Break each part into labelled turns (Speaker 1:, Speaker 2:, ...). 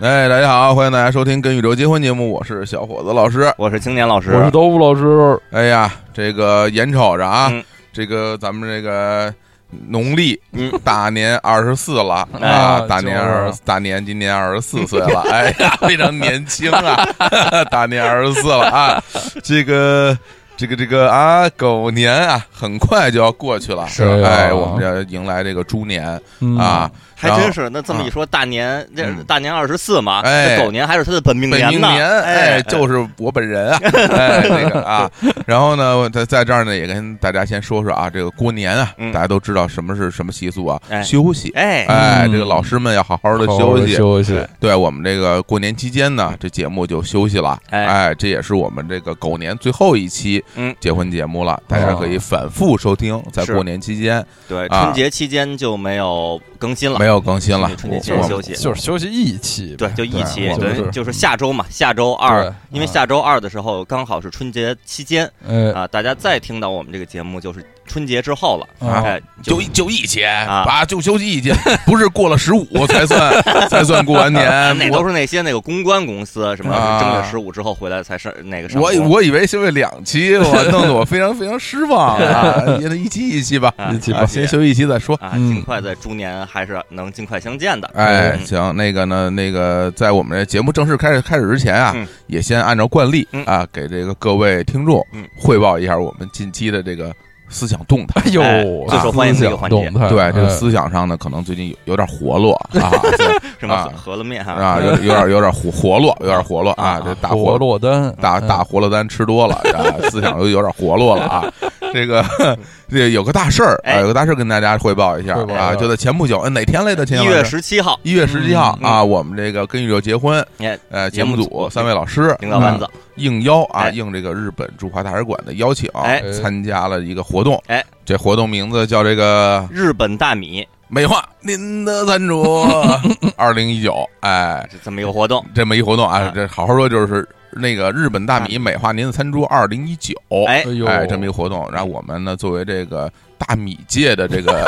Speaker 1: 哎，大家好，欢迎大家收听《跟宇宙结婚》节目，我是小伙子老师。
Speaker 2: 我是青年老师，
Speaker 3: 我是德武老师，
Speaker 1: 哎呀，这个眼瞅着啊，
Speaker 2: 嗯
Speaker 1: 这个咱们这个农历
Speaker 2: 嗯
Speaker 1: 大年二十四了、
Speaker 2: 哎
Speaker 1: 啊，
Speaker 3: 呀
Speaker 1: 大年
Speaker 3: 就是
Speaker 1: 二大年今年二十四岁了， 哎呀，非常年轻啊， 大年二十四了啊，这个。这个这个啊，狗年啊，很快就要过去了，
Speaker 3: 是啊
Speaker 1: 哎，我们要迎来这个猪年
Speaker 3: 嗯
Speaker 1: 啊，，
Speaker 2: 还
Speaker 1: 然后啊
Speaker 2: 真是。那这么一说，大年这
Speaker 1: 嗯
Speaker 2: 大年二十四嘛，
Speaker 1: 哎
Speaker 2: 这狗年还是他的本命
Speaker 1: 本命
Speaker 2: 呢。
Speaker 1: 年，
Speaker 2: 哎，
Speaker 1: 就是我本人啊， 哎，那个啊，然后呢，我在在这儿呢，也跟大家先说说啊，这个过年啊，
Speaker 2: 嗯
Speaker 1: 大家都知道什么是什么习俗啊，
Speaker 2: 哎
Speaker 1: 休息。
Speaker 2: 哎，
Speaker 1: 哎，
Speaker 3: 嗯
Speaker 1: 这个老师们要好好的
Speaker 3: 好好
Speaker 1: 休
Speaker 3: 地
Speaker 1: 息。
Speaker 3: 休息，
Speaker 1: 对我们这个过年期间呢，这节目就休息了。
Speaker 2: 哎
Speaker 1: 哎，这也是我们这个狗年最后一期
Speaker 2: 嗯哦
Speaker 1: 结婚节目了，大家可以反复收听，在
Speaker 2: 是
Speaker 1: 过年期间
Speaker 2: 对，
Speaker 1: 啊
Speaker 2: 春节期间就没有更新了
Speaker 1: 没，有更新了。
Speaker 2: 春节期
Speaker 1: 我
Speaker 2: 间
Speaker 1: 们
Speaker 2: 休息。
Speaker 3: 就是休息一期
Speaker 2: 对
Speaker 3: 呗，，
Speaker 2: 就一期，
Speaker 3: 我们
Speaker 2: 对，
Speaker 3: 是
Speaker 2: 就是下周嘛，下周二
Speaker 3: 对，
Speaker 2: 因
Speaker 1: 啊
Speaker 2: 为下周二的时候刚好是春节期间
Speaker 3: 呃，
Speaker 2: 啊，大家再听到我们这个节目就是春节之后了，
Speaker 3: 啊
Speaker 2: 哎，
Speaker 1: 就
Speaker 2: 就
Speaker 1: 一就一节
Speaker 2: 啊
Speaker 1: 啊，就休息一节，不是过了十 五才算才算过完年。
Speaker 2: 啊那
Speaker 1: 我
Speaker 2: 都是那些那个公关公司什么
Speaker 1: 啊
Speaker 2: 正月十五之后回来才是那个上
Speaker 1: 我
Speaker 2: 工
Speaker 1: 我以为休息两期，我弄得我非常非常失望 啊！也得一期一期吧，
Speaker 2: 啊
Speaker 3: 一期
Speaker 1: 啊，
Speaker 3: 吧
Speaker 1: 先休息一期再说。
Speaker 2: 啊，
Speaker 3: 嗯
Speaker 2: 尽快在猪年还是能尽快相见的。
Speaker 1: 哎，
Speaker 2: 嗯
Speaker 1: 行，那个呢，那个在我们这节目正式开始开始之前啊
Speaker 2: 嗯，
Speaker 1: 也先按照惯例
Speaker 2: 嗯
Speaker 1: 啊，给这个各位听众
Speaker 2: 嗯
Speaker 1: 汇报一下我们近期的这个思想动 态。
Speaker 3: 哎呦
Speaker 2: 哎，最受欢迎的一个
Speaker 3: 思想
Speaker 2: 环节
Speaker 3: 动态
Speaker 1: 对这
Speaker 2: 嗯
Speaker 1: 个
Speaker 3: 哎
Speaker 1: 思想上呢，可能最近有有点活 络啊
Speaker 2: 什么
Speaker 1: 啊
Speaker 2: 合合了面哈
Speaker 1: 啊，有有点有点活活络，有点活络啊
Speaker 2: 啊，
Speaker 1: 这大
Speaker 3: 活
Speaker 1: 活
Speaker 3: 落单，
Speaker 1: 大
Speaker 2: 嗯
Speaker 1: 大活络丹吃多了， 啊，思想又有点活络了啊。这个这有个大事儿，啊，
Speaker 2: 哎
Speaker 1: 有个大事儿跟大家汇报一下
Speaker 3: 汇报一下
Speaker 1: 啊，就在前不久，呃哪天来的？秦
Speaker 2: 一
Speaker 1: 阳老
Speaker 2: 月
Speaker 1: 师
Speaker 2: 十七号，
Speaker 1: 一月十七号
Speaker 2: 嗯
Speaker 1: 啊，我们这个跟宇宙结婚，
Speaker 2: 哎，
Speaker 1: 呃，节
Speaker 2: 节
Speaker 1: 目
Speaker 2: 目
Speaker 1: 组
Speaker 2: 组
Speaker 1: 三位老师
Speaker 2: 领导班
Speaker 1: 啊
Speaker 2: 子，
Speaker 1: 应邀啊，
Speaker 2: 哎
Speaker 1: 应这个日本驻华大使馆的邀请，
Speaker 2: 哎
Speaker 1: 参加了一个活动，
Speaker 2: 哎，
Speaker 1: 这活动名字叫这个
Speaker 2: 日本大米
Speaker 1: 美化您的餐桌 二零一九，哎，
Speaker 2: 是这么一个活动，
Speaker 1: 这么一活动啊
Speaker 2: 啊，
Speaker 1: 这好好说就是那个日本大米美化您的餐桌二零一九，
Speaker 2: 哎
Speaker 3: 哎，呦，
Speaker 1: 哎，这么一个活动。然后我们呢，作为这个大米界的这 个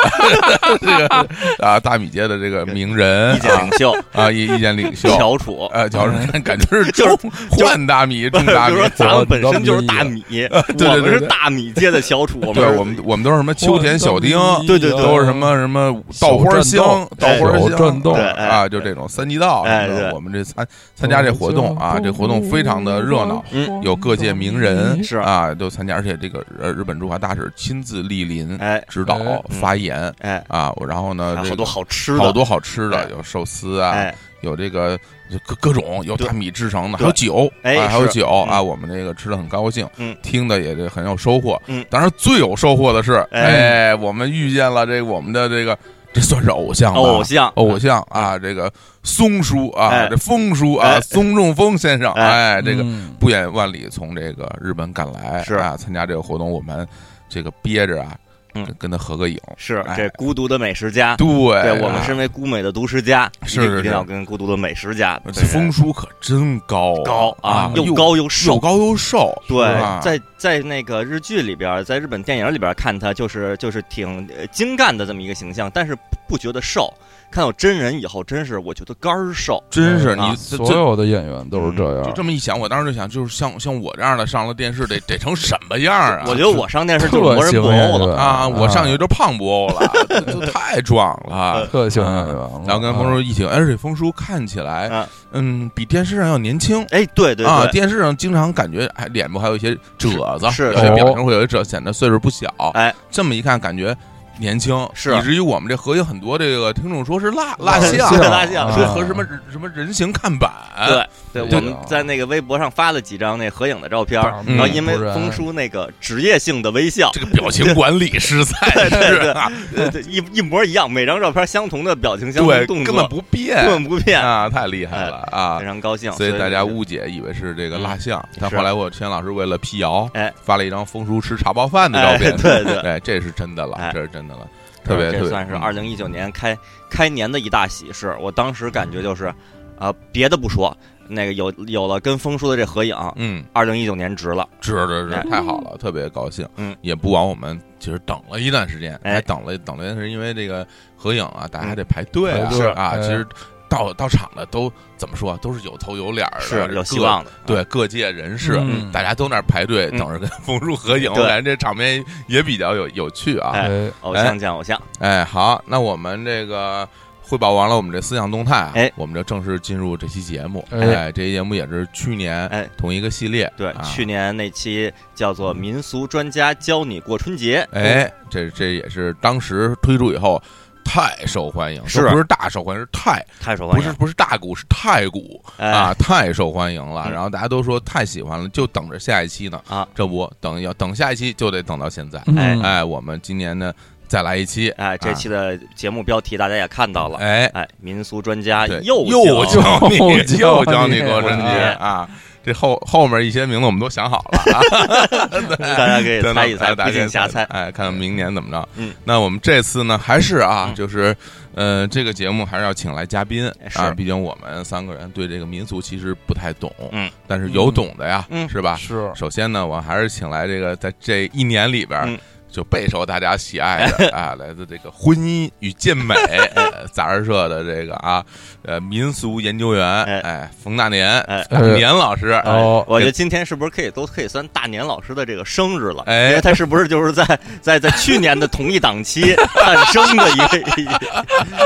Speaker 1: 这个啊大米界的这个名人
Speaker 2: 意见领袖
Speaker 1: 啊意意见领袖，
Speaker 2: 乔楚，
Speaker 1: 呃，乔治感觉是
Speaker 2: 就是
Speaker 1: 中 换大米种
Speaker 2: 就
Speaker 1: 哎大米哦
Speaker 2: 是。说咱们本身就是大米，
Speaker 1: 对
Speaker 2: 我们
Speaker 1: 对
Speaker 2: 是
Speaker 1: 对
Speaker 2: 大米界的乔楚，我
Speaker 1: 对
Speaker 2: 们
Speaker 1: 我们，我们都是什么秋田小丁，
Speaker 2: 对对对
Speaker 1: 都是什么什么稻花香，稻
Speaker 2: 战斗
Speaker 1: 花
Speaker 3: 手战
Speaker 1: 香
Speaker 3: 斗
Speaker 2: 对，哎
Speaker 1: 啊，就这种三级稻
Speaker 2: 哎
Speaker 1: 什么的。
Speaker 2: 对
Speaker 1: 我们这参参加这活动啊，这活动非常的热闹，
Speaker 2: 嗯
Speaker 1: 有各界名人
Speaker 2: 是
Speaker 1: 啊都参加，而且这个呃日本驻华大使亲自莅临
Speaker 2: 哎
Speaker 1: 指导
Speaker 3: 哎
Speaker 2: 嗯
Speaker 1: 发言
Speaker 2: 哎，
Speaker 1: 啊，我然后呢，
Speaker 2: 还
Speaker 1: 这个
Speaker 2: 有好多好吃的，
Speaker 1: 好多好吃
Speaker 2: 哎
Speaker 1: 的，有寿司啊，
Speaker 2: 哎，
Speaker 1: 有这个就各各种有
Speaker 2: 对
Speaker 1: 大米制成的，还
Speaker 2: 对
Speaker 1: 有酒，
Speaker 2: 哎
Speaker 1: 啊还有
Speaker 2: 是
Speaker 1: 酒
Speaker 2: 嗯
Speaker 1: 啊，我们这个吃的很高兴
Speaker 2: 嗯，
Speaker 1: 听的也这很有收获。
Speaker 2: 嗯
Speaker 1: 当然最有收获的是，
Speaker 2: 哎
Speaker 1: 哎，我们遇见了这个我们的这个这算是偶像吧
Speaker 2: 偶像
Speaker 1: 偶像啊，这个松叔啊，
Speaker 2: 哎
Speaker 1: 这峰叔啊，
Speaker 2: 哎
Speaker 1: 松仲峰先生，
Speaker 2: 哎
Speaker 1: 哎，这个
Speaker 3: 嗯
Speaker 1: 不远万里从这个日本赶来，
Speaker 2: 是
Speaker 1: 啊，参加这个活动，我们这个憋着啊，
Speaker 2: 嗯
Speaker 1: 跟跟他合个影。
Speaker 2: 是
Speaker 1: 哎
Speaker 2: 这孤独的美食家。
Speaker 1: 对，啊
Speaker 2: 对我们身为孤美的读诗家，一
Speaker 1: 是
Speaker 2: 定
Speaker 1: 是
Speaker 2: 一定要
Speaker 1: 是
Speaker 2: 跟孤独的美食家
Speaker 1: 啊
Speaker 2: 对
Speaker 1: 峰叔可真高
Speaker 2: 高
Speaker 1: 啊
Speaker 2: 啊，，又
Speaker 1: 又
Speaker 2: 高又
Speaker 1: 又
Speaker 2: 瘦，
Speaker 1: 高又瘦，
Speaker 2: 对
Speaker 1: 是吧，
Speaker 2: 在在那个日剧里边儿，在日本电影里边儿看他就是就是挺呃精干的这么一个形象，但是不不觉得瘦。看到真人以后，真是我觉得肝儿瘦。
Speaker 1: 真是
Speaker 2: 啊
Speaker 1: 你这
Speaker 3: 所
Speaker 1: 这
Speaker 3: 有的演员都是这
Speaker 1: 就
Speaker 3: 样，
Speaker 1: 这么一想，我当时就想，就是像像我这样的上了电视得得成什么样啊？
Speaker 2: 我觉得我上电视就是
Speaker 3: 特
Speaker 2: 磨人
Speaker 3: 型
Speaker 2: 不
Speaker 3: 演
Speaker 2: 欧了。
Speaker 3: 员
Speaker 1: 啊，我上去就胖不欧了，就就太壮
Speaker 2: 嗯
Speaker 1: 了。
Speaker 3: 特型演员了，
Speaker 1: 然后跟峰
Speaker 3: 啊
Speaker 1: 叔一挺，哎而且峰叔看起来
Speaker 2: 啊，
Speaker 1: 嗯，比电视上要年轻
Speaker 2: 哎，对对
Speaker 1: 啊。
Speaker 2: 对，
Speaker 1: 电视上经常感觉还脸部还有一些褶子，
Speaker 2: 是
Speaker 1: 有
Speaker 3: 是
Speaker 1: 些
Speaker 3: 哦
Speaker 1: 表情会有一些褶，显得岁数不小。
Speaker 2: 哎，
Speaker 1: 这么一看感觉年轻，
Speaker 2: 是
Speaker 1: 以至于我们这合影很多这个听众说是蜡蜡
Speaker 3: 蜡
Speaker 1: 像，
Speaker 3: 像
Speaker 2: 蜡像
Speaker 1: 说
Speaker 3: 啊
Speaker 1: 和什么人什么人形看板，
Speaker 2: 对对，
Speaker 3: 对
Speaker 2: 我们在那个微博上发了几张那合影的照片儿，
Speaker 1: 嗯
Speaker 2: 然后因为
Speaker 3: 不然
Speaker 2: 峰叔那个职业性的微笑
Speaker 1: 这，个表情管理实在
Speaker 2: 对对
Speaker 1: 是
Speaker 2: 对
Speaker 1: 啊，
Speaker 2: 呃对一一模一样，每张照片相同的表情、相同
Speaker 1: 对
Speaker 2: 的动
Speaker 1: 根本
Speaker 2: 作，
Speaker 1: 不变
Speaker 2: 根本不变，哎
Speaker 1: 啊，太厉害了啊
Speaker 2: 非！常高兴。
Speaker 1: 所以大家
Speaker 2: 我
Speaker 1: 误解以为是这个蜡像，但
Speaker 2: 嗯是
Speaker 1: 后来我天老师为了辟谣，
Speaker 2: 哎
Speaker 1: 发了一张冯叔吃茶包饭的
Speaker 2: 哎，
Speaker 1: 照
Speaker 2: 对
Speaker 1: 片，
Speaker 2: 对对，
Speaker 1: 哎，这是真的了
Speaker 2: 哎，
Speaker 1: 这是真的了，特别特
Speaker 2: 这
Speaker 1: 别
Speaker 2: 算是
Speaker 1: 嗯
Speaker 2: 二零一九年开开年的一大喜事。我当时感觉就是，啊，别的不说，那个有有了跟峰叔的这合影，
Speaker 1: 嗯，
Speaker 2: 二零一九年值了。
Speaker 1: 是是
Speaker 2: 哎
Speaker 1: 是，太好了，特别高兴。
Speaker 2: 嗯，
Speaker 1: 也不枉我们其实等了一段时间，
Speaker 2: 哎
Speaker 1: 还等了等了一段时间，因为这个合影啊，大家还
Speaker 2: 嗯
Speaker 1: 得排队啊
Speaker 3: 排队
Speaker 1: 啊，
Speaker 3: 哎
Speaker 1: 其实到到场了都怎么说，都是有头有脸儿的，
Speaker 2: 是有
Speaker 1: 各
Speaker 2: 希。望的。啊
Speaker 1: 对各界人士，
Speaker 3: 嗯
Speaker 1: 大家都那儿排队
Speaker 2: 嗯
Speaker 1: 等着跟冯叔合影，
Speaker 2: 对
Speaker 1: 我感觉这场面也比较有有趣啊。
Speaker 2: 哎
Speaker 3: 哎，
Speaker 2: 偶像见偶像，
Speaker 1: 哎，好，那我们这个汇报完了我们这思想动态啊，
Speaker 2: 哎
Speaker 1: 我们就正式进入这期节目。
Speaker 3: 哎
Speaker 1: 哎，这期节目也是去年
Speaker 2: 哎
Speaker 1: 同一个系列，
Speaker 2: 对，
Speaker 1: 啊、嗯
Speaker 2: 去年那期叫做《民俗专家教你过春节》，嗯
Speaker 1: 哎，这这也是当时推出以后太受欢迎，
Speaker 2: 是
Speaker 1: 都不是大受欢迎，是太
Speaker 2: 太受欢
Speaker 1: 不
Speaker 2: 迎
Speaker 1: 是
Speaker 2: 了，
Speaker 1: 不是大鼓是太鼓
Speaker 2: 哎
Speaker 1: 啊，太受欢迎了，
Speaker 2: 嗯
Speaker 1: 然后大家都说太喜欢了，就等着下一期呢
Speaker 2: 啊，
Speaker 1: 这不等要等下一期就得等到现在，
Speaker 2: 哎
Speaker 3: 嗯
Speaker 1: 哎，我们今年呢再来一期，
Speaker 2: 哎，这期的节目标题大家也看到了，
Speaker 1: 啊哎，
Speaker 2: 哎，民俗专家
Speaker 1: 对
Speaker 2: 又
Speaker 1: 又
Speaker 2: 教
Speaker 1: 教你
Speaker 3: 又 教
Speaker 1: 又教你
Speaker 3: 你
Speaker 1: 过春节啊！这后后面一些名字我们都想好了 啊，
Speaker 2: 大 家可
Speaker 1: 真
Speaker 2: 以
Speaker 1: 的
Speaker 2: 猜一猜，
Speaker 1: 大家可
Speaker 2: 不
Speaker 1: 以
Speaker 2: 禁瞎猜。
Speaker 1: 哎，看看明年怎么着。
Speaker 2: 嗯，
Speaker 1: 那我们这次呢，还是啊，
Speaker 2: 嗯
Speaker 1: 就是呃，这个节目还是要请来嘉宾
Speaker 2: 哎是
Speaker 1: 啊，毕竟我们三个人对这个民俗其实不太懂，
Speaker 2: 嗯，
Speaker 1: 但是有懂的呀，
Speaker 2: 嗯
Speaker 1: 是吧？
Speaker 3: 是
Speaker 1: 首先呢，我还是请来这个在这一年里边。
Speaker 2: 嗯
Speaker 1: 就备受大家喜爱 的啊，来自这个《婚姻与健美》呃杂志社的这个啊，呃，民俗研究员，
Speaker 2: 哎
Speaker 1: 哎，冯大年，
Speaker 2: 哎
Speaker 1: 大年老师，
Speaker 3: 哎哦
Speaker 2: 我觉得今天是不是可以都可以算大年老师的这个生日了？
Speaker 1: 哎
Speaker 2: 因为他是不是就是在在在去年的同一档期诞生的一个一个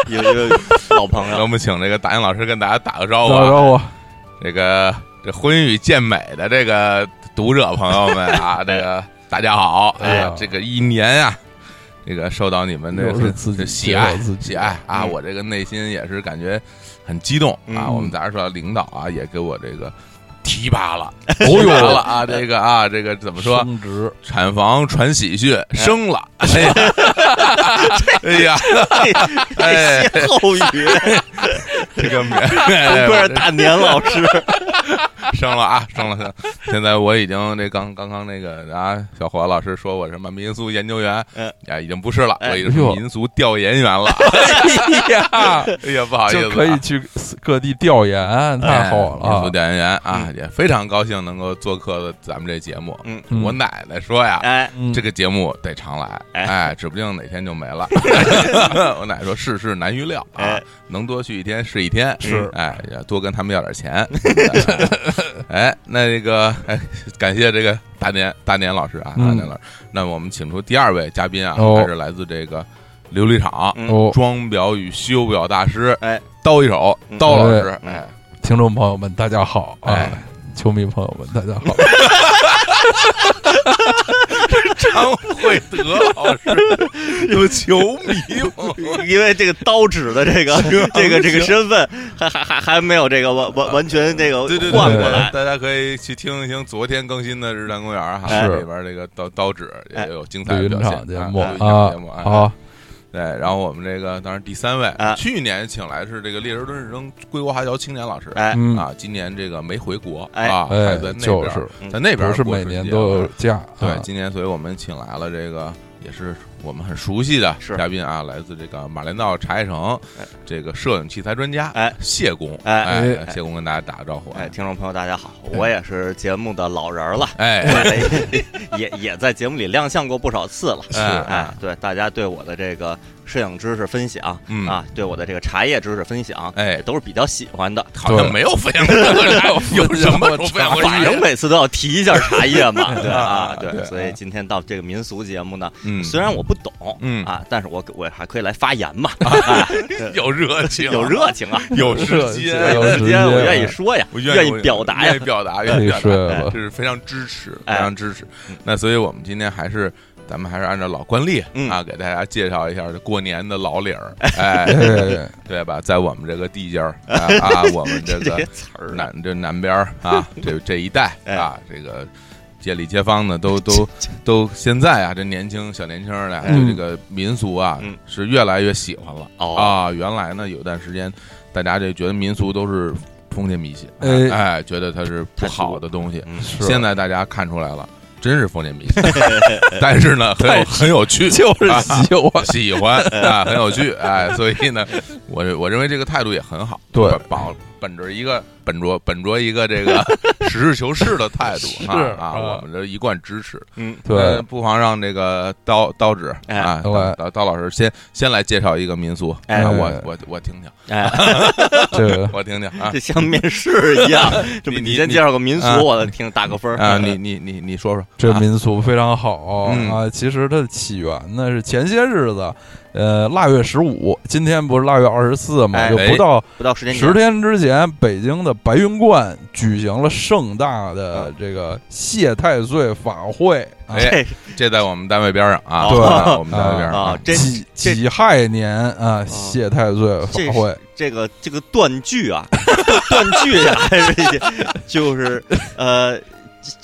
Speaker 2: 一个一个老朋
Speaker 1: 那
Speaker 2: 友？
Speaker 1: 我们请这个大年老师跟大家打个招
Speaker 3: 招
Speaker 1: 呼啊。
Speaker 3: 招我，
Speaker 1: 这个这《婚姻与健美》的这个读者朋友们啊，这个大家好，哎呀
Speaker 3: 哎，
Speaker 1: 这个一年啊，这个受到你们的
Speaker 3: 又是自己
Speaker 1: 这喜
Speaker 3: 结
Speaker 1: 爱
Speaker 3: 果自己
Speaker 1: 喜爱啊，
Speaker 2: 嗯
Speaker 1: 我这个内心也是感觉很激动啊。
Speaker 2: 嗯
Speaker 1: 我们杂志社领导啊，也给我这个提拔了，
Speaker 3: 哦
Speaker 1: 提
Speaker 3: 呦
Speaker 1: 拔了啊，这个啊，这个怎么说？
Speaker 3: 升职
Speaker 1: 产房传喜讯，生了，哎呀，哎呀，哎
Speaker 2: 这歇后语，
Speaker 1: 这个名哎
Speaker 2: 整个大年老师，
Speaker 1: 生了啊， 生了生了。现在我已经这刚刚刚那个啊，小伙老师说我什么民俗研究员，
Speaker 2: 嗯
Speaker 1: 啊，已经不是了，
Speaker 2: 哎
Speaker 1: 我已经是民俗调研员 了。哎呀，哎呀，不好意思、
Speaker 3: 就
Speaker 1: 啊，
Speaker 3: 可以去各地调研，太好
Speaker 1: 哎民俗
Speaker 3: 了。
Speaker 1: 调研员啊，也非常高兴能够做客咱们这节目。
Speaker 2: 嗯，
Speaker 3: 嗯
Speaker 1: 我奶奶说呀。
Speaker 2: 哎，
Speaker 3: 嗯
Speaker 1: 这个节目得常来，
Speaker 2: 哎
Speaker 1: 哎，指不定哪天就没了。我奶奶说世事难预料啊
Speaker 2: 哎，
Speaker 1: 能多去一天是一天，
Speaker 3: 是
Speaker 1: 哎，也多跟他们要点钱。哎，那这个哎，感谢这个大年大年老师啊，
Speaker 3: 嗯
Speaker 1: 大年老师。那么我们请出第二位嘉宾啊，
Speaker 3: 哦
Speaker 1: 还是来自这个琉璃厂
Speaker 2: 嗯
Speaker 3: 哦，
Speaker 1: 装裱与修裱大师，
Speaker 2: 哎，
Speaker 1: 刀一手
Speaker 2: 嗯
Speaker 1: 刀老师，
Speaker 2: 哎
Speaker 1: 哎
Speaker 3: 听众朋友们，大家好啊
Speaker 1: 哎！
Speaker 3: 球迷朋友们，大家好。
Speaker 1: 张惠德老师，有球迷吗？
Speaker 2: 因为这个刀指的这个这个这个身份，还还还还没有这个完完完全这个
Speaker 1: 对对对
Speaker 2: 哦换过
Speaker 1: 对
Speaker 2: 来，
Speaker 1: 大家可以去听一听昨天更新的《日坛公园》哈，
Speaker 3: 是
Speaker 1: 里边这个刀刀指
Speaker 2: 哎
Speaker 1: 也有精彩
Speaker 3: 绿
Speaker 1: 的表现
Speaker 3: 云场节目
Speaker 1: 啊，对
Speaker 3: 啊
Speaker 1: 节目啊，
Speaker 3: 啊，
Speaker 1: 对，然后我们这个当然第三位，
Speaker 2: 啊
Speaker 1: 去年请来是这个烈士敦士登归国华侨青年老师，
Speaker 2: 哎，
Speaker 3: 嗯，
Speaker 1: 啊，今年这个没回国
Speaker 2: 哎
Speaker 1: 啊，还
Speaker 3: 哎
Speaker 1: 在，那
Speaker 3: 就
Speaker 1: 边
Speaker 3: 是
Speaker 1: 在那边
Speaker 3: 不是
Speaker 1: 过
Speaker 3: 每
Speaker 1: 春
Speaker 3: 年
Speaker 1: 节
Speaker 3: 都有
Speaker 1: 啊
Speaker 3: 假？
Speaker 1: 对，
Speaker 3: 啊
Speaker 1: 今年所以我们请来了这个也是我们很熟悉的
Speaker 2: 是
Speaker 1: 嘉宾啊，来自这个马连道茶叶城
Speaker 2: 哎
Speaker 1: 这个摄影器材专家
Speaker 2: 哎
Speaker 1: 谢工
Speaker 2: 哎
Speaker 1: 哎
Speaker 2: 哎
Speaker 1: 谢工跟大家打个招呼啊
Speaker 2: 哎，听众朋友大家好，我也是节目的老人儿了。
Speaker 1: 哎
Speaker 2: 对 也也在节目里亮相过不少次了。
Speaker 1: 是啊
Speaker 2: 哎，对大家对我的这个摄影知识分享、
Speaker 1: 嗯
Speaker 2: 啊，对我的这个茶叶知识分享，
Speaker 1: 哎
Speaker 2: 也都是比较喜欢的。
Speaker 1: 好像
Speaker 3: 对
Speaker 1: 没有分享过这个茶，有什么分享过
Speaker 2: 反
Speaker 1: 茶
Speaker 2: 正每次都要提一下茶叶嘛，对啊，
Speaker 1: 对啊
Speaker 2: 对，所以今天到这个民俗节目呢，
Speaker 1: 嗯，
Speaker 2: 虽然我不懂，
Speaker 1: 嗯
Speaker 2: 啊，但是我我还可以来发言嘛， 啊
Speaker 1: 有热情，
Speaker 2: 有热情 啊，
Speaker 1: 有时间，啊
Speaker 3: 有
Speaker 2: 有时
Speaker 3: 时
Speaker 2: 间
Speaker 3: 间
Speaker 2: 我愿意说呀，
Speaker 1: 我
Speaker 2: 愿
Speaker 1: 意
Speaker 2: 意表达
Speaker 1: 愿
Speaker 2: 呀
Speaker 1: 意，表达，愿
Speaker 3: 可
Speaker 1: 意
Speaker 3: 以
Speaker 1: 表
Speaker 3: 睡
Speaker 1: 达，
Speaker 3: 了
Speaker 1: 这。是非常支持，非
Speaker 2: 哎
Speaker 1: 常支持
Speaker 2: 嗯。
Speaker 1: 那所以我们今天还是。咱们还是按照老惯例
Speaker 2: 嗯
Speaker 1: 啊，给大家介绍一下这过年的老理 儿，哎，
Speaker 3: 对对对
Speaker 1: 对吧？在我们这个地界儿啊，啊我们这
Speaker 2: 这
Speaker 1: 个
Speaker 2: 些词儿啊哎呢，
Speaker 1: 南这南边儿 啊，这这一带啊，这个街里街坊呢，都都都现在啊，这年轻小年轻儿呢，
Speaker 2: 嗯
Speaker 1: 对这个民俗啊
Speaker 2: 嗯，
Speaker 1: 是越来越喜欢了
Speaker 2: 哦
Speaker 1: 啊。原来呢，有段时间大家这觉得民俗都是封建迷信，
Speaker 3: 哎
Speaker 1: 哎，觉得它是不好的东西。
Speaker 2: 嗯，
Speaker 3: 是
Speaker 1: 现在大家看出来了，真是封建迷信， 但是呢，很有很有趣，
Speaker 3: 就是喜欢，
Speaker 1: 啊 喜欢啊，很有趣哎，所以呢，我我认为这个态度也很好，
Speaker 3: 对
Speaker 1: 保本着一个本着本着一个这个 实事求是的态度啊
Speaker 3: 是
Speaker 1: 啊，
Speaker 3: 啊
Speaker 1: 我们这一贯支持。
Speaker 2: 嗯，
Speaker 1: 呃
Speaker 3: 对，
Speaker 1: 不妨让这个刀刀指
Speaker 2: 哎
Speaker 1: 啊，
Speaker 3: 对
Speaker 1: 刀刀刀老师先先来介绍一个民俗，
Speaker 2: 哎
Speaker 1: 啊
Speaker 3: 哎
Speaker 1: 我我我听听，
Speaker 2: 哎，
Speaker 3: 这个
Speaker 1: 我听听啊
Speaker 2: 这像面试一样，这 不
Speaker 1: 你
Speaker 2: 你先
Speaker 1: 你
Speaker 2: 介绍个民俗
Speaker 1: 啊，
Speaker 2: 我听打个分儿
Speaker 1: 啊，你你你你说说
Speaker 3: 这
Speaker 1: 啊
Speaker 3: 民俗非常好
Speaker 1: 嗯
Speaker 3: 啊。其实它的起源呢是前些日子，呃，腊月十五，今天不是腊月二十四嘛，
Speaker 2: 哎
Speaker 3: 就不到
Speaker 2: 不到十天前
Speaker 3: 十天之前，北京的白云观举行了盛大的
Speaker 2: 啊
Speaker 3: 这个谢太岁法会啊，
Speaker 1: 哎
Speaker 2: 这
Speaker 1: 这在我们单位边上啊，
Speaker 2: 对
Speaker 1: 啊我们单位边上
Speaker 2: 啊，这
Speaker 3: 己
Speaker 2: 这
Speaker 3: 己亥年啊，谢太岁
Speaker 2: 这啊
Speaker 3: 法会，
Speaker 2: 这个这个断句啊，断句啊，还是就是呃。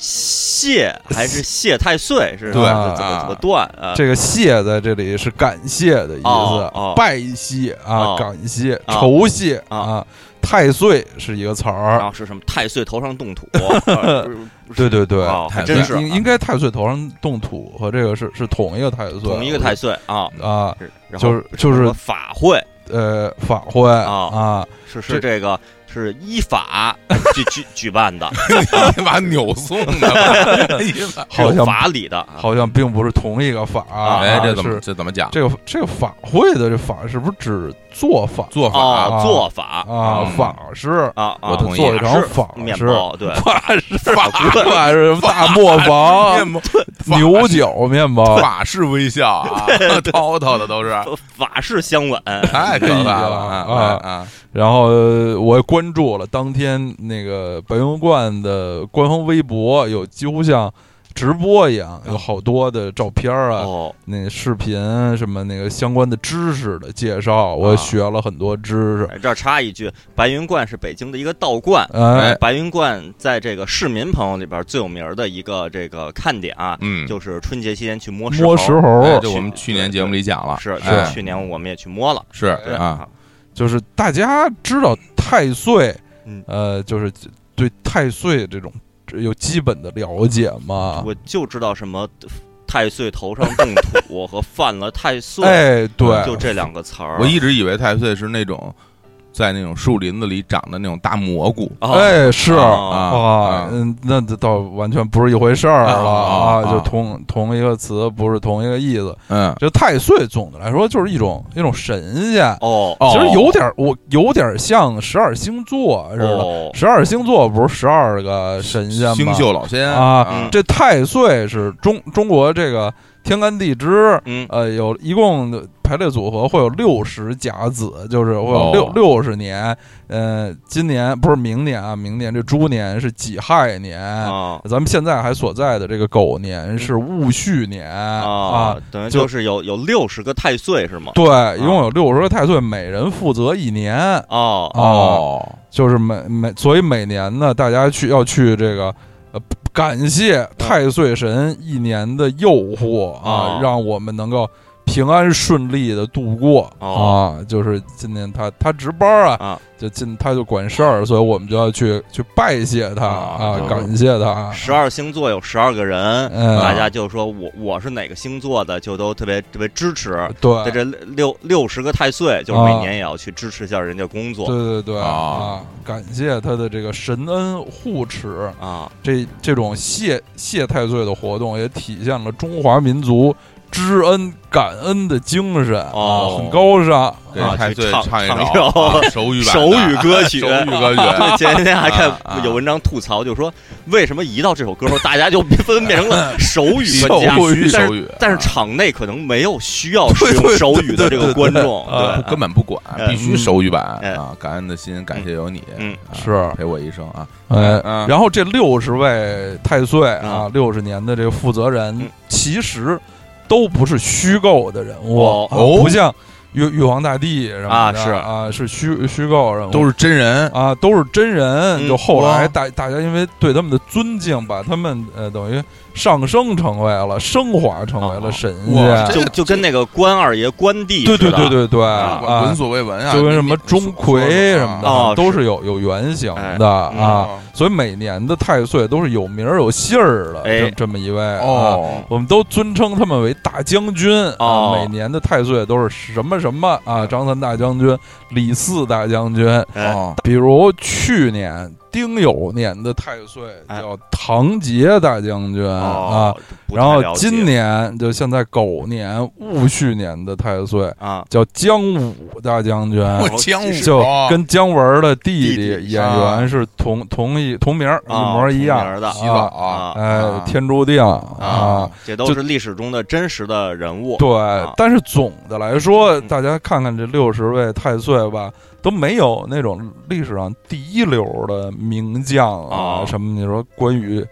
Speaker 2: 谢还是谢太岁是
Speaker 3: 对
Speaker 2: 吧？怎么怎么断啊？
Speaker 3: 这个谢在这里是感谢的意
Speaker 2: 哦
Speaker 3: 思
Speaker 2: 哦，
Speaker 3: 拜谢啊
Speaker 2: 哦，
Speaker 3: 感谢，
Speaker 2: 啊
Speaker 3: 酬谢
Speaker 2: 啊
Speaker 3: 啊，太岁是一个词
Speaker 2: 然
Speaker 3: 儿，
Speaker 2: 后是什么太岁头上动土？啊不是
Speaker 3: 对 对对。
Speaker 2: 哦还
Speaker 1: 太岁
Speaker 2: 真是
Speaker 3: 应应该太岁头上动土和这个是是同一个太岁，
Speaker 2: 同一个太岁啊，
Speaker 3: 啊，
Speaker 2: 是然
Speaker 3: 就
Speaker 2: 后
Speaker 3: 是就
Speaker 2: 什
Speaker 3: 是
Speaker 2: 么法会
Speaker 3: 呃法会
Speaker 2: 啊
Speaker 3: 啊，
Speaker 2: 是是这个是依法举举举办 的，
Speaker 1: 你把扭送的，意 思
Speaker 2: 是
Speaker 3: 好
Speaker 2: 有
Speaker 3: 像
Speaker 2: 法理的啊。
Speaker 3: 好像并不是同一个法，
Speaker 1: 哎，
Speaker 3: 啊
Speaker 1: 这怎么
Speaker 3: 是
Speaker 1: 这怎么讲？
Speaker 3: 这个这个法会的这法是不是指做法
Speaker 1: 做法
Speaker 2: 哦，做法
Speaker 3: 啊
Speaker 1: 嗯
Speaker 3: 法事？
Speaker 2: 啊啊！
Speaker 1: 我同意
Speaker 3: 做一场法
Speaker 2: 面
Speaker 3: 事，
Speaker 2: 包对，
Speaker 3: 法式
Speaker 1: 法
Speaker 3: 法式大磨坊
Speaker 1: 面包
Speaker 3: 牛角面包，
Speaker 1: 法式微笑 啊，滔滔的都是，
Speaker 2: 法式香吻，
Speaker 1: 太可怕了
Speaker 3: 哎呀
Speaker 1: 啊！
Speaker 3: 然后呃我也关注了当天那个白云观的官方微博，有几乎像直播一样，有好多的照片啊，
Speaker 2: 哦，
Speaker 3: 那视频什么那个相关的知识的介绍，我
Speaker 2: 啊
Speaker 3: 也学了很多知识。
Speaker 2: 哎这儿插一句，白云观是北京的一个道观。
Speaker 3: 哎，
Speaker 2: 白云观在这个市民朋友里边最有名儿的一个这个看点啊，
Speaker 1: 嗯，
Speaker 2: 就是春节期间去摸
Speaker 3: 摸石
Speaker 2: 猴，
Speaker 1: 哎
Speaker 3: 猴
Speaker 1: 这我们去年节目里讲了，
Speaker 2: 是
Speaker 1: 哎
Speaker 2: 是去年我们也去摸了，
Speaker 1: 是
Speaker 3: 哎
Speaker 2: 对
Speaker 1: 啊，，
Speaker 3: 就是大家知道太岁
Speaker 2: 嗯，
Speaker 3: 呃，就是对太岁这种有基本的了解吗？
Speaker 2: 我就知道什么太岁头上动土 和犯了太岁，
Speaker 3: 哎，对，
Speaker 2: 就这两个词儿。
Speaker 1: 我一直以为太岁是那种在那种树林子里长的那种大蘑菇
Speaker 2: 哦
Speaker 3: 哎是
Speaker 2: 哦
Speaker 3: 啊，
Speaker 1: 啊，
Speaker 3: 嗯，那这倒完全不是一回事儿了
Speaker 1: 啊啊
Speaker 3: 啊，
Speaker 1: 啊
Speaker 3: 就同同一个词，不是同一个意思。
Speaker 1: 嗯，
Speaker 3: 这太岁总的来说就是一种一种神仙，
Speaker 2: 哦
Speaker 1: 哦
Speaker 3: 其实有点儿我有点儿像十二星座似的。
Speaker 2: 哦
Speaker 3: 十二星座不是十二个神仙吗？
Speaker 1: 星宿老仙
Speaker 3: 啊
Speaker 2: 嗯
Speaker 3: 这太岁是中中国这个天干地支，
Speaker 2: 嗯
Speaker 3: 呃，有一共的排列组合会有六十甲子，就是会
Speaker 1: 哦
Speaker 3: 有六六十年。呃，今年不是明年啊，明年这猪年是己亥年，
Speaker 2: 啊
Speaker 3: 咱们现在还所在的这个狗年是戊戌年啊。
Speaker 2: 啊，等于
Speaker 3: 就
Speaker 2: 就是有有六十个太岁是吗？
Speaker 3: 对，一共有六十个太岁，每人负责一年，
Speaker 2: 哦
Speaker 3: 啊
Speaker 1: 哦，
Speaker 3: 就是每每，所以每年呢，大家去要去这个。呃，感谢
Speaker 2: 嗯
Speaker 3: 太岁神一年的诱惑啊，
Speaker 2: 哦
Speaker 3: 让我们能够平安顺利的度过、
Speaker 2: 哦
Speaker 3: 啊。就是今年他他值班啊，
Speaker 2: 啊
Speaker 3: 就今他就管事儿，所以我们就要去去拜谢他
Speaker 1: 哦
Speaker 3: 啊，感谢他。
Speaker 2: 十二星座有十二个人，
Speaker 3: 嗯
Speaker 2: 大家就说我我是哪个星座的，就都特别特别支持。
Speaker 3: 对
Speaker 2: 在这六六十个太岁，就是
Speaker 3: 啊
Speaker 2: 每年也要去支持一下人家工作
Speaker 3: 对对对
Speaker 1: 哦
Speaker 3: 啊，感谢他的这个神恩护持，
Speaker 2: 啊。
Speaker 3: 这这种谢谢太岁的活动，也体现了中华民族知恩感恩的精神
Speaker 2: 哦
Speaker 3: 啊，很高尚。
Speaker 1: 给
Speaker 2: 啊
Speaker 1: 太
Speaker 2: 去
Speaker 1: 岁
Speaker 2: 唱
Speaker 1: 唱一
Speaker 2: 唱一
Speaker 1: 首啊手
Speaker 2: 首
Speaker 1: 语版的
Speaker 2: 手语歌曲，
Speaker 1: 手语歌曲，
Speaker 2: 对，前几天还
Speaker 1: 啊啊
Speaker 2: 看有文章吐槽，就说为什么一到这首歌时候，大家就纷纷变成了 手语专家，
Speaker 1: 手语
Speaker 2: 但
Speaker 1: 手
Speaker 2: 是
Speaker 1: 语，
Speaker 2: 但是场内可能没有需要使哦用手语的这个观众，
Speaker 3: 对对啊对对
Speaker 2: 对，
Speaker 1: 啊根本不管，必须
Speaker 3: 嗯
Speaker 1: 手语版
Speaker 2: 哎
Speaker 1: 啊！感恩的心，感谢有你，
Speaker 2: 嗯
Speaker 1: 啊
Speaker 3: 是
Speaker 1: 陪我一生啊！
Speaker 3: 哎，
Speaker 1: 嗯
Speaker 3: 然后这六十位太岁啊
Speaker 2: 嗯，
Speaker 3: 六十年的这个负责人
Speaker 2: 嗯，
Speaker 3: 其实都不是虚构的人物，
Speaker 2: 哦
Speaker 3: 啊
Speaker 1: 哦
Speaker 3: 不像玉玉皇大帝什么
Speaker 2: 啊
Speaker 3: 的
Speaker 2: 是
Speaker 3: 啊，是虚虚构人物，
Speaker 1: 都是真人，
Speaker 3: 啊，都是真人。
Speaker 2: 嗯
Speaker 3: 就后
Speaker 1: 哇
Speaker 3: 来大大家因为对他们的尊敬，把他们呃等于上升成为了升华成为
Speaker 2: 哦
Speaker 3: 了神
Speaker 1: 哇
Speaker 3: 仙
Speaker 1: 这。
Speaker 2: 就就跟那个关二爷关帝
Speaker 3: 对对
Speaker 2: 似的
Speaker 3: 对对对
Speaker 2: 啊
Speaker 1: 闻
Speaker 3: 啊！
Speaker 1: 所未闻啊！
Speaker 3: 就跟什
Speaker 1: 你
Speaker 3: 么钟馗什么
Speaker 2: 啊
Speaker 3: 的，
Speaker 2: 哦
Speaker 3: 都
Speaker 2: 是
Speaker 3: 是有有原型
Speaker 2: 哎
Speaker 3: 的啊。，
Speaker 1: 你
Speaker 3: 所以每年的太岁都是有名儿有姓儿的这
Speaker 2: 哎
Speaker 3: 这么一位啊
Speaker 1: 哦，
Speaker 3: 我们都尊称他们为大将军啊、
Speaker 2: 哦
Speaker 3: 每年的太岁都是什么什么啊，张三大将军、李四大将军。
Speaker 2: 哎
Speaker 1: 哦，
Speaker 3: 比如去年丁酉年的太岁
Speaker 2: 哎
Speaker 3: 叫唐杰大将军、啊，
Speaker 2: 哦，不太
Speaker 3: 然后
Speaker 2: 了解
Speaker 3: 今年就现在狗年戊戌年的太岁
Speaker 2: 啊，
Speaker 3: 叫姜武大将军，
Speaker 2: 哦
Speaker 1: 我江武
Speaker 3: 就跟姜文的弟
Speaker 2: 弟
Speaker 3: 弟
Speaker 2: 弟
Speaker 3: 演员是同同一同名儿一
Speaker 2: 啊
Speaker 3: 模一
Speaker 2: 同名
Speaker 3: 样，
Speaker 2: 儿的
Speaker 1: 洗澡啊，
Speaker 3: 哎
Speaker 1: 啊，
Speaker 3: 天注定
Speaker 2: 啊
Speaker 3: 啊。
Speaker 2: 这都
Speaker 3: 就是
Speaker 2: 历史中的真实的人物。
Speaker 3: 对，但是总的来说，大家看看这六十位太岁吧，都没有那种历史上第一流的名将啊，
Speaker 2: 啊
Speaker 3: 什么你说关羽、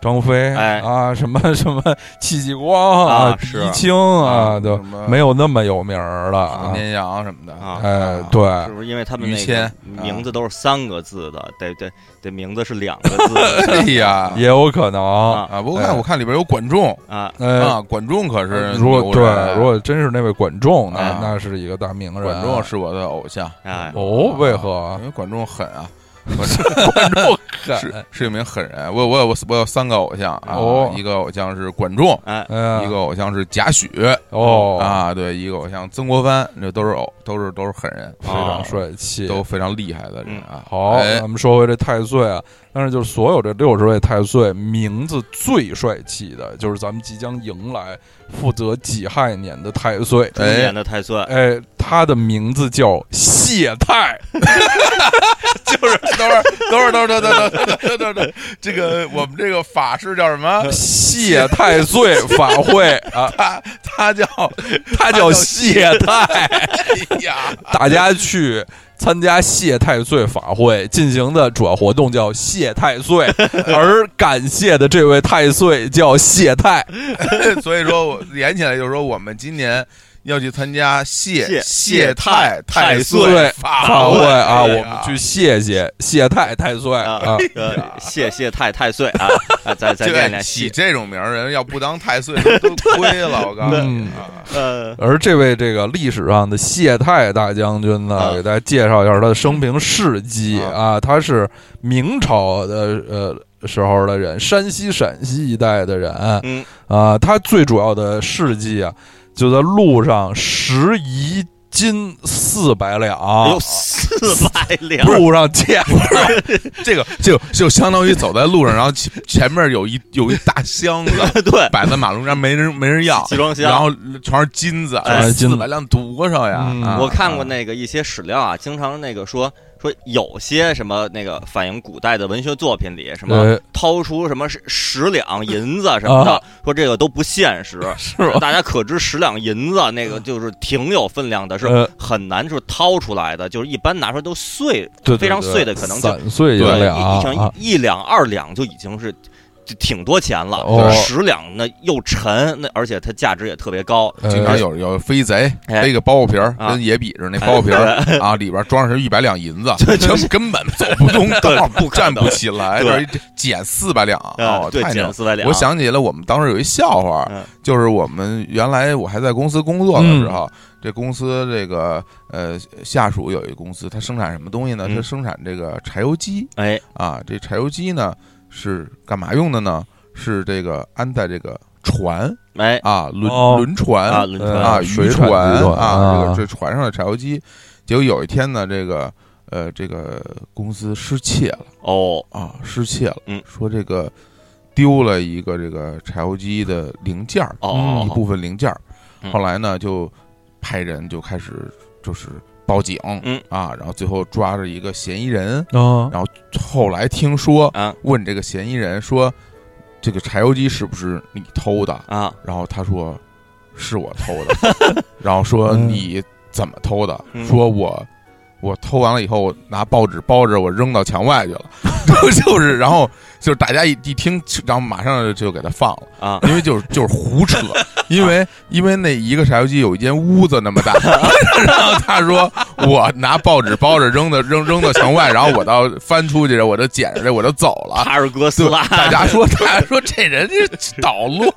Speaker 3: 张飞、
Speaker 2: 哎
Speaker 3: 啊，什么 什么戚继光
Speaker 2: 啊
Speaker 3: 狄
Speaker 2: 是
Speaker 3: 青啊，
Speaker 1: 什
Speaker 3: 都
Speaker 1: 么
Speaker 3: 没有那么有名儿的
Speaker 1: 唐
Speaker 3: 啊。
Speaker 1: 年阳什么的
Speaker 2: 啊
Speaker 3: 哎， 对，
Speaker 2: 是不是因为他们
Speaker 1: 于
Speaker 2: 那
Speaker 1: 谦
Speaker 2: 个
Speaker 1: 啊
Speaker 2: 名字都是三个字的？对对对，名字是两个 字的
Speaker 1: 对哎呀
Speaker 3: 也有可能。
Speaker 2: 啊
Speaker 1: 啊，不过看
Speaker 3: 哎
Speaker 1: 我看里边有管仲
Speaker 2: 啊！
Speaker 3: 呃，
Speaker 1: 啊，管仲可是
Speaker 3: 如果
Speaker 1: 牛
Speaker 3: 对，
Speaker 1: 人
Speaker 3: 如果真是那位管仲，那
Speaker 1: 哎
Speaker 3: 那是一个大名人。
Speaker 1: 管
Speaker 3: 啊
Speaker 1: 仲是我的偶像，
Speaker 2: 哎，
Speaker 3: 哦，为何
Speaker 1: 因？为管仲狠啊， 管仲管仲是是一名狠人。我我有我我有三个偶像啊
Speaker 3: 哦，
Speaker 1: 一个偶像是管仲，
Speaker 2: 哎，
Speaker 3: 嗯，
Speaker 1: 一个偶像是贾诩
Speaker 3: 哦，
Speaker 1: 啊，对，一个偶像曾国藩，这都是偶都是都是狠人，啊
Speaker 3: 非
Speaker 2: 哦
Speaker 3: 常帅气。啊嗯
Speaker 1: 都非常厉害的人啊。
Speaker 3: 好，
Speaker 1: 哎
Speaker 3: 咱们说回这太岁啊，但是就是所有这六十位太岁名字最帅气的，就是咱们即将迎来负责己亥年的太岁。
Speaker 2: 猪年的太岁，
Speaker 3: 哎，他的名字叫谢太，
Speaker 1: 就是等会儿等会儿等会儿等会儿等会儿等会儿等会儿， 这个我们这个法师叫什 么？
Speaker 3: 谢太岁法会啊，
Speaker 1: 他他叫
Speaker 3: 他叫谢太。
Speaker 1: 哎呀，
Speaker 3: 大家去参加谢太岁法会进行的主要活动叫谢太 岁，而感谢的这位太岁叫谢太。
Speaker 1: 所以说我连起来就是说，我们今年要去参加谢
Speaker 2: 谢
Speaker 1: 谢
Speaker 2: 谢
Speaker 1: 太
Speaker 2: 太
Speaker 1: 太
Speaker 2: 太
Speaker 1: 岁
Speaker 3: 岁
Speaker 1: 法哎
Speaker 3: 法会啊，我
Speaker 1: 对
Speaker 3: 们去谢谢谢太太岁啊
Speaker 2: 哎啊，呃谢谢太太岁啊！啊，再再
Speaker 1: 哎这
Speaker 2: 练练
Speaker 1: 哎起
Speaker 2: 谢，
Speaker 1: 这种名儿人要不当太岁都亏了，我告诉你啊，
Speaker 2: 呃，
Speaker 3: 而这位这个历史上的谢太大将军呢，
Speaker 2: 啊
Speaker 3: 给大家介绍一下他的生平事迹
Speaker 1: 啊
Speaker 3: 啊。他是明朝的呃时候的人，山西、陕西一带的人
Speaker 2: 嗯
Speaker 3: 啊。他最主要的事迹啊，就在路上拾遗金四百两，
Speaker 1: 啊
Speaker 2: 有四 百两，
Speaker 3: 路上见
Speaker 1: 这个就就相当于走在路上，然后前前面有一有一大箱子
Speaker 2: 对，
Speaker 1: 摆在马路上，没人没人要，
Speaker 2: 集装箱
Speaker 1: 然后全是金子，
Speaker 2: 哎
Speaker 1: 四
Speaker 3: 金子
Speaker 1: 百两多少呀
Speaker 3: 嗯？
Speaker 1: 啊
Speaker 2: 我看过那个一些史料啊，经常那个说说有些什么那个反映古代的文学作品里，什么
Speaker 3: 呃
Speaker 2: 掏出什么十十两银子什么
Speaker 1: 啊
Speaker 2: 的，说这个都不现 实。
Speaker 3: 是吧？
Speaker 2: 大家可知十两银子那个
Speaker 1: 嗯
Speaker 2: 就是挺有分量的，是
Speaker 3: 呃，
Speaker 2: 很难就是掏出来的，就是一般拿出来都碎，
Speaker 3: 对对
Speaker 2: 非常
Speaker 3: 对
Speaker 2: 碎的可能就
Speaker 3: 散碎
Speaker 1: 对
Speaker 3: 银
Speaker 2: 一
Speaker 3: 两
Speaker 2: 一
Speaker 3: 啊
Speaker 2: 像。一两二两就已经是。就挺多钱了，
Speaker 3: 哦
Speaker 2: 十两那又沉，那而且它价值也特别高，
Speaker 3: 呃
Speaker 1: 经常有有飞贼
Speaker 2: 哎
Speaker 1: 背个包袱皮儿，
Speaker 2: 啊哎
Speaker 1: 跟野比似的，那包袱皮儿啊，里边装上一百两银 子，根根本走不动道，
Speaker 2: 对不可
Speaker 1: 站
Speaker 2: 能
Speaker 1: 不起来，
Speaker 2: 对
Speaker 1: 就是减四百两
Speaker 2: 啊，
Speaker 1: 哦，
Speaker 2: 对，
Speaker 1: 太牛
Speaker 2: 减！四百两。
Speaker 1: 我想起了我们当时有一笑话
Speaker 2: 嗯，
Speaker 1: 就是我们原来我还在公司工作的时候，这公司这个呃下属有一公司，它生产什么东西呢？
Speaker 2: 嗯
Speaker 1: 它生产这个柴油机
Speaker 2: 哎，
Speaker 1: 啊，这柴油机呢是干嘛用的呢？是这个安在这个船
Speaker 2: 哎，
Speaker 1: 啊轮
Speaker 3: 哦
Speaker 1: 轮船
Speaker 2: 啊，轮
Speaker 3: 呃
Speaker 2: 船
Speaker 1: 啊，
Speaker 3: 水
Speaker 1: 渔
Speaker 3: 产渔
Speaker 1: 啊，
Speaker 3: 船
Speaker 1: 这
Speaker 3: 啊
Speaker 1: 个这船上的柴油机，结果有一天呢，这个呃，这个公司失窃了
Speaker 2: 哦，
Speaker 1: 啊，失窃了，
Speaker 2: 嗯
Speaker 1: 说这个丢了一个这个柴油机的零件儿，嗯
Speaker 2: 哦
Speaker 1: 一部分零件儿，
Speaker 2: 嗯
Speaker 1: 后来呢就派人就开始就是报警，
Speaker 2: 嗯
Speaker 1: 啊，然后最后抓着一个嫌疑人，
Speaker 3: 啊
Speaker 1: 后来听说
Speaker 2: 啊
Speaker 1: 问这个嫌疑人说，这个柴油机是不是你偷的？
Speaker 2: 啊，
Speaker 1: 然后他说是我偷的，然后说
Speaker 3: 嗯
Speaker 1: 你怎么偷的？
Speaker 2: 嗯
Speaker 1: 说我我偷完了以后，我拿报纸包着，我扔到墙外去了， 就就是，然后就是大家一一听，然后马上就给他放了，
Speaker 2: 啊
Speaker 1: 因为就是就是胡扯，因为因为那一个柴油机有一间屋子那么大，然后他说我拿报纸包着扔的扔扔到墙外，然后我到翻出去，我就捡着这我就走了。
Speaker 2: 塔尔戈斯
Speaker 1: 对，
Speaker 2: 拉，
Speaker 1: 大家说，大家说这人是捣乱，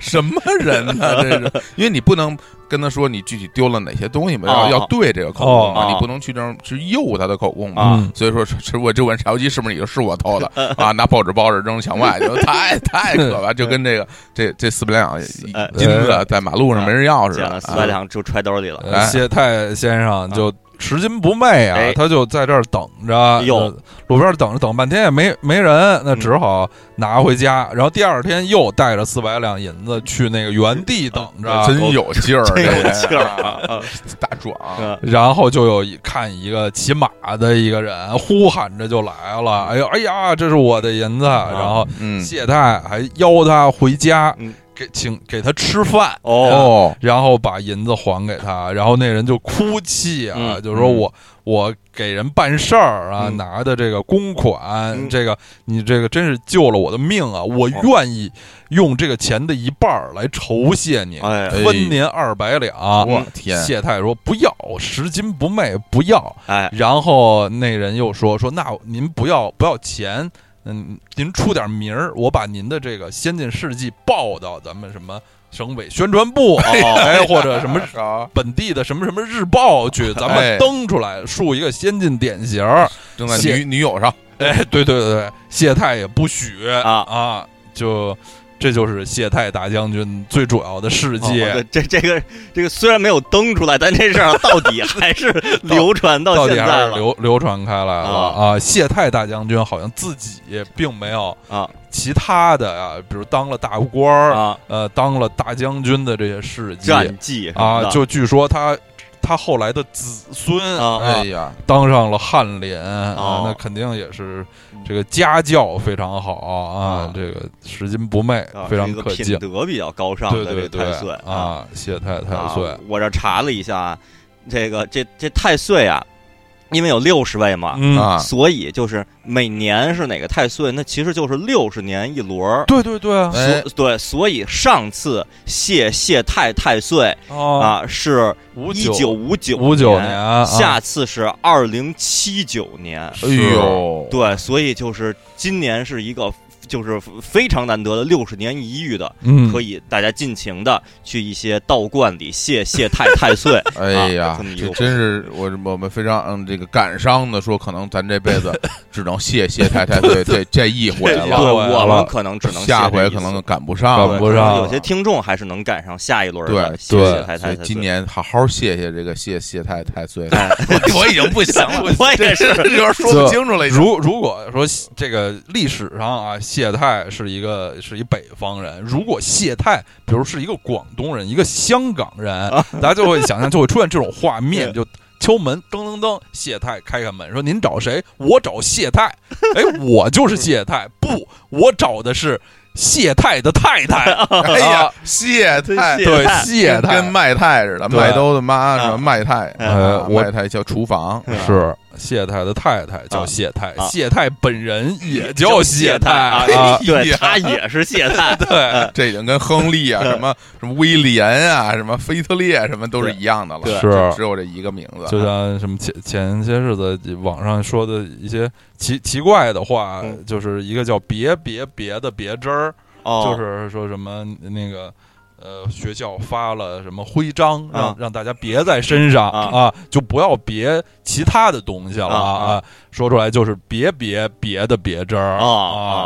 Speaker 1: 什么人呢、这是，因为你不能跟他说你具体丢了哪些东西嘛，要
Speaker 2: 哦
Speaker 1: 要对这个口供嘛，
Speaker 2: 哦
Speaker 1: 你不能去这儿去诱他的口供嘛。
Speaker 2: 啊
Speaker 3: 嗯
Speaker 1: 所以说，是是我这碗柴油机是不是你的是我偷的啊？拿报纸包着扔墙外，就太太可怕，就跟这个这这四不两
Speaker 2: 哎
Speaker 1: 金子在马路上没人要似
Speaker 2: 讲
Speaker 1: 的
Speaker 2: 了，四百
Speaker 1: 啊
Speaker 2: 两就揣兜里了。
Speaker 3: 呃谢太先生就拾金不昧啊
Speaker 2: 哎，
Speaker 3: 他就在这儿等着，
Speaker 2: 哟
Speaker 3: 呃路边等着等半天也没没人，那只好拿回家。然后第二天又带着四百两银子去那个原地等着，
Speaker 1: 啊真有劲儿，
Speaker 2: 哎真有
Speaker 1: 这
Speaker 2: 劲儿啊啊！
Speaker 1: 大壮，
Speaker 2: 啊
Speaker 3: 然后就有一看一个骑马的一个人呼喊着就来了，哎呦哎呀，这是我的银子！
Speaker 2: 啊
Speaker 3: 然后
Speaker 1: 嗯，
Speaker 3: 谢太还邀他回家
Speaker 2: 嗯，
Speaker 3: 给请给他吃饭。
Speaker 2: 哦，
Speaker 1: 哦，
Speaker 3: 然后把银子还给他，然后那人就哭泣啊，
Speaker 2: 嗯
Speaker 3: 就说我我给人办事儿啊，
Speaker 2: 嗯
Speaker 3: 拿的这个公款，
Speaker 2: 嗯哦
Speaker 3: 这个你这个真是救了我的命啊！我愿意用这个钱的一半儿来酬谢你，
Speaker 2: 哎
Speaker 1: 哎
Speaker 3: 分您二百两。
Speaker 1: 我天，
Speaker 3: 谢太说不要，拾金不昧，不要。
Speaker 2: 哎，
Speaker 3: 然后那人又说说那您不要不要钱，嗯，您出点名儿，我把您的这个先进事迹报到咱们什么省委宣传部，
Speaker 2: 哦
Speaker 3: 哎，或者什么
Speaker 1: 么
Speaker 3: 本地的什么什么日报去，咱
Speaker 1: 哎
Speaker 3: 们登出来，树一个先进典型儿。
Speaker 1: 正在
Speaker 3: 谢
Speaker 1: 女女友上，
Speaker 3: 哎，对对对对，谢太也不许
Speaker 2: 啊
Speaker 3: 啊，就这就是谢太大将军最主要的事迹。
Speaker 2: 哦对这这个这个虽然没有登出来，但这事儿到底还是流传
Speaker 3: 到
Speaker 2: 现
Speaker 3: 底还
Speaker 2: 在
Speaker 3: 是
Speaker 2: 了
Speaker 3: 流流传开来了
Speaker 2: 啊
Speaker 3: 啊！谢太大将军好像自己并没有
Speaker 2: 啊
Speaker 3: 其他的啊，比如当了大官儿，
Speaker 2: 啊！
Speaker 3: 呃，当了大将军的这些事迹
Speaker 2: 战绩什么
Speaker 3: 啊，
Speaker 2: 的
Speaker 3: 就据说他他后来的子孙
Speaker 2: 啊
Speaker 1: 哎呀，
Speaker 3: 当上了翰林啊
Speaker 2: 哦，
Speaker 3: 那肯定也是这个家教非常好啊
Speaker 2: 啊，
Speaker 3: 这个拾金不昧
Speaker 2: 啊，
Speaker 3: 非常
Speaker 2: 是一个
Speaker 3: 可
Speaker 2: 品
Speaker 3: 敬，
Speaker 2: 德比较高尚
Speaker 3: 对
Speaker 2: 的这
Speaker 3: 对
Speaker 2: 个
Speaker 3: 对
Speaker 2: 太岁啊
Speaker 3: 啊，谢太太岁
Speaker 2: 啊，我这查了一下啊，这个这这太岁啊，因为有六十位嘛，
Speaker 3: 嗯
Speaker 1: 啊，
Speaker 2: 所以就是每年是哪个太岁，那其实就是六十年一轮儿。
Speaker 3: 对对对啊
Speaker 1: 哎
Speaker 2: 所对，所以上次谢谢太太岁
Speaker 3: 啊，
Speaker 2: 啊是
Speaker 3: 五
Speaker 2: 一九五九
Speaker 3: 五九年，啊
Speaker 2: 下次是二零七九年。
Speaker 1: 哎呦，。
Speaker 2: 对，所以就是今年是一个就是非常难得的六十年一遇的，
Speaker 3: 嗯
Speaker 2: 可以大家尽情的去一些道观里谢谢太太岁
Speaker 1: 哎呀
Speaker 2: 啊有这么，一
Speaker 1: 这
Speaker 2: 个
Speaker 1: 真是我我们非常嗯这个感伤的说，可能咱这辈 子只能谢谢太太对这这一回
Speaker 2: 对，
Speaker 1: 了，
Speaker 2: 我们可能只能
Speaker 1: 下
Speaker 2: 谢这
Speaker 1: 回
Speaker 2: 一
Speaker 1: 可
Speaker 2: 次
Speaker 1: 能赶不上
Speaker 3: 赶
Speaker 1: 了。
Speaker 3: 不上
Speaker 2: 对有些听众还是能赶上下一轮
Speaker 1: 对
Speaker 2: 的谢谢太
Speaker 1: 所
Speaker 2: 太
Speaker 1: 以
Speaker 2: 岁。
Speaker 1: 今年好好谢谢这个谢谢太太岁，
Speaker 2: 哎，
Speaker 1: 我已经不行了
Speaker 2: 我也是
Speaker 1: 这有点说不清楚了。已经
Speaker 3: 如如果说这个历史上啊，谢太是一个是一北方人，如果谢太比如是一个广东人，一个香港人，大家就会想象就会出现这种画面，就敲门噔噔噔，谢太开开门说您找谁？我找谢太，哎，我就是谢太，不，我找的是谢太的太太，
Speaker 1: 哎呀，谢太
Speaker 2: 啊真谢
Speaker 3: 对
Speaker 2: 太
Speaker 3: 谢
Speaker 1: 跟
Speaker 3: 太
Speaker 1: 麦太似的，
Speaker 3: 对
Speaker 1: 麦兜的妈什么
Speaker 2: 啊
Speaker 1: 麦太，
Speaker 3: 呃
Speaker 1: 啊
Speaker 3: 我
Speaker 1: 麦太叫厨 房，
Speaker 3: 是。谢太的太太叫
Speaker 2: 啊
Speaker 3: 谢太，
Speaker 2: 啊
Speaker 3: 谢太本人也叫
Speaker 2: 就
Speaker 3: 谢
Speaker 2: 太 啊，
Speaker 3: 太啊，，
Speaker 2: 对他也是谢太
Speaker 3: 对，
Speaker 1: 这已经跟亨利啊、什么 什么威廉啊、什么菲特烈什么都是一样的了，
Speaker 2: 对
Speaker 3: 是
Speaker 1: 就只有这一个名字。
Speaker 3: 就像什么前前些日子网上说的一些奇奇怪的话，
Speaker 2: 嗯
Speaker 3: 就是一个叫“别别别”的别针儿，
Speaker 2: 哦
Speaker 3: 就是说什么那个呃学校发了什么徽章，让、
Speaker 2: 啊
Speaker 3: 让大家别在身上
Speaker 2: 啊
Speaker 3: 就不要别其他的东西了
Speaker 2: 啊
Speaker 3: 说出来就是“别别别”的别针儿
Speaker 2: 啊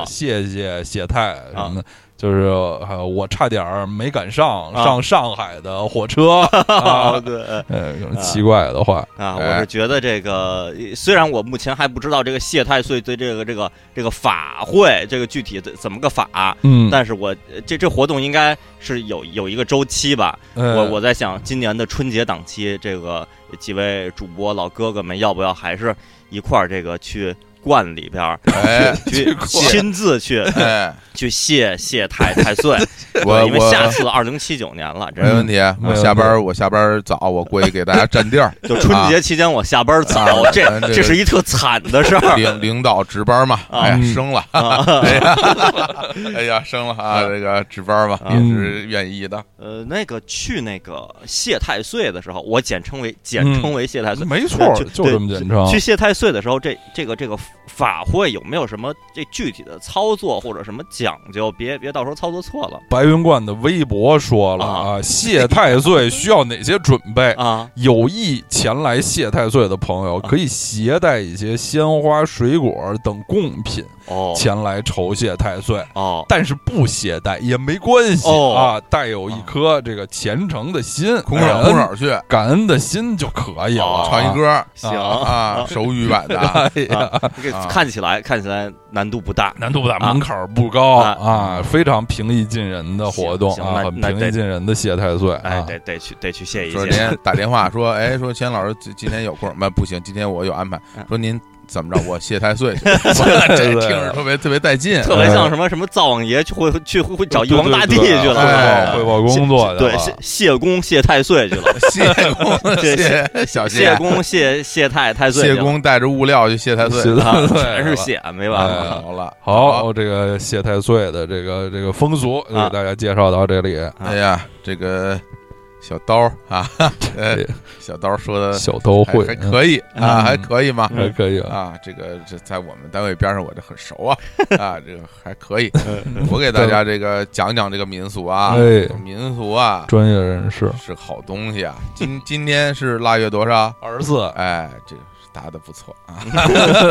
Speaker 2: 啊
Speaker 3: 谢谢谢太什么的。就是呃，我差点儿没赶上
Speaker 2: 啊
Speaker 3: 上上海的 火车，
Speaker 2: 哦
Speaker 3: 啊、
Speaker 2: 对
Speaker 3: 呃，有奇怪的话，
Speaker 2: 啊，
Speaker 1: 哎
Speaker 2: 我是觉得这个，呃虽然我目前还不知道这个谢太岁对这个这个这个法会这个具体的怎么个法，
Speaker 3: 嗯，
Speaker 2: 但是我这这活动应该是有有一个周期吧。我
Speaker 1: 嗯
Speaker 3: 我
Speaker 2: 我在想，今年的春节档期，这个几位主播老哥哥们，要不要还是一块儿这个去观里 边儿
Speaker 1: 哎
Speaker 2: 去亲自 去
Speaker 1: 哎，
Speaker 2: 去谢谢太太岁，
Speaker 1: 我嗯
Speaker 2: 因为下
Speaker 1: 我
Speaker 2: 次二零七九年了，这
Speaker 1: 没问题，啊
Speaker 3: 没
Speaker 1: 我
Speaker 3: 问题
Speaker 1: 下班我下班早，我过去给大家占地儿。
Speaker 2: 就春节期间我下班早，
Speaker 1: 啊
Speaker 2: 这
Speaker 1: 咱这个
Speaker 2: 这是一特惨的事儿
Speaker 1: 领领导值班嘛，
Speaker 2: 啊
Speaker 1: 哎呀，
Speaker 3: 嗯
Speaker 1: 升了，
Speaker 2: 啊。
Speaker 1: 哎呀，哎呀，升了啊，这个值班嘛也
Speaker 3: 嗯
Speaker 1: 是愿意的，
Speaker 2: 呃，那个去那个谢太岁的时候，我简称为简
Speaker 3: 嗯
Speaker 2: 称为谢太岁。
Speaker 3: 没错，
Speaker 2: 就
Speaker 3: 就这么简
Speaker 1: 嗯
Speaker 3: 称。
Speaker 2: 去
Speaker 1: 哦
Speaker 2: 谢太岁的时候，这这个这个法会有没有什么这具体的操作或者什么讲究？别别到时候操作错了
Speaker 3: 白云观的微博说了啊，谢太岁需要哪些准备？
Speaker 1: 哎
Speaker 2: 啊！
Speaker 3: 有意前来谢太岁的朋友，可以携带一些鲜花、水果等贡品
Speaker 2: 哦
Speaker 3: 前来酬谢太岁。
Speaker 2: 哦
Speaker 3: 但是不携带也没关系
Speaker 2: 哦
Speaker 3: 啊，带有一颗这个虔诚的心，
Speaker 1: 空
Speaker 3: 感
Speaker 1: 手
Speaker 3: 恩
Speaker 1: 空手去
Speaker 3: 感恩的心就可以了。啊
Speaker 2: 哦
Speaker 1: 唱 一，歌
Speaker 2: 行
Speaker 1: 啊，手语 版的，
Speaker 3: 哎呀，
Speaker 2: 这
Speaker 1: 啊
Speaker 2: 看起来看起来难度不大。
Speaker 3: 难度不大，
Speaker 2: 啊
Speaker 3: 门槛儿不高
Speaker 2: 啊
Speaker 3: 啊，非常平易近人的活动
Speaker 2: 行行
Speaker 3: 啊，
Speaker 2: 那
Speaker 3: 很
Speaker 2: 那
Speaker 3: 平易
Speaker 2: 得
Speaker 3: 近人的谢太岁
Speaker 2: 哎，
Speaker 3: 啊。
Speaker 2: 得得去得去谢一
Speaker 1: 说
Speaker 2: 谢。
Speaker 1: 您打电话说，哎，说钱老师今今天有空吗？不行，今天我有安排
Speaker 2: 嗯。
Speaker 1: 说您怎么着？我谢太 岁去，我这听着特别特别带劲。 啊
Speaker 2: 特别像什么什么灶王爷去会去会会找玉皇大帝去了，
Speaker 1: 哎
Speaker 3: 汇报汇报工作去
Speaker 2: 对
Speaker 3: 了
Speaker 2: 谢谢公谢太岁去了，
Speaker 1: 谢 公，
Speaker 2: 谢
Speaker 1: 谢 小啊
Speaker 2: 谢公谢谢太太岁去
Speaker 1: 谢
Speaker 2: 了，
Speaker 1: 公带着物料去谢太岁。
Speaker 3: 谢
Speaker 2: 啊
Speaker 3: 太岁
Speaker 2: 全是谢，没完
Speaker 3: 哎
Speaker 2: 了。
Speaker 1: 好了，
Speaker 3: 好，啊这个谢太岁的这个这个风俗就给
Speaker 2: 啊
Speaker 3: 大家介绍到这里。
Speaker 1: 哎呀，这个小刀啊， 呃
Speaker 3: 哎
Speaker 1: 小刀说的
Speaker 3: 小偷
Speaker 1: 还
Speaker 3: 会
Speaker 1: 嗯还可以啊，
Speaker 3: 嗯
Speaker 1: 还可以嘛
Speaker 3: 嗯。还可以啊，
Speaker 1: 啊，这个这在我们单位边上，我这很熟 啊，啊，这个还可以。我给大家这个讲讲这个民俗啊
Speaker 3: 哎，
Speaker 1: 民俗啊，
Speaker 3: 专业人士
Speaker 1: 是好东西啊！今今天是腊月多少？
Speaker 3: 二十四
Speaker 1: 哎，这个答的不错啊。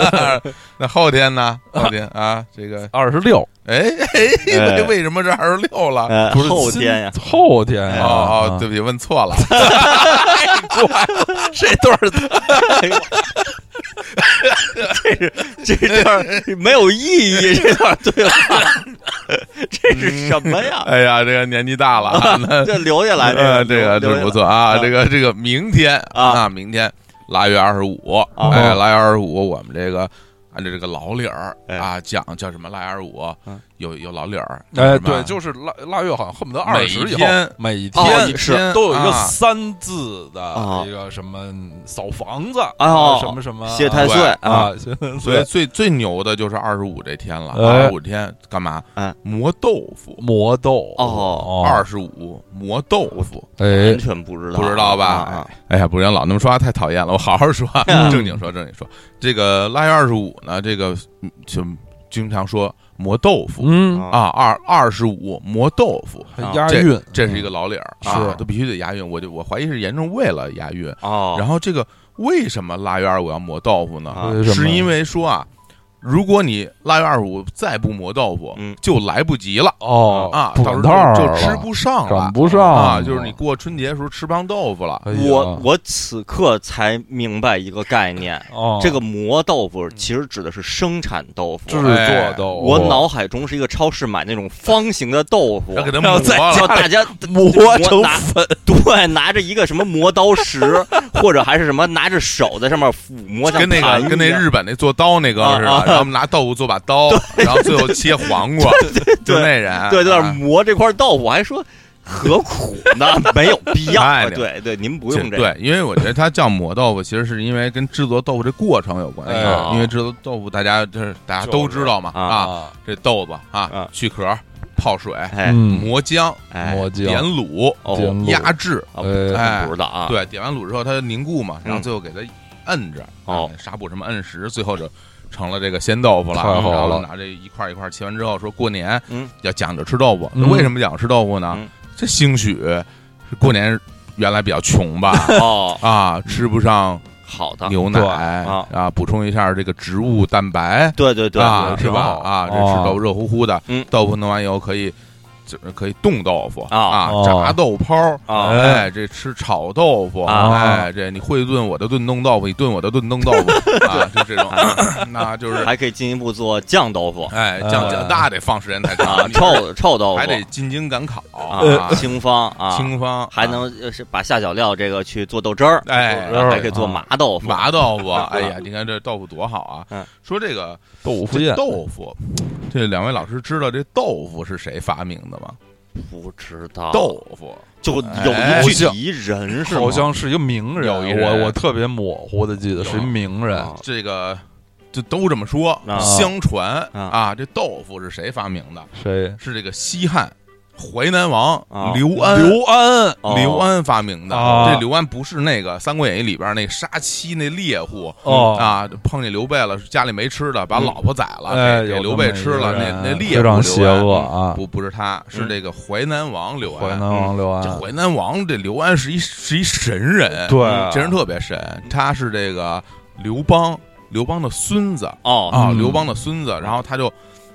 Speaker 1: 那后天呢？后天啊，这个
Speaker 3: 二十六，
Speaker 1: 哎哎，为为什么是二十六了？
Speaker 2: 呃，
Speaker 3: 不是
Speaker 2: 后
Speaker 3: 今
Speaker 2: 天呀，
Speaker 3: 后天
Speaker 1: 哦
Speaker 3: 呀
Speaker 1: 哦，
Speaker 3: 啊
Speaker 1: 对不起，问错了。
Speaker 3: 这段儿
Speaker 2: 这段儿没有意义，这段儿对话，这是什么呀？
Speaker 1: 哎呀，这个年纪大了啊，那
Speaker 2: 这留下来，
Speaker 1: 呃，这个
Speaker 2: 个留
Speaker 1: 这
Speaker 2: 留下来
Speaker 1: 不错啊。
Speaker 2: 啊
Speaker 1: 这个这个明天
Speaker 2: 啊
Speaker 1: 啊，明天腊月二十五，
Speaker 2: 哦
Speaker 1: 哎，腊月二十五，我们这个。按照这个老理儿
Speaker 2: 哎
Speaker 1: 啊，讲叫什么腊月二十五
Speaker 2: 嗯，
Speaker 1: 有有老理儿，
Speaker 3: 哎，
Speaker 1: 什么啊
Speaker 3: 对，就是腊腊月好像恨不得二
Speaker 1: 每
Speaker 3: 十
Speaker 1: 一
Speaker 3: 以后
Speaker 1: 天，
Speaker 3: 每一
Speaker 2: 哦
Speaker 3: 天
Speaker 2: 你是
Speaker 3: 都有一个
Speaker 1: 啊
Speaker 3: 三字的
Speaker 2: 啊
Speaker 3: 一个什么扫房子啊
Speaker 2: 哦
Speaker 3: 什么什么
Speaker 2: 谢太岁啊，
Speaker 3: 啊，谢
Speaker 1: 所以最最牛的就是二十五这天了，
Speaker 3: 哎
Speaker 1: 二十五天干嘛？
Speaker 2: 嗯
Speaker 1: 磨豆腐，
Speaker 3: 磨豆
Speaker 2: 哦
Speaker 1: 二十五磨豆腐，
Speaker 3: 哎
Speaker 2: 完全不知道，
Speaker 1: 不知道吧
Speaker 2: 啊？？
Speaker 1: 哎呀，不然老那么说话太讨厌了，我好好 说，
Speaker 2: 嗯
Speaker 1: 正经说正经说。这个腊月二十五呢，这个嗯就经常说磨豆腐
Speaker 3: 嗯，
Speaker 1: 啊，
Speaker 2: 啊
Speaker 1: 二二十五磨豆腐，
Speaker 3: 还
Speaker 2: 啊
Speaker 3: 押
Speaker 1: 这
Speaker 3: 韵，嗯
Speaker 1: 这是一个老理儿啊
Speaker 3: 是，
Speaker 1: 都必须得押韵。我就我怀疑是严重为了押韵。
Speaker 2: 哦，
Speaker 1: 然
Speaker 2: 后
Speaker 1: 后这个为什么腊月二十五要磨豆腐呢？
Speaker 2: 啊
Speaker 3: 为嗯什么
Speaker 1: 是因为说啊，如果你腊月二十五再不磨豆腐，
Speaker 2: 嗯
Speaker 1: 就来不及了
Speaker 3: 哦
Speaker 1: 啊，
Speaker 3: 不
Speaker 1: 到时
Speaker 3: 赶趟
Speaker 1: 候
Speaker 3: 儿
Speaker 1: 就就吃
Speaker 3: 了
Speaker 1: 不上了
Speaker 3: 赶不上
Speaker 1: 啊，
Speaker 3: 了
Speaker 1: 就是你过春节的时候吃不上豆腐 了。
Speaker 3: 哎呀
Speaker 2: 我我此刻才明白一个概念，
Speaker 3: 哦
Speaker 2: 这个磨豆腐其实指的是生产豆腐。
Speaker 3: 制作豆腐，
Speaker 2: 我脑海中是一个超市买那种方形的豆腐
Speaker 1: 要，给它
Speaker 3: 要
Speaker 1: 磨
Speaker 3: 再
Speaker 2: 叫
Speaker 1: 了，
Speaker 2: 大家
Speaker 3: 磨成
Speaker 2: 拿
Speaker 3: 粉，
Speaker 2: 对，拿着一个什么磨刀石，或者还是什么，拿着手在上面抚摸，像
Speaker 1: 跟那
Speaker 2: 盘一
Speaker 1: 个
Speaker 2: 样
Speaker 1: 跟那日本那做刀那哥们儿似的
Speaker 2: 啊啊，
Speaker 1: 然后我们拿豆腐做把刀，然后最后切黄 瓜，就那人，
Speaker 2: 对，在那
Speaker 1: 啊
Speaker 2: 磨这块豆腐，还说何苦呢？没有必
Speaker 1: 哎
Speaker 2: 要。啊
Speaker 1: 对
Speaker 2: 对对，您不用这个。
Speaker 1: 对，因为我觉得它叫磨豆腐，其实是因为跟制作豆腐这过程有关系。
Speaker 3: 哎
Speaker 1: 因为制作豆腐，大家就是大家都知道嘛
Speaker 2: 就是啊
Speaker 1: 啊，这豆子啊
Speaker 2: 啊，
Speaker 1: 去壳、泡水、
Speaker 2: 哎
Speaker 3: 嗯，
Speaker 1: 磨浆、
Speaker 2: 哎，
Speaker 3: 磨
Speaker 1: 点
Speaker 3: 浆，
Speaker 1: 卤、
Speaker 2: 哦
Speaker 3: 点卤
Speaker 1: 压制，
Speaker 2: 啊
Speaker 1: 哎
Speaker 2: 不知道啊。
Speaker 1: 对，点完卤之后它凝固嘛，然后
Speaker 2: 嗯
Speaker 1: 最后给它摁着，
Speaker 2: 哦
Speaker 1: 啊，纱布什么摁实，最后就。成了这个鲜豆腐了，
Speaker 3: 太好
Speaker 1: 然后
Speaker 3: 了
Speaker 1: 拿这一块一块切完之后，说过年
Speaker 2: 嗯
Speaker 1: 要讲究吃豆腐。
Speaker 3: 嗯
Speaker 1: 为什么讲究吃豆腐呢？
Speaker 2: 嗯
Speaker 1: 这兴许是过年原来比较穷 吧，
Speaker 2: 哦，
Speaker 1: 啊，吃不上
Speaker 2: 好的。
Speaker 1: 牛
Speaker 3: 对
Speaker 1: 奶
Speaker 2: 嗯啊
Speaker 1: 补充一下这个植物蛋白
Speaker 2: 对对对，
Speaker 1: 啊，
Speaker 3: 对
Speaker 1: 是吧
Speaker 3: 挺好？
Speaker 1: 啊，这
Speaker 3: 哦
Speaker 1: 吃豆腐热乎乎的
Speaker 2: 嗯，
Speaker 1: 豆腐弄完以后可以就是可以冻豆腐
Speaker 2: 啊
Speaker 1: 啊
Speaker 3: 哦，
Speaker 1: 炸豆泡儿
Speaker 2: 啊
Speaker 1: 哎，这吃炒豆腐，
Speaker 2: 啊
Speaker 1: 哎，这你会炖我的炖冻豆腐，你炖我的炖冻豆 腐啊，就这种，那就是
Speaker 2: 还可以进一步做酱豆腐
Speaker 1: 哎，酱酱那得放时间太长
Speaker 2: 啊，
Speaker 1: 了，
Speaker 2: 臭臭豆腐
Speaker 1: 还得进京赶考呃
Speaker 2: 啊，清方啊，
Speaker 1: 清方
Speaker 2: 还能呃是把下脚料这个去做豆汁儿，
Speaker 1: 哎
Speaker 2: 然后还可以做麻豆腐，
Speaker 1: 麻豆腐，哎呀，你看这豆腐多好啊！
Speaker 2: 嗯
Speaker 1: 说这个
Speaker 3: 豆
Speaker 1: 这
Speaker 3: 腐宴，
Speaker 1: 豆腐，这两位老师知道这豆腐是谁发明的吗？
Speaker 2: 不知道
Speaker 1: 豆腐
Speaker 2: 就有
Speaker 1: 哎
Speaker 2: 一具体人是吗
Speaker 3: 好像是一个名
Speaker 1: 有一
Speaker 3: 人，
Speaker 1: 人
Speaker 3: 我我特别模糊的记得是一名人，
Speaker 2: 啊
Speaker 1: 这个就都这么说，
Speaker 2: 啊
Speaker 1: 相传
Speaker 2: 啊
Speaker 1: 啊，这豆腐是谁发明的？
Speaker 3: 谁？
Speaker 1: 是这个西汉淮南王
Speaker 2: 啊
Speaker 1: 刘安。
Speaker 3: 刘安，
Speaker 2: 哦
Speaker 1: 刘安发明的，
Speaker 3: 啊
Speaker 1: 这刘安不是那个《三国演义》里边那杀妻那猎户、
Speaker 3: 哦
Speaker 1: 啊，碰见刘备了，家里没吃的，把老婆宰了，
Speaker 3: 哎
Speaker 1: 给给
Speaker 3: 有
Speaker 1: 刘
Speaker 3: 这
Speaker 1: 备
Speaker 3: 么一
Speaker 1: 吃
Speaker 3: 个
Speaker 1: 了，那
Speaker 3: 人
Speaker 1: 那猎户
Speaker 3: 非常
Speaker 1: 刘
Speaker 3: 邪
Speaker 1: 安
Speaker 3: 恶啊
Speaker 1: 不不是他，是
Speaker 2: 嗯
Speaker 1: 这个淮南王刘
Speaker 3: 淮
Speaker 1: 安。
Speaker 3: 南王刘安
Speaker 1: 嗯这，淮南王这刘安是一是一神人，
Speaker 3: 啊对
Speaker 2: 啊
Speaker 1: 嗯这人特别神，他是这个刘邦刘邦的孙子
Speaker 2: 哦，
Speaker 1: 啊，
Speaker 3: 嗯
Speaker 1: 刘邦的孙子，然后他就。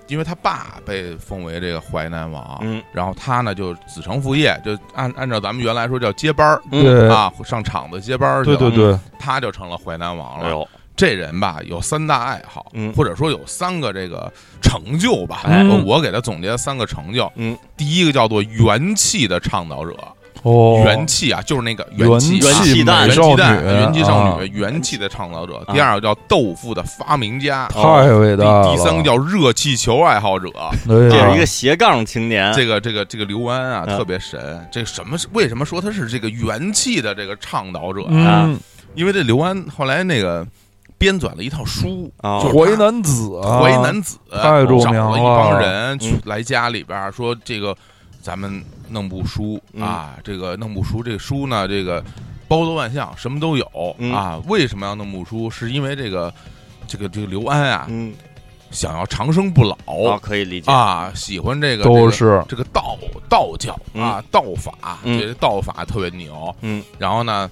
Speaker 1: 因为他爸被封为这个淮南王，
Speaker 2: 嗯
Speaker 1: 然后他呢就子承父业，就按按照咱们原来说叫接班儿，
Speaker 3: 对
Speaker 1: 啊，上场子接班儿去嗯
Speaker 3: 对
Speaker 1: 了，
Speaker 3: 对对，
Speaker 1: 他就成了淮南王
Speaker 2: 哎
Speaker 1: 了。
Speaker 2: 呦，
Speaker 1: 这人吧，有三大爱好，
Speaker 2: 嗯
Speaker 1: 或者说有三个这个成就吧。
Speaker 3: 哎
Speaker 1: 我我给他总结三个成就。
Speaker 2: 嗯，
Speaker 1: 第一个叫做元气的倡导者，
Speaker 3: 哦，
Speaker 1: 元气啊，就是那个
Speaker 3: 元
Speaker 1: 气。
Speaker 2: 元气
Speaker 3: 美
Speaker 2: 蛋
Speaker 1: 元
Speaker 3: 少
Speaker 1: 气
Speaker 3: 女，
Speaker 1: 弹、元气少女、
Speaker 3: 啊，
Speaker 1: 元气的倡导者。
Speaker 2: 啊
Speaker 1: 第二个叫豆腐的发明家，
Speaker 3: 太伟
Speaker 1: 第
Speaker 3: 大了。
Speaker 1: 第哦三个叫热气球爱好者。
Speaker 3: 对
Speaker 2: 这
Speaker 3: 啊
Speaker 2: 是一个斜杠青年，
Speaker 1: 这个这个这个刘安啊，
Speaker 2: 嗯
Speaker 1: 特别神。这个什么是？为什么说他是这个元气的这个倡导者？
Speaker 3: 嗯，
Speaker 1: 因为这刘安后来那个编纂了一套书，
Speaker 2: 啊
Speaker 1: 就是
Speaker 3: 淮南子啊，
Speaker 1: 淮南子
Speaker 3: 太著
Speaker 1: 找
Speaker 3: 名
Speaker 1: 了一
Speaker 3: 了
Speaker 1: 帮人去
Speaker 2: 嗯
Speaker 1: 来家里边儿说这个，咱们弄部书
Speaker 2: 嗯
Speaker 1: 啊，这个弄部书，这个书呢，这个包罗万象，什么都有
Speaker 2: 嗯
Speaker 1: 啊。为什么要弄部书？是因为这个这个这个刘安啊，
Speaker 2: 嗯
Speaker 1: 想要长生不
Speaker 2: 啊，
Speaker 1: 老
Speaker 2: 可以理解
Speaker 1: 哦啊，喜欢这个这
Speaker 3: 都
Speaker 1: 个
Speaker 3: 是
Speaker 1: 这个道道教啊，道法，
Speaker 2: 嗯
Speaker 1: 觉得道法特别牛。
Speaker 2: 嗯，
Speaker 1: 然后呢，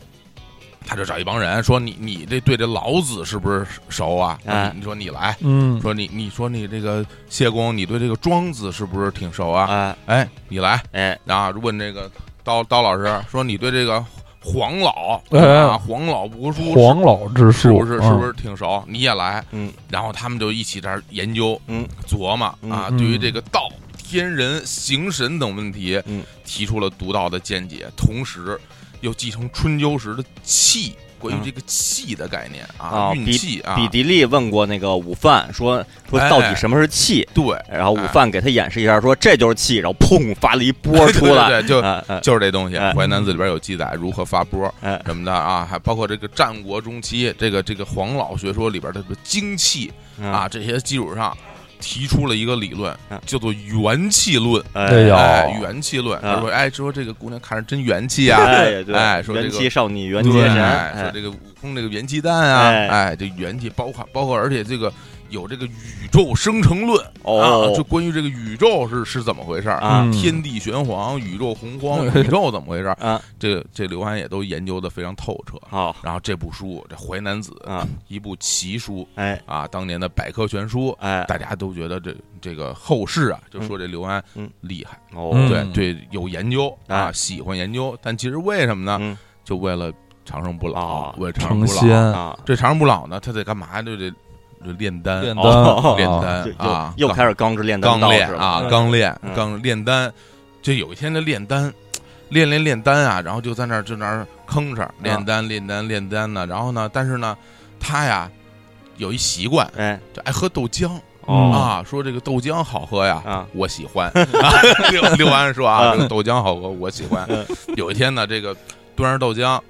Speaker 1: 他就找一帮人说：“你你这对这老子是不是熟啊？”
Speaker 2: 哎
Speaker 1: 你你说你来，
Speaker 3: 嗯，
Speaker 1: 说你你说你这个谢公，你对这个庄子是不是挺熟啊？
Speaker 2: 哎
Speaker 1: 哎，你来，
Speaker 2: 哎
Speaker 1: 然后问这个刀刀老师说：“你对这个黄老
Speaker 3: 哎
Speaker 1: 啊，黄老伯叔
Speaker 3: 黄老之
Speaker 1: 是不
Speaker 3: 术
Speaker 1: 是是不
Speaker 3: 是？
Speaker 1: 是挺熟？你也来。”
Speaker 2: 嗯
Speaker 1: 然后他们就一起在这儿研究，
Speaker 2: 嗯，
Speaker 1: 琢磨啊，
Speaker 3: 嗯
Speaker 1: 对于这个道、天人、形神等问题，
Speaker 2: 嗯，
Speaker 1: 提出了独到的见解，同时又继承春秋时的气，关于这个气的概念啊，
Speaker 2: 啊
Speaker 1: 运气啊，
Speaker 2: 比迪利问过那个午饭，说说
Speaker 1: 哎
Speaker 2: 到底什么是气，
Speaker 1: 对，
Speaker 2: 然后午饭给他演示一下，说这就是气，然后砰发了一波出来，
Speaker 1: 对对对，就。
Speaker 2: 嗯嗯
Speaker 1: 就是这东西，
Speaker 2: 哎
Speaker 1: 《淮南子》里边有记载如何发波
Speaker 2: 哎
Speaker 1: 什么的啊，还包括这个战国中期，这个这个黄老学说里边的这个精气
Speaker 2: 嗯
Speaker 1: 啊，这些基础上提出了一个理论
Speaker 2: 嗯，
Speaker 1: 叫做元气论。
Speaker 3: 哎呦
Speaker 1: 哎，元气论，
Speaker 2: 啊
Speaker 1: 他说，哎，说这个姑娘看着真元气啊，
Speaker 2: 哎对，
Speaker 1: 哎说这个
Speaker 2: 元气少女，元气
Speaker 1: 对，
Speaker 2: 神，
Speaker 1: 哎
Speaker 2: 哎
Speaker 1: 说这个悟空这个元气弹啊，
Speaker 2: 哎
Speaker 1: 哎，这元气包括包括，而且这个有这个宇宙生成论啊
Speaker 2: 哦，，
Speaker 1: 就关于这个宇宙是是怎么回事儿
Speaker 2: 啊
Speaker 3: 嗯
Speaker 1: 天地玄黄，宇宙洪荒，宇宙怎么回事儿？
Speaker 2: 啊
Speaker 1: 这这刘安也都研究的非常透彻。
Speaker 2: 好
Speaker 1: 然后这部书，这《淮南子》
Speaker 2: 啊，
Speaker 1: 一部奇书
Speaker 2: 哎
Speaker 1: 啊，当年的百科全书，
Speaker 2: 哎
Speaker 1: 大家都觉得这这个后世啊，就说这刘安
Speaker 2: 嗯嗯
Speaker 1: 厉害。
Speaker 2: 哦，
Speaker 3: 嗯
Speaker 1: 对对，有研究啊，
Speaker 2: 哎
Speaker 1: 喜欢研究，但其实为什么呢？
Speaker 2: 嗯
Speaker 1: 就为了长生不老
Speaker 2: 啊，
Speaker 1: 为了长生
Speaker 3: 成
Speaker 1: 不老。
Speaker 3: 仙
Speaker 2: 啊，
Speaker 1: 这长生不老呢，他得干嘛？就得就炼丹，
Speaker 3: 炼
Speaker 1: 炼
Speaker 2: 哦
Speaker 3: 丹，
Speaker 1: 炼
Speaker 3: 啊
Speaker 1: 丹
Speaker 2: 就
Speaker 1: 啊，
Speaker 2: 又又开始钢之炼
Speaker 1: 刚
Speaker 2: 丹道
Speaker 1: 练
Speaker 2: 士了
Speaker 1: 啊，
Speaker 3: 嗯
Speaker 1: 刚练
Speaker 2: 嗯
Speaker 1: 刚炼丹。就有一天这炼丹，练练炼丹啊，然后就在那儿就那儿吭哧
Speaker 2: 嗯
Speaker 1: 炼丹炼丹炼丹呢。然后呢，但是呢，他呀有一习惯，
Speaker 2: 哎
Speaker 1: 就爱喝豆浆
Speaker 3: 嗯
Speaker 1: 啊，说这个豆浆好喝呀，
Speaker 2: 啊
Speaker 1: 我喜 欢。六六安说啊，
Speaker 2: 啊
Speaker 1: 这个豆浆好喝，我喜欢
Speaker 2: 嗯。
Speaker 1: 有一天呢，这个端着豆浆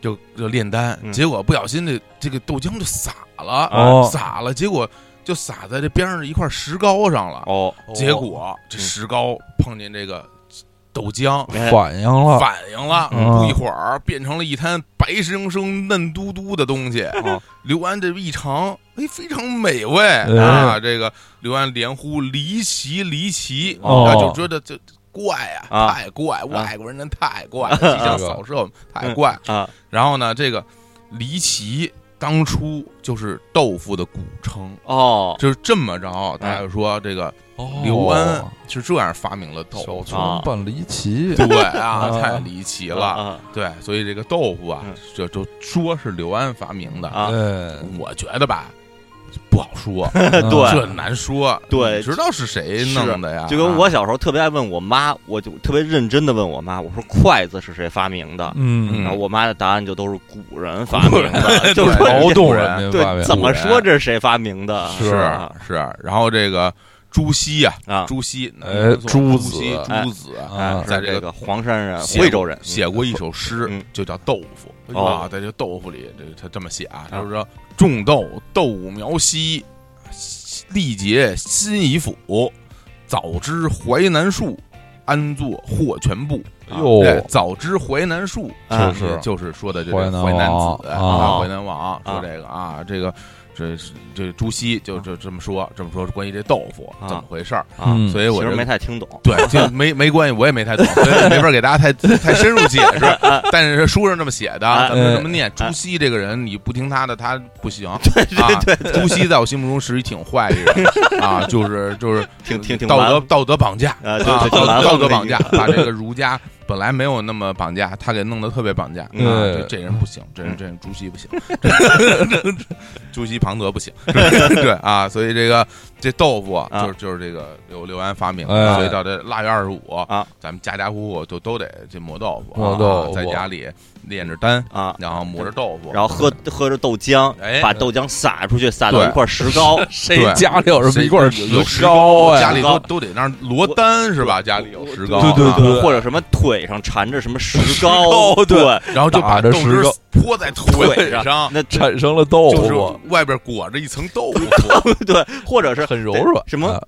Speaker 1: 就就炼丹，
Speaker 2: 嗯
Speaker 1: 结果不小心这这个豆浆就洒了，
Speaker 3: 哦
Speaker 1: 洒了，结果就洒在这边上一块石膏上了。
Speaker 2: 哦，
Speaker 1: 结果这石膏碰见这个豆浆。
Speaker 2: 哎
Speaker 3: 反应了，
Speaker 1: 反应了，
Speaker 3: 嗯
Speaker 1: 不一会儿变成了一滩白生生、嫩嘟嘟的东西。
Speaker 2: 哦 嗯
Speaker 1: 刘安这一尝，哎，非常美味啊！这个刘安连呼离奇离奇，
Speaker 3: 哦
Speaker 1: 啊，就觉得这怪呀、
Speaker 2: 啊嗯
Speaker 1: 太怪，外国人 真太怪，
Speaker 2: 啊
Speaker 1: 即想扫射我们，太怪。
Speaker 2: 啊
Speaker 1: 然后呢，这个离奇当初就是豆腐的古称，
Speaker 2: 哦，
Speaker 1: 就是这么着。
Speaker 2: 嗯
Speaker 1: 大家就说这个
Speaker 3: 哦
Speaker 1: 刘安是这样发明了豆
Speaker 3: 小
Speaker 1: 腐，
Speaker 3: 村办离奇，
Speaker 1: 啊对啊，
Speaker 3: 啊
Speaker 1: 太离奇
Speaker 2: 有
Speaker 1: 了。
Speaker 2: 啊
Speaker 1: 对，所以这个豆腐啊
Speaker 2: 嗯，
Speaker 1: 这都说是刘安发明的，
Speaker 2: 啊，
Speaker 3: 哎，
Speaker 1: 我觉得吧，不好说，
Speaker 2: 对
Speaker 1: 这难说。
Speaker 2: 对
Speaker 1: 你知道是谁弄的呀？
Speaker 2: 啊
Speaker 1: 啊
Speaker 2: 就跟我小时候特别爱问我妈，我就特别认真的问我妈，我说筷子是谁发明的？
Speaker 3: 嗯
Speaker 2: 然后我妈的答案就都是古人发明的，就
Speaker 1: 对
Speaker 2: 是
Speaker 1: 说
Speaker 3: 劳
Speaker 1: 人
Speaker 3: 动人民发
Speaker 2: 对，
Speaker 3: 明，
Speaker 2: 怎么说这是谁发明的？
Speaker 1: 是
Speaker 2: 啊
Speaker 1: 是，然后这个朱熹啊，
Speaker 2: 啊，
Speaker 1: 朱熹，
Speaker 3: 哎
Speaker 1: 朱
Speaker 3: 朱子
Speaker 1: 朱子啊，
Speaker 2: 哎
Speaker 3: 啊，
Speaker 1: 在
Speaker 2: 是
Speaker 1: 这
Speaker 2: 这
Speaker 1: 个
Speaker 2: 个黄山人、
Speaker 1: 写
Speaker 2: 惠州人，
Speaker 1: 写过一首诗
Speaker 2: 嗯，
Speaker 1: 就叫《豆腐》
Speaker 2: 哦
Speaker 1: 啊，在这豆腐里，这他这么写啊，他说：“种豆豆苗稀，历竭辛已腐，早知淮南树，安坐获全部。”
Speaker 3: 哟
Speaker 1: 哎早知淮南树，
Speaker 2: 啊
Speaker 3: 就是
Speaker 1: 就是说的这
Speaker 3: 淮
Speaker 1: 个
Speaker 3: 南
Speaker 1: 淮南
Speaker 3: 王
Speaker 1: 子
Speaker 3: 啊
Speaker 1: 淮南王说这个啊，这个这这朱熹就就这么说，这么说关于这豆腐
Speaker 2: 啊
Speaker 1: 怎么回事儿，
Speaker 2: 啊，
Speaker 3: 嗯
Speaker 1: 所以
Speaker 2: 其
Speaker 1: 我
Speaker 2: 实
Speaker 1: 这
Speaker 2: 没太听懂。
Speaker 1: 对，就没没关系，我也没太懂，所以我没法给大家 太太深入解释。
Speaker 2: 啊
Speaker 1: 但是书上这么写的，
Speaker 2: 哎
Speaker 1: 咱们这么念。朱熹这个人，你不听他的，他不行。 啊
Speaker 2: 对对对，
Speaker 1: 朱熹在我心目中是一挺坏的人啊，就是就是
Speaker 2: 挺挺挺
Speaker 1: 道
Speaker 2: 完
Speaker 1: 德道德绑架
Speaker 2: 啊
Speaker 1: 啊，
Speaker 2: 对 对挺
Speaker 1: 道
Speaker 2: 完
Speaker 1: 道德
Speaker 2: 了
Speaker 1: 绑
Speaker 2: 已
Speaker 1: 架
Speaker 2: 经，
Speaker 1: 把这个儒家本来没有那么绑架，他给弄得特别绑架。啊
Speaker 2: 嗯
Speaker 1: 这这人不行，这人这人朱熹不行，这这这朱熹庞德不行，对啊，所以这个这豆腐啊
Speaker 2: 啊
Speaker 1: 就是就是这个刘刘安发明
Speaker 3: 哎
Speaker 1: 的，所以到这腊月二十五
Speaker 2: 啊，
Speaker 1: 咱们家家户户就都得这磨豆腐啊，
Speaker 3: 磨豆腐
Speaker 1: 在家里炼着丹，
Speaker 2: 啊，
Speaker 1: 然后磨着豆腐，
Speaker 2: 然后喝喝着豆浆，
Speaker 1: 嗯哎
Speaker 2: 把豆浆洒出去，洒到
Speaker 1: 对
Speaker 2: 一块 石膏，
Speaker 3: 谁家里有这么一块
Speaker 1: 谁有有
Speaker 3: 石膏
Speaker 1: 家
Speaker 3: 呀？
Speaker 1: 里都都得那儿罗丹是吧？家里有石膏啊，
Speaker 3: 啊对对对
Speaker 2: 或者什么腿上缠着什么石
Speaker 3: 膏
Speaker 2: 膏，
Speaker 3: 对
Speaker 2: 对，
Speaker 1: 然后就把
Speaker 3: 打着
Speaker 1: 豆
Speaker 3: 石
Speaker 1: 汁
Speaker 3: 膏
Speaker 1: 泼在腿
Speaker 2: 腿
Speaker 1: 上，
Speaker 2: 那
Speaker 3: 产生了豆
Speaker 1: 就是
Speaker 3: 腐，
Speaker 1: 外边裹着一层豆腐，
Speaker 2: 对，或者是
Speaker 3: 很柔软，
Speaker 2: 什
Speaker 1: 嗯
Speaker 2: 么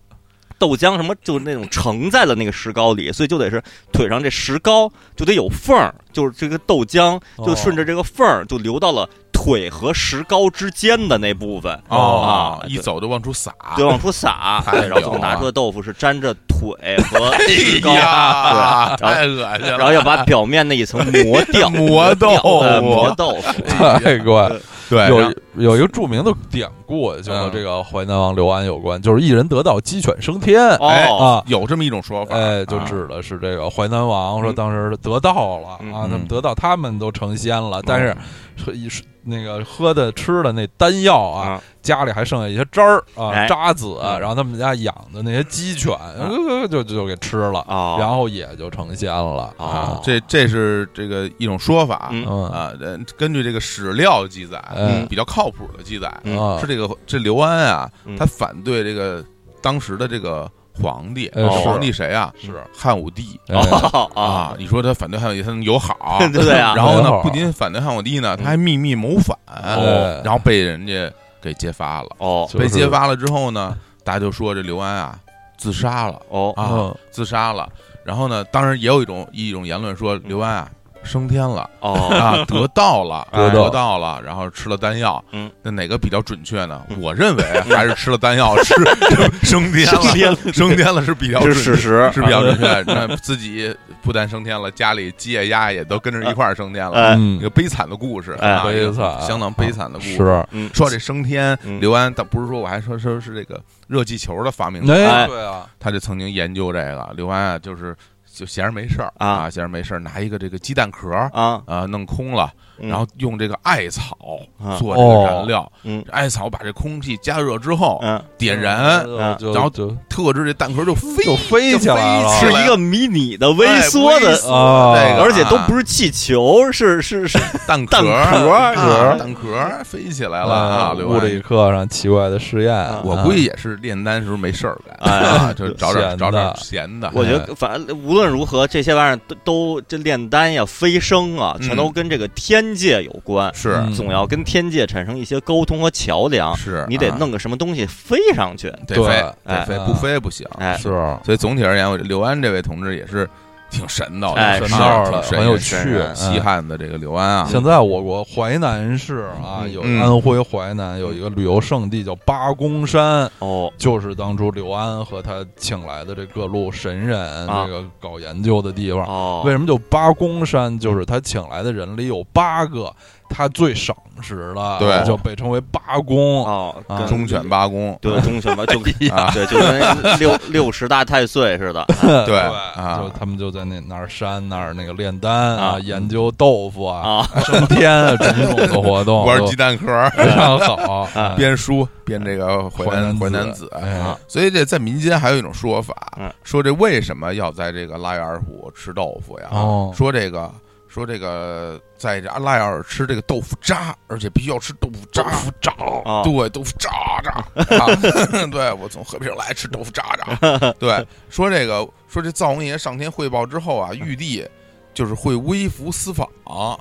Speaker 2: 豆浆什么，就是那种盛在了那个石膏里，所以就得是腿上这石膏就得有缝儿，就是这个豆浆
Speaker 1: 哦
Speaker 2: 就顺着这个缝儿就流到了腿和石膏之间的那部分
Speaker 1: 哦
Speaker 2: 啊，
Speaker 1: 一走就往出撒，
Speaker 2: 就往出撒，
Speaker 1: 太
Speaker 2: 对然后最后
Speaker 1: 屌
Speaker 2: 拿
Speaker 1: 了
Speaker 2: 出的豆腐是沾着腿和石膏，
Speaker 1: 哎呀，
Speaker 2: 对然后
Speaker 1: 太恶心
Speaker 2: 然后
Speaker 1: 了，
Speaker 2: 要把表面那一层磨掉，
Speaker 1: 磨豆
Speaker 2: 掉呃磨
Speaker 1: 腐，
Speaker 2: 豆腐，
Speaker 3: 太怪。
Speaker 1: 对，哎然后
Speaker 3: 有有一个著名的典故，就和这个淮南王刘安有关，就是一人得道，鸡犬升天
Speaker 1: 哎
Speaker 2: 哦，
Speaker 3: 啊。
Speaker 1: 有这么一种说法，
Speaker 3: 哎，就
Speaker 1: 啊
Speaker 3: 指的是这个淮南王说，
Speaker 2: 嗯
Speaker 3: 当时得道了
Speaker 2: 嗯
Speaker 3: 啊，
Speaker 1: 嗯
Speaker 3: 他们得道，他们都成仙了，但是喝一那个喝的吃的那丹药啊
Speaker 2: 啊，
Speaker 3: 家里还剩下一些渣儿啊
Speaker 2: 哎
Speaker 3: 渣子啊，
Speaker 2: 嗯
Speaker 3: 然后他们家养的那些鸡犬呃就就给吃了，
Speaker 2: 哦
Speaker 3: 然后也就成仙了
Speaker 1: 啊
Speaker 2: 哦，
Speaker 1: 这这是这个一种说法
Speaker 2: 嗯
Speaker 3: 嗯
Speaker 1: 啊，呃根据这个史料记载
Speaker 3: 嗯，
Speaker 1: 比较靠谱的记载
Speaker 2: 嗯
Speaker 3: 啊
Speaker 1: 是这个这刘安啊
Speaker 2: 嗯，
Speaker 1: 他反对这个当时的这个皇帝，
Speaker 3: 哎
Speaker 2: 是
Speaker 1: 皇帝谁啊？
Speaker 3: 是
Speaker 1: 汉武帝
Speaker 3: 哎
Speaker 2: 哦啊，
Speaker 1: 啊！你说他反对汉武帝，他能友好
Speaker 2: 对对啊
Speaker 1: 然后
Speaker 3: 友好
Speaker 1: 呢，不仅反对汉武帝呢，
Speaker 2: 嗯
Speaker 1: 他还秘密谋反，
Speaker 3: 哦
Speaker 1: 然后被人家给揭发了。
Speaker 2: 哦
Speaker 3: 就是
Speaker 1: 被揭发了之后呢，大家就说这刘安啊自杀了
Speaker 2: 哦
Speaker 1: 啊，
Speaker 3: 嗯
Speaker 1: 自杀了。然后呢，当然也有一种一种言论
Speaker 2: 嗯
Speaker 1: 说刘安啊升天了。
Speaker 2: 哦
Speaker 1: 啊，得到了，
Speaker 3: 得到
Speaker 1: 得到了，然后吃了丹药，
Speaker 2: 嗯，
Speaker 1: 那哪个比较准确呢？
Speaker 2: 嗯
Speaker 1: 我认为啊 还是吃了丹药，吃 升天
Speaker 2: 升天
Speaker 1: 了
Speaker 2: 了，
Speaker 1: 升天了是比较
Speaker 2: 这
Speaker 1: 准
Speaker 2: 是
Speaker 1: 确
Speaker 2: 事实，
Speaker 1: 是比较准 确。那自己不但升天了，家里鸡也鸭也都跟着一块儿升天了，
Speaker 2: 哎
Speaker 1: 一个
Speaker 3: 嗯，
Speaker 1: 悲惨的故事，
Speaker 2: 哎
Speaker 1: 啊
Speaker 3: 悲惨，
Speaker 1: 相当悲惨的故事。
Speaker 3: 是，
Speaker 2: 嗯
Speaker 1: 说这升天，
Speaker 2: 嗯
Speaker 1: 刘安他不是说我还说说是这个热气球的发明者，
Speaker 3: 哎，
Speaker 2: 哎
Speaker 3: 对啊，
Speaker 1: 他就曾经研究这个。刘安啊，就是就闲着没事儿
Speaker 2: 啊
Speaker 1: 啊，闲着没事儿拿一个这个鸡蛋壳儿
Speaker 2: 啊，
Speaker 1: 啊弄空了，
Speaker 2: 嗯
Speaker 1: 然后用这个艾草
Speaker 2: 啊
Speaker 1: 做这个燃料，
Speaker 2: 嗯
Speaker 1: 艾草把这空气加热之后
Speaker 2: 嗯，啊
Speaker 1: 点燃，
Speaker 3: 嗯就
Speaker 1: 然后
Speaker 3: 就
Speaker 1: 特制这蛋壳就飞哎
Speaker 3: 就飞起啊来了
Speaker 2: 是一个迷你的微缩的，哎
Speaker 3: 啊
Speaker 1: 那个啊
Speaker 2: 而且都不是气球，是是是，
Speaker 1: 蛋
Speaker 2: 蛋
Speaker 1: 壳
Speaker 2: 壳
Speaker 1: 儿啊
Speaker 3: 壳
Speaker 1: 蛋壳儿飞起来了啊！
Speaker 3: 嗯
Speaker 1: 刘
Speaker 3: 物
Speaker 1: 安
Speaker 3: 理课上奇怪的实验，
Speaker 2: 啊
Speaker 1: 我估计也是炼丹时候没事儿干，
Speaker 2: 哎
Speaker 1: 啊，就找
Speaker 3: 闲
Speaker 1: 点
Speaker 3: 的
Speaker 1: 找点闲的。哎
Speaker 2: 我觉得反正无论如何，这些玩意儿都都这炼丹呀、飞升啊，全都跟这个天界有关，
Speaker 1: 是
Speaker 3: 嗯
Speaker 2: 总要跟天界产生一些沟通和桥梁，
Speaker 1: 是，
Speaker 2: 你得
Speaker 1: 啊
Speaker 2: 弄个什么东西飞上去，
Speaker 1: 得
Speaker 3: 对
Speaker 1: 飞
Speaker 2: 哎
Speaker 1: 得飞，不飞不行。
Speaker 2: 哎，
Speaker 3: 是
Speaker 1: 所以总体而言，我觉得刘安这位同志也是挺神道的，
Speaker 2: 哎
Speaker 1: 挺
Speaker 2: 神
Speaker 3: 道的
Speaker 1: 挺神
Speaker 3: 很有
Speaker 1: 也是神
Speaker 3: 趣
Speaker 1: 人西
Speaker 3: 嗯
Speaker 1: 汉的这个刘安啊，
Speaker 3: 现在我国淮南市啊，
Speaker 2: 嗯
Speaker 3: 有
Speaker 1: 嗯
Speaker 3: 安徽淮南有一个旅游胜地叫八公山，
Speaker 2: 哦，
Speaker 3: 就是当初刘安和他请来的这各路神人
Speaker 2: 啊
Speaker 3: 这个搞研究的地方。
Speaker 2: 哦，
Speaker 3: 为什么叫八公山？就是他请来的人里有八个，他最赏识了，
Speaker 1: 对
Speaker 3: 就被称为八公。
Speaker 2: 哦，
Speaker 3: 啊
Speaker 2: 跟
Speaker 1: 忠犬八公，
Speaker 2: 对忠 犬吧，就跟
Speaker 1: 啊
Speaker 2: 对，就跟六六十大太岁似的。
Speaker 1: 对啊
Speaker 3: 就他们就在那哪儿山那儿那个炼丹
Speaker 2: 啊
Speaker 3: 啊，研究豆腐啊，
Speaker 2: 啊，
Speaker 3: 升 天啊，种种的活动
Speaker 1: 玩
Speaker 3: 都
Speaker 1: 鸡蛋壳儿，
Speaker 3: 非常
Speaker 2: 啊
Speaker 3: 好。嗯
Speaker 1: 编书编这个淮南淮
Speaker 3: 淮
Speaker 1: 南
Speaker 3: 南
Speaker 1: 子，
Speaker 2: 啊
Speaker 3: 哎
Speaker 1: 所以这在民间还有一种说
Speaker 2: 嗯
Speaker 1: 法，说这为什么要在这个拉雅尔虎吃豆腐呀？
Speaker 3: 哦
Speaker 1: 说这个说这个在这拉雅尔吃这个豆腐渣，而且必须要吃豆腐渣。
Speaker 3: 豆腐渣
Speaker 2: 啊
Speaker 1: 对，豆腐渣 渣，啊 对我从和平来吃豆腐渣 渣。对，说这个说这灶王爷上天汇报之后啊，玉帝就是会微服私访，
Speaker 2: 哦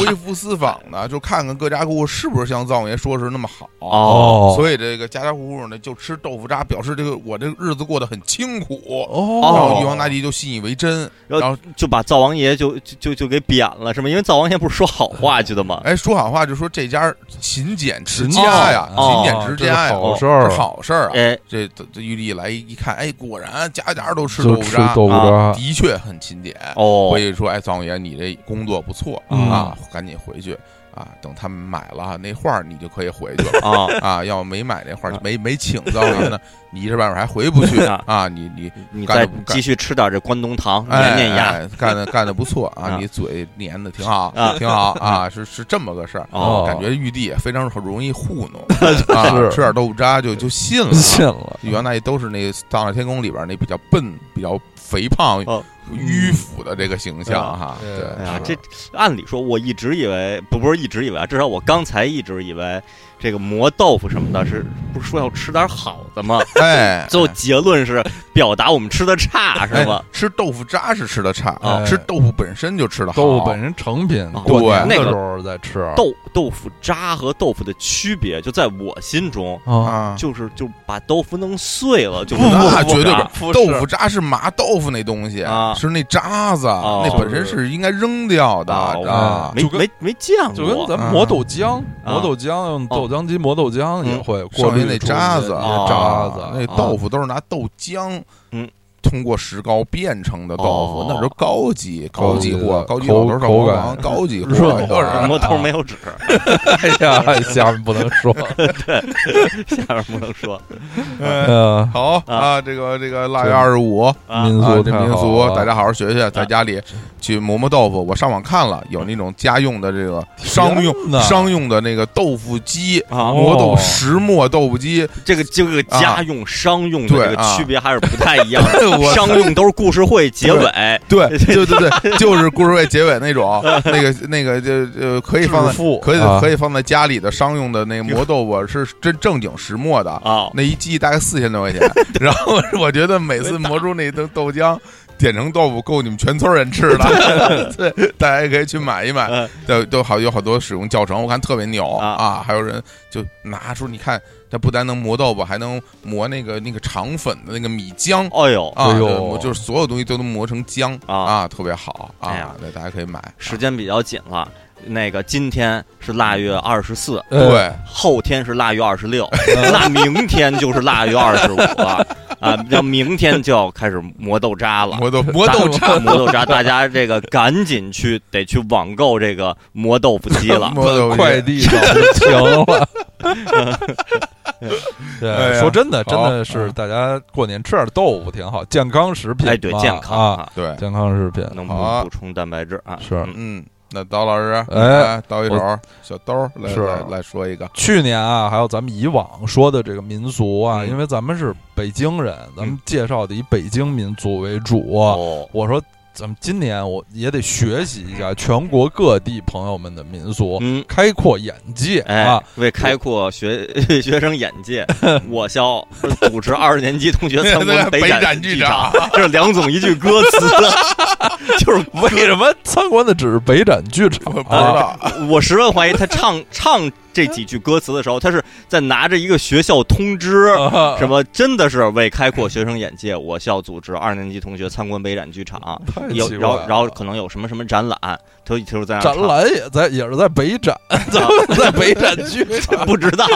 Speaker 1: 微服私访呢，就看看各家各户是不是像灶王爷说是那么好。
Speaker 2: 哦
Speaker 1: 所以这个家家户户呢就吃豆腐渣，表示这个我这日子过得很清苦。然后
Speaker 3: 哦，
Speaker 1: 玉皇大帝就信以为真，
Speaker 2: 然后
Speaker 1: 然后
Speaker 2: 就把灶王爷就就就就给贬了，是吗？因为灶王爷不是说好话去的吗？
Speaker 1: 哎，说好话就说这家勤俭持
Speaker 3: 勤
Speaker 1: 家呀，勤
Speaker 2: 哦
Speaker 1: 俭持家呀，
Speaker 3: 好
Speaker 1: 这
Speaker 3: 事儿，
Speaker 1: 是好事儿啊。
Speaker 2: 哎，
Speaker 1: 这这玉帝来一看，哎，果然家家都吃豆腐
Speaker 3: 就吃
Speaker 1: 渣，
Speaker 3: 豆腐
Speaker 2: 啊
Speaker 3: 渣，
Speaker 1: 的确很勤俭。
Speaker 2: 哦
Speaker 1: 所，以说，哎，灶王爷，你这工作不错
Speaker 3: 嗯
Speaker 1: 啊，赶紧回去啊，等他们买了那画儿，你就可以回去了。
Speaker 2: 啊，
Speaker 1: 啊，要没买那画儿
Speaker 2: 啊，
Speaker 1: 没没请灶王爷呢，你一时半会儿还回不去
Speaker 2: 啊
Speaker 1: 啊！你你
Speaker 2: 你
Speaker 1: 干
Speaker 2: 再
Speaker 1: 得不干
Speaker 2: 继续吃点这关东糖，
Speaker 1: 哎
Speaker 2: 念念牙。
Speaker 1: 哎干的干的不错啊，
Speaker 2: 啊
Speaker 1: 你嘴粘的挺好
Speaker 2: 啊，
Speaker 1: 挺好啊，是是这么个事儿。
Speaker 2: 哦
Speaker 1: 感觉玉帝也非常容易糊弄啊，
Speaker 3: 是
Speaker 1: 吃点豆腐渣就就信了。
Speaker 3: 信了，
Speaker 1: 玉皇大帝都是那《大闹天宫》里边那比较笨、比较肥胖、
Speaker 2: 哦
Speaker 1: 迂腐的这个形象哈。
Speaker 3: 嗯
Speaker 1: 对，
Speaker 2: 哎呀，
Speaker 1: 是
Speaker 2: 这按理说，我一直以为不不是一直以为啊，至少我刚才一直以为这个磨豆腐什么的是不是说要吃点好的吗？
Speaker 1: 哎，
Speaker 2: 最后结论是表达我们吃的差是
Speaker 1: 哎
Speaker 2: 吗？
Speaker 1: 吃豆腐渣是吃的差，
Speaker 3: 啊
Speaker 1: 吃豆腐本身就吃的好。
Speaker 3: 豆腐本身成品，
Speaker 2: 哦
Speaker 3: 过年的
Speaker 2: 对那个
Speaker 3: 时候再吃。
Speaker 1: 哎
Speaker 2: 豆豆腐渣和豆腐的区别，就在我心中，
Speaker 3: 啊，
Speaker 1: 啊，
Speaker 2: 哦就是就把豆腐弄碎了，就是
Speaker 1: 那绝对
Speaker 2: 不
Speaker 1: 不，豆腐渣是麻豆腐那东西，
Speaker 2: 啊
Speaker 1: 是那渣子，
Speaker 2: 哦
Speaker 1: 那本身是应该扔掉的
Speaker 2: 啊，
Speaker 1: 啊
Speaker 3: 哦。
Speaker 2: 没
Speaker 3: 就跟
Speaker 2: 没没见过，
Speaker 3: 就跟咱
Speaker 1: 啊
Speaker 3: 们磨豆浆，
Speaker 2: 啊嗯
Speaker 3: 磨豆浆用豆浆机磨豆浆也会过
Speaker 1: 剩
Speaker 3: 滤
Speaker 1: 下那
Speaker 3: 出
Speaker 1: 渣子，
Speaker 3: 那
Speaker 1: 啊
Speaker 3: 渣
Speaker 1: 那
Speaker 3: 子，
Speaker 1: 豆腐都是拿豆浆，
Speaker 2: 嗯，
Speaker 1: 通过石膏变成的豆腐
Speaker 2: 哦，
Speaker 1: 那是高级
Speaker 3: 高
Speaker 1: 高级
Speaker 3: 级的
Speaker 1: 货，高级
Speaker 3: 口
Speaker 1: 老头
Speaker 3: 口
Speaker 1: 少
Speaker 3: 感
Speaker 1: 王，高 级货，
Speaker 3: 润滑
Speaker 1: 就是
Speaker 2: 磨豆没有纸，
Speaker 3: 哎呀，下面不能说，
Speaker 2: 下面不能说
Speaker 1: 嗯
Speaker 3: 嗯，
Speaker 1: 好
Speaker 2: 啊
Speaker 1: 啊，这个这个腊月二十五。
Speaker 2: 啊
Speaker 3: 民
Speaker 1: 啊，
Speaker 3: 俗
Speaker 1: 这
Speaker 3: 太
Speaker 1: 民
Speaker 3: 好
Speaker 1: 俗，
Speaker 3: 了
Speaker 1: 大家好好学学，在家里去磨磨豆腐。我上网看了，有那种家用的这个商用
Speaker 3: 呐
Speaker 1: 商用的那个豆腐机，
Speaker 2: 啊，
Speaker 1: 磨豆
Speaker 3: 哦
Speaker 1: 石磨豆腐机，
Speaker 2: 这个这个家用、商用的
Speaker 1: 对
Speaker 2: 这个
Speaker 1: 啊
Speaker 2: 区别还是不太一样的。
Speaker 1: 我
Speaker 2: 商用都是故事会结尾，
Speaker 1: 对对对对，就是故事会结尾那种，那个那个就就可以放在
Speaker 3: 致富
Speaker 1: 可以
Speaker 3: 啊
Speaker 1: 可以放在家里的商用的那个磨豆腐是真正经石磨的，
Speaker 2: 啊，
Speaker 1: 那一季大概四千多块钱，然后我觉得每次磨出那豆豆浆。点成豆腐够你们全村人吃的，对，大家也可以去买一买
Speaker 2: 嗯，
Speaker 1: 对，都好有好多使用教程，我看特别牛
Speaker 2: 啊
Speaker 1: 啊！还有人就拿出，你看，它不单能磨豆腐，还能磨那个那个肠粉的那个米浆
Speaker 2: 哎呦，
Speaker 1: 啊，
Speaker 3: 哎呦
Speaker 1: 对就是所有东西都能磨成浆
Speaker 2: 啊
Speaker 1: 特别好
Speaker 2: 哎
Speaker 1: 啊
Speaker 2: 呀，
Speaker 1: 对，大家可以买。啊
Speaker 2: 时间比较紧了。那个今天是腊月二十四，
Speaker 3: 呃，
Speaker 1: 对，
Speaker 2: 后天是腊月二十六， 那明天就是腊月二十五了啊！要明天就要开始磨豆渣了。
Speaker 1: 磨豆磨豆渣，。
Speaker 2: 渣，磨豆渣，大家这个赶紧去，得去网购这个磨豆腐机了
Speaker 1: 磨豆
Speaker 3: 快
Speaker 1: 渣
Speaker 3: 递找不行了。
Speaker 1: 哎呀
Speaker 3: 对，说真的，真
Speaker 1: 好
Speaker 3: 的是大家过年吃点豆腐挺好，健康食品嘛，
Speaker 2: 哎，对，健康
Speaker 3: 啊，
Speaker 2: 啊，
Speaker 1: 对，
Speaker 3: 健康食品。
Speaker 2: 能
Speaker 1: 好啊
Speaker 2: 补补充蛋白质啊。
Speaker 3: 是
Speaker 2: 嗯
Speaker 1: 嗯，那刀老师，
Speaker 3: 哎，
Speaker 1: 刀一手，小兜来
Speaker 3: 是
Speaker 1: 来来说一个，
Speaker 3: 去年啊，还有咱们以往说的这个民俗啊，
Speaker 2: 嗯
Speaker 3: 因为咱们是北京人，咱们介绍的以北京民族为主。
Speaker 2: 哦，
Speaker 3: 我说，咱们今年我也得学习一下全国各地朋友们的民俗，
Speaker 2: 嗯，
Speaker 3: 开阔眼界
Speaker 2: 哎
Speaker 3: 啊！，
Speaker 2: 为开阔学 学生眼界，我校主持二十年级同学参 观
Speaker 1: 北
Speaker 2: 展
Speaker 1: 展剧
Speaker 2: 场
Speaker 1: 场，
Speaker 2: 这是梁总一句歌词， 就是
Speaker 3: 为什么参观的只是北展剧场？啊
Speaker 1: 啊我不知道，
Speaker 2: 我十分怀疑他唱唱这几句歌词的时候，他是在拿着一个学校通知，
Speaker 3: 啊
Speaker 2: 什么真的是为开阔学生眼界，我校组织二年级同学参观北展剧场，
Speaker 3: 太
Speaker 2: 有
Speaker 3: 奇怪
Speaker 2: 然后
Speaker 3: 了
Speaker 2: 然后可能有什么什么展览，他就就是在那
Speaker 3: 展
Speaker 2: 唱
Speaker 3: 览也在，也是在北展， 在北展 剧场。
Speaker 2: 啊不知 道，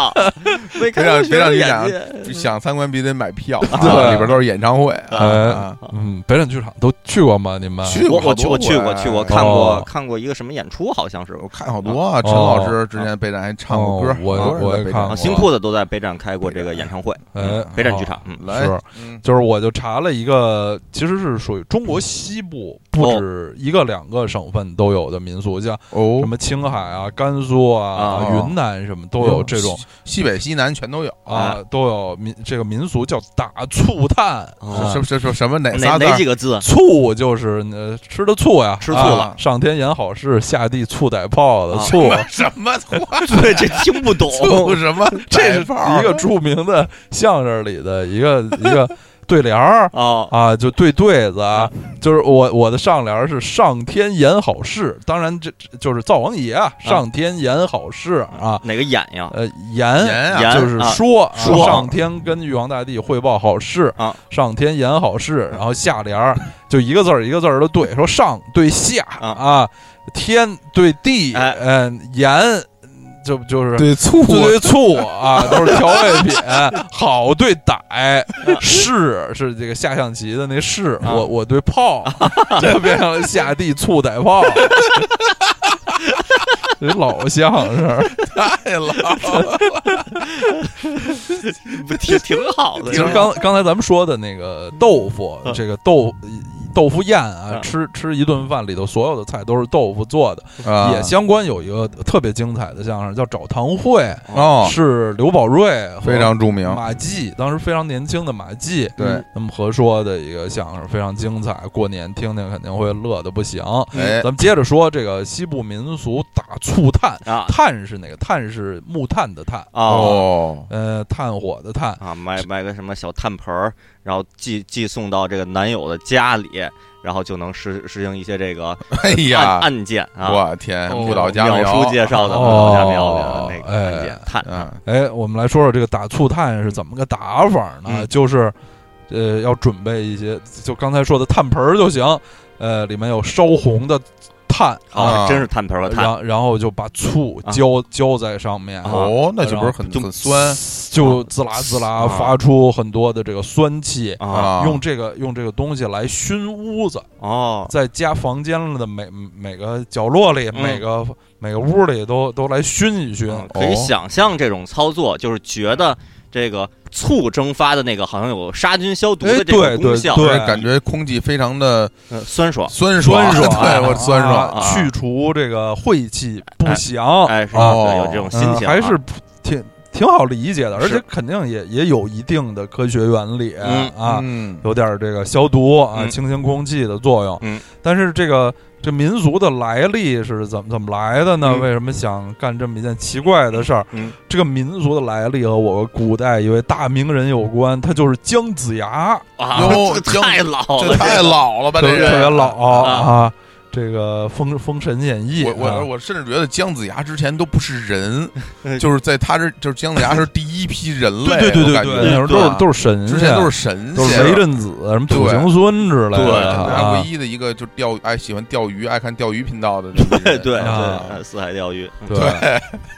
Speaker 2: 为开阔学生眼界，
Speaker 1: 想参观必须得买票，啊
Speaker 3: 对
Speaker 1: 里边都是演唱会啊啊。
Speaker 3: 嗯，北展剧场都去过吗？你们
Speaker 1: 去过
Speaker 2: 我
Speaker 1: 好
Speaker 2: 我去
Speaker 1: 多
Speaker 2: 我去过
Speaker 1: 回
Speaker 2: 去过看过
Speaker 3: 哦
Speaker 2: 看过一个什么演出，好像是我
Speaker 1: 看好多啊，陈老师之前北展还唱过歌
Speaker 3: 哎哦，我
Speaker 1: 啊
Speaker 3: 我也看
Speaker 2: 啊，
Speaker 3: 过
Speaker 2: 新裤子都在北展开过这个演唱会，
Speaker 3: 哎
Speaker 2: 嗯，北展剧场，嗯，
Speaker 1: 来
Speaker 3: 是，
Speaker 1: 嗯
Speaker 3: 就是我就查了一个，其实是属于中国西部，不
Speaker 2: 哦
Speaker 3: 止一个两个省份都有的民俗，像
Speaker 1: 哦
Speaker 3: 什，么青海啊、甘肃
Speaker 2: 哦
Speaker 3: 啊、
Speaker 1: 啊
Speaker 3: 云南什么都有这种
Speaker 1: 西北西南全都有，
Speaker 2: 哦
Speaker 3: 啊，都有民这个民俗叫打醋炭
Speaker 2: 哦
Speaker 3: 啊
Speaker 1: 什，么什么什么哪
Speaker 2: 哪
Speaker 1: 仨字
Speaker 2: 哪
Speaker 1: 儿
Speaker 2: 几个字？
Speaker 3: 醋就是呃吃的醋呀，
Speaker 2: 吃醋
Speaker 3: 啊
Speaker 1: 了
Speaker 3: 上天言好事，下地醋逮炮的
Speaker 2: 啊
Speaker 3: 醋，
Speaker 1: 什么 话？
Speaker 2: 对，这听不懂。
Speaker 1: 就什么？
Speaker 3: 哦这是
Speaker 1: 逮炮
Speaker 3: 一个著名的相声里的一个一个对联儿
Speaker 2: 哦，
Speaker 3: 啊，就对对子啊，就是我我的上联儿是上天言好事，当然这这就是灶王爷啊，上天言好事啊，
Speaker 2: 哪个眼呀？
Speaker 3: 呃言
Speaker 1: 言啊
Speaker 2: 言
Speaker 3: 就是
Speaker 2: 啊
Speaker 3: 说啊
Speaker 2: 说
Speaker 3: 上天跟玉皇大帝汇报好事
Speaker 2: 啊，
Speaker 3: 上天言好事，然后下联儿就一个字儿一个字儿的对，说上对下
Speaker 2: 啊
Speaker 3: 啊，天对地，
Speaker 2: 哎
Speaker 3: 嗯，言就就是
Speaker 1: 对醋
Speaker 3: 对醋啊，都是调味品，好对 歹，是是这个下象棋的那是，
Speaker 2: 啊
Speaker 3: 我我对 炮，就变成了下地醋歹炮。这老相声，
Speaker 1: 太了，
Speaker 2: 不挺挺好 的。
Speaker 3: 其实刚刚才咱们说的那个豆腐，
Speaker 2: 嗯
Speaker 3: 这个豆豆腐宴啊，
Speaker 2: 嗯
Speaker 3: 吃吃一顿饭里头所有的菜都是豆腐做的，
Speaker 1: 啊
Speaker 3: 也相关有一个特别精彩的相声叫《找堂会》，
Speaker 1: 哦，
Speaker 3: 是刘宝瑞和
Speaker 1: 非常著名，
Speaker 3: 马季，当时非常年轻的马季，
Speaker 1: 对，
Speaker 3: 那么合说的一个相声非常精彩，过年听听肯定会乐的不行。
Speaker 1: 哎
Speaker 3: 咱，们接着说这个西部民俗打醋炭，
Speaker 2: 啊
Speaker 3: 炭是哪个？炭是木炭的炭，
Speaker 2: 哦
Speaker 1: 哦，
Speaker 3: 呃，炭火的炭。
Speaker 2: 啊，买买个什么小炭盆儿，然后寄寄送到这个男友的家里，然后就能实实行一些这个
Speaker 1: 哎
Speaker 2: 案
Speaker 1: 呀，
Speaker 2: 案件啊。
Speaker 1: 我天，
Speaker 3: 哦
Speaker 1: 不倒家
Speaker 2: 秒叔介绍的
Speaker 3: 哦
Speaker 2: 老家庙的那个案件
Speaker 3: 哎
Speaker 2: 炭
Speaker 1: 啊，
Speaker 3: 哎，我们来说说这个打醋炭是怎么个打法呢？
Speaker 2: 嗯
Speaker 3: 就是，呃，要准备一些，就刚才说的炭盆儿就行，呃，里面有烧红的炭
Speaker 2: 啊，
Speaker 1: 啊
Speaker 2: 真是炭盆儿和
Speaker 3: 哎然
Speaker 2: 炭，
Speaker 3: 后然后就把醋
Speaker 2: 啊
Speaker 3: 浇浇在上面，
Speaker 2: 啊
Speaker 1: 哦，那就不是很
Speaker 2: 就
Speaker 1: 很酸
Speaker 3: 就滋啦滋啦发出很多的这个酸气。
Speaker 2: 啊
Speaker 1: 啊？
Speaker 3: 用这个用这个东西来熏屋子，
Speaker 2: 哦
Speaker 3: 在家房间的每每个角落里、
Speaker 2: 嗯
Speaker 3: 每个每个屋里都都来熏一熏。
Speaker 2: 嗯可以想象这种操作，就是觉得这个醋蒸发的那个好像有杀菌消毒的
Speaker 3: 哎
Speaker 2: 这种
Speaker 3: 对
Speaker 2: 功
Speaker 3: 对
Speaker 2: 效，
Speaker 3: 对
Speaker 1: 就是感觉空气非常的
Speaker 2: 嗯酸爽，
Speaker 1: 酸
Speaker 3: 酸爽，
Speaker 1: 对我酸爽，
Speaker 2: 啊
Speaker 3: 啊去除这个晦气不
Speaker 2: 哎
Speaker 3: 祥，
Speaker 2: 哎，是吧？
Speaker 1: 哦
Speaker 2: 对，有这种心
Speaker 3: 嗯
Speaker 2: 情啊，
Speaker 3: 还是挺挺好理解的，而且
Speaker 2: 是
Speaker 3: 肯定也也有一定的科学原理
Speaker 2: 嗯
Speaker 3: 啊。
Speaker 1: 嗯，
Speaker 3: 有点儿这个消毒啊、
Speaker 2: 嗯
Speaker 3: 清新空气的作用。
Speaker 2: 嗯
Speaker 3: 但是这个这民俗的来历是怎么怎么来的呢？
Speaker 2: 嗯
Speaker 3: 为什么想干这么一件奇怪的事儿？
Speaker 2: 嗯
Speaker 3: 这个民俗的来历和我古代一位大名人有关，他就是姜子牙，
Speaker 2: 啊，
Speaker 1: 哟
Speaker 2: 这个太老
Speaker 1: 这
Speaker 2: 了，
Speaker 1: 太
Speaker 2: 这个
Speaker 1: 老了吧，
Speaker 3: 特
Speaker 1: 这
Speaker 3: 别
Speaker 1: 人
Speaker 3: 哦特别老
Speaker 2: 啊
Speaker 3: 啊。这个《封封神演义》
Speaker 1: 我我
Speaker 3: 啊
Speaker 1: 我甚至觉得姜子牙之前都不是 人
Speaker 2: 哎，
Speaker 1: 就是在他这就是姜子牙是第一批人类，
Speaker 3: 对对对
Speaker 1: 我
Speaker 3: 对
Speaker 1: 感觉
Speaker 3: 对，那时候都是都是神仙，
Speaker 1: 之
Speaker 3: 啊
Speaker 1: 前都是神
Speaker 3: 都是
Speaker 1: 仙，啊
Speaker 3: 雷震子、什么土
Speaker 1: 对
Speaker 3: 行孙之类
Speaker 1: 对，
Speaker 3: 的
Speaker 1: 姜子
Speaker 3: 啊
Speaker 1: 牙唯一的一个就钓爱喜欢钓鱼、爱看钓鱼频道的那个
Speaker 2: 对
Speaker 1: 人，
Speaker 2: 对
Speaker 3: 啊
Speaker 2: 对，四海钓鱼，嗯
Speaker 3: 对。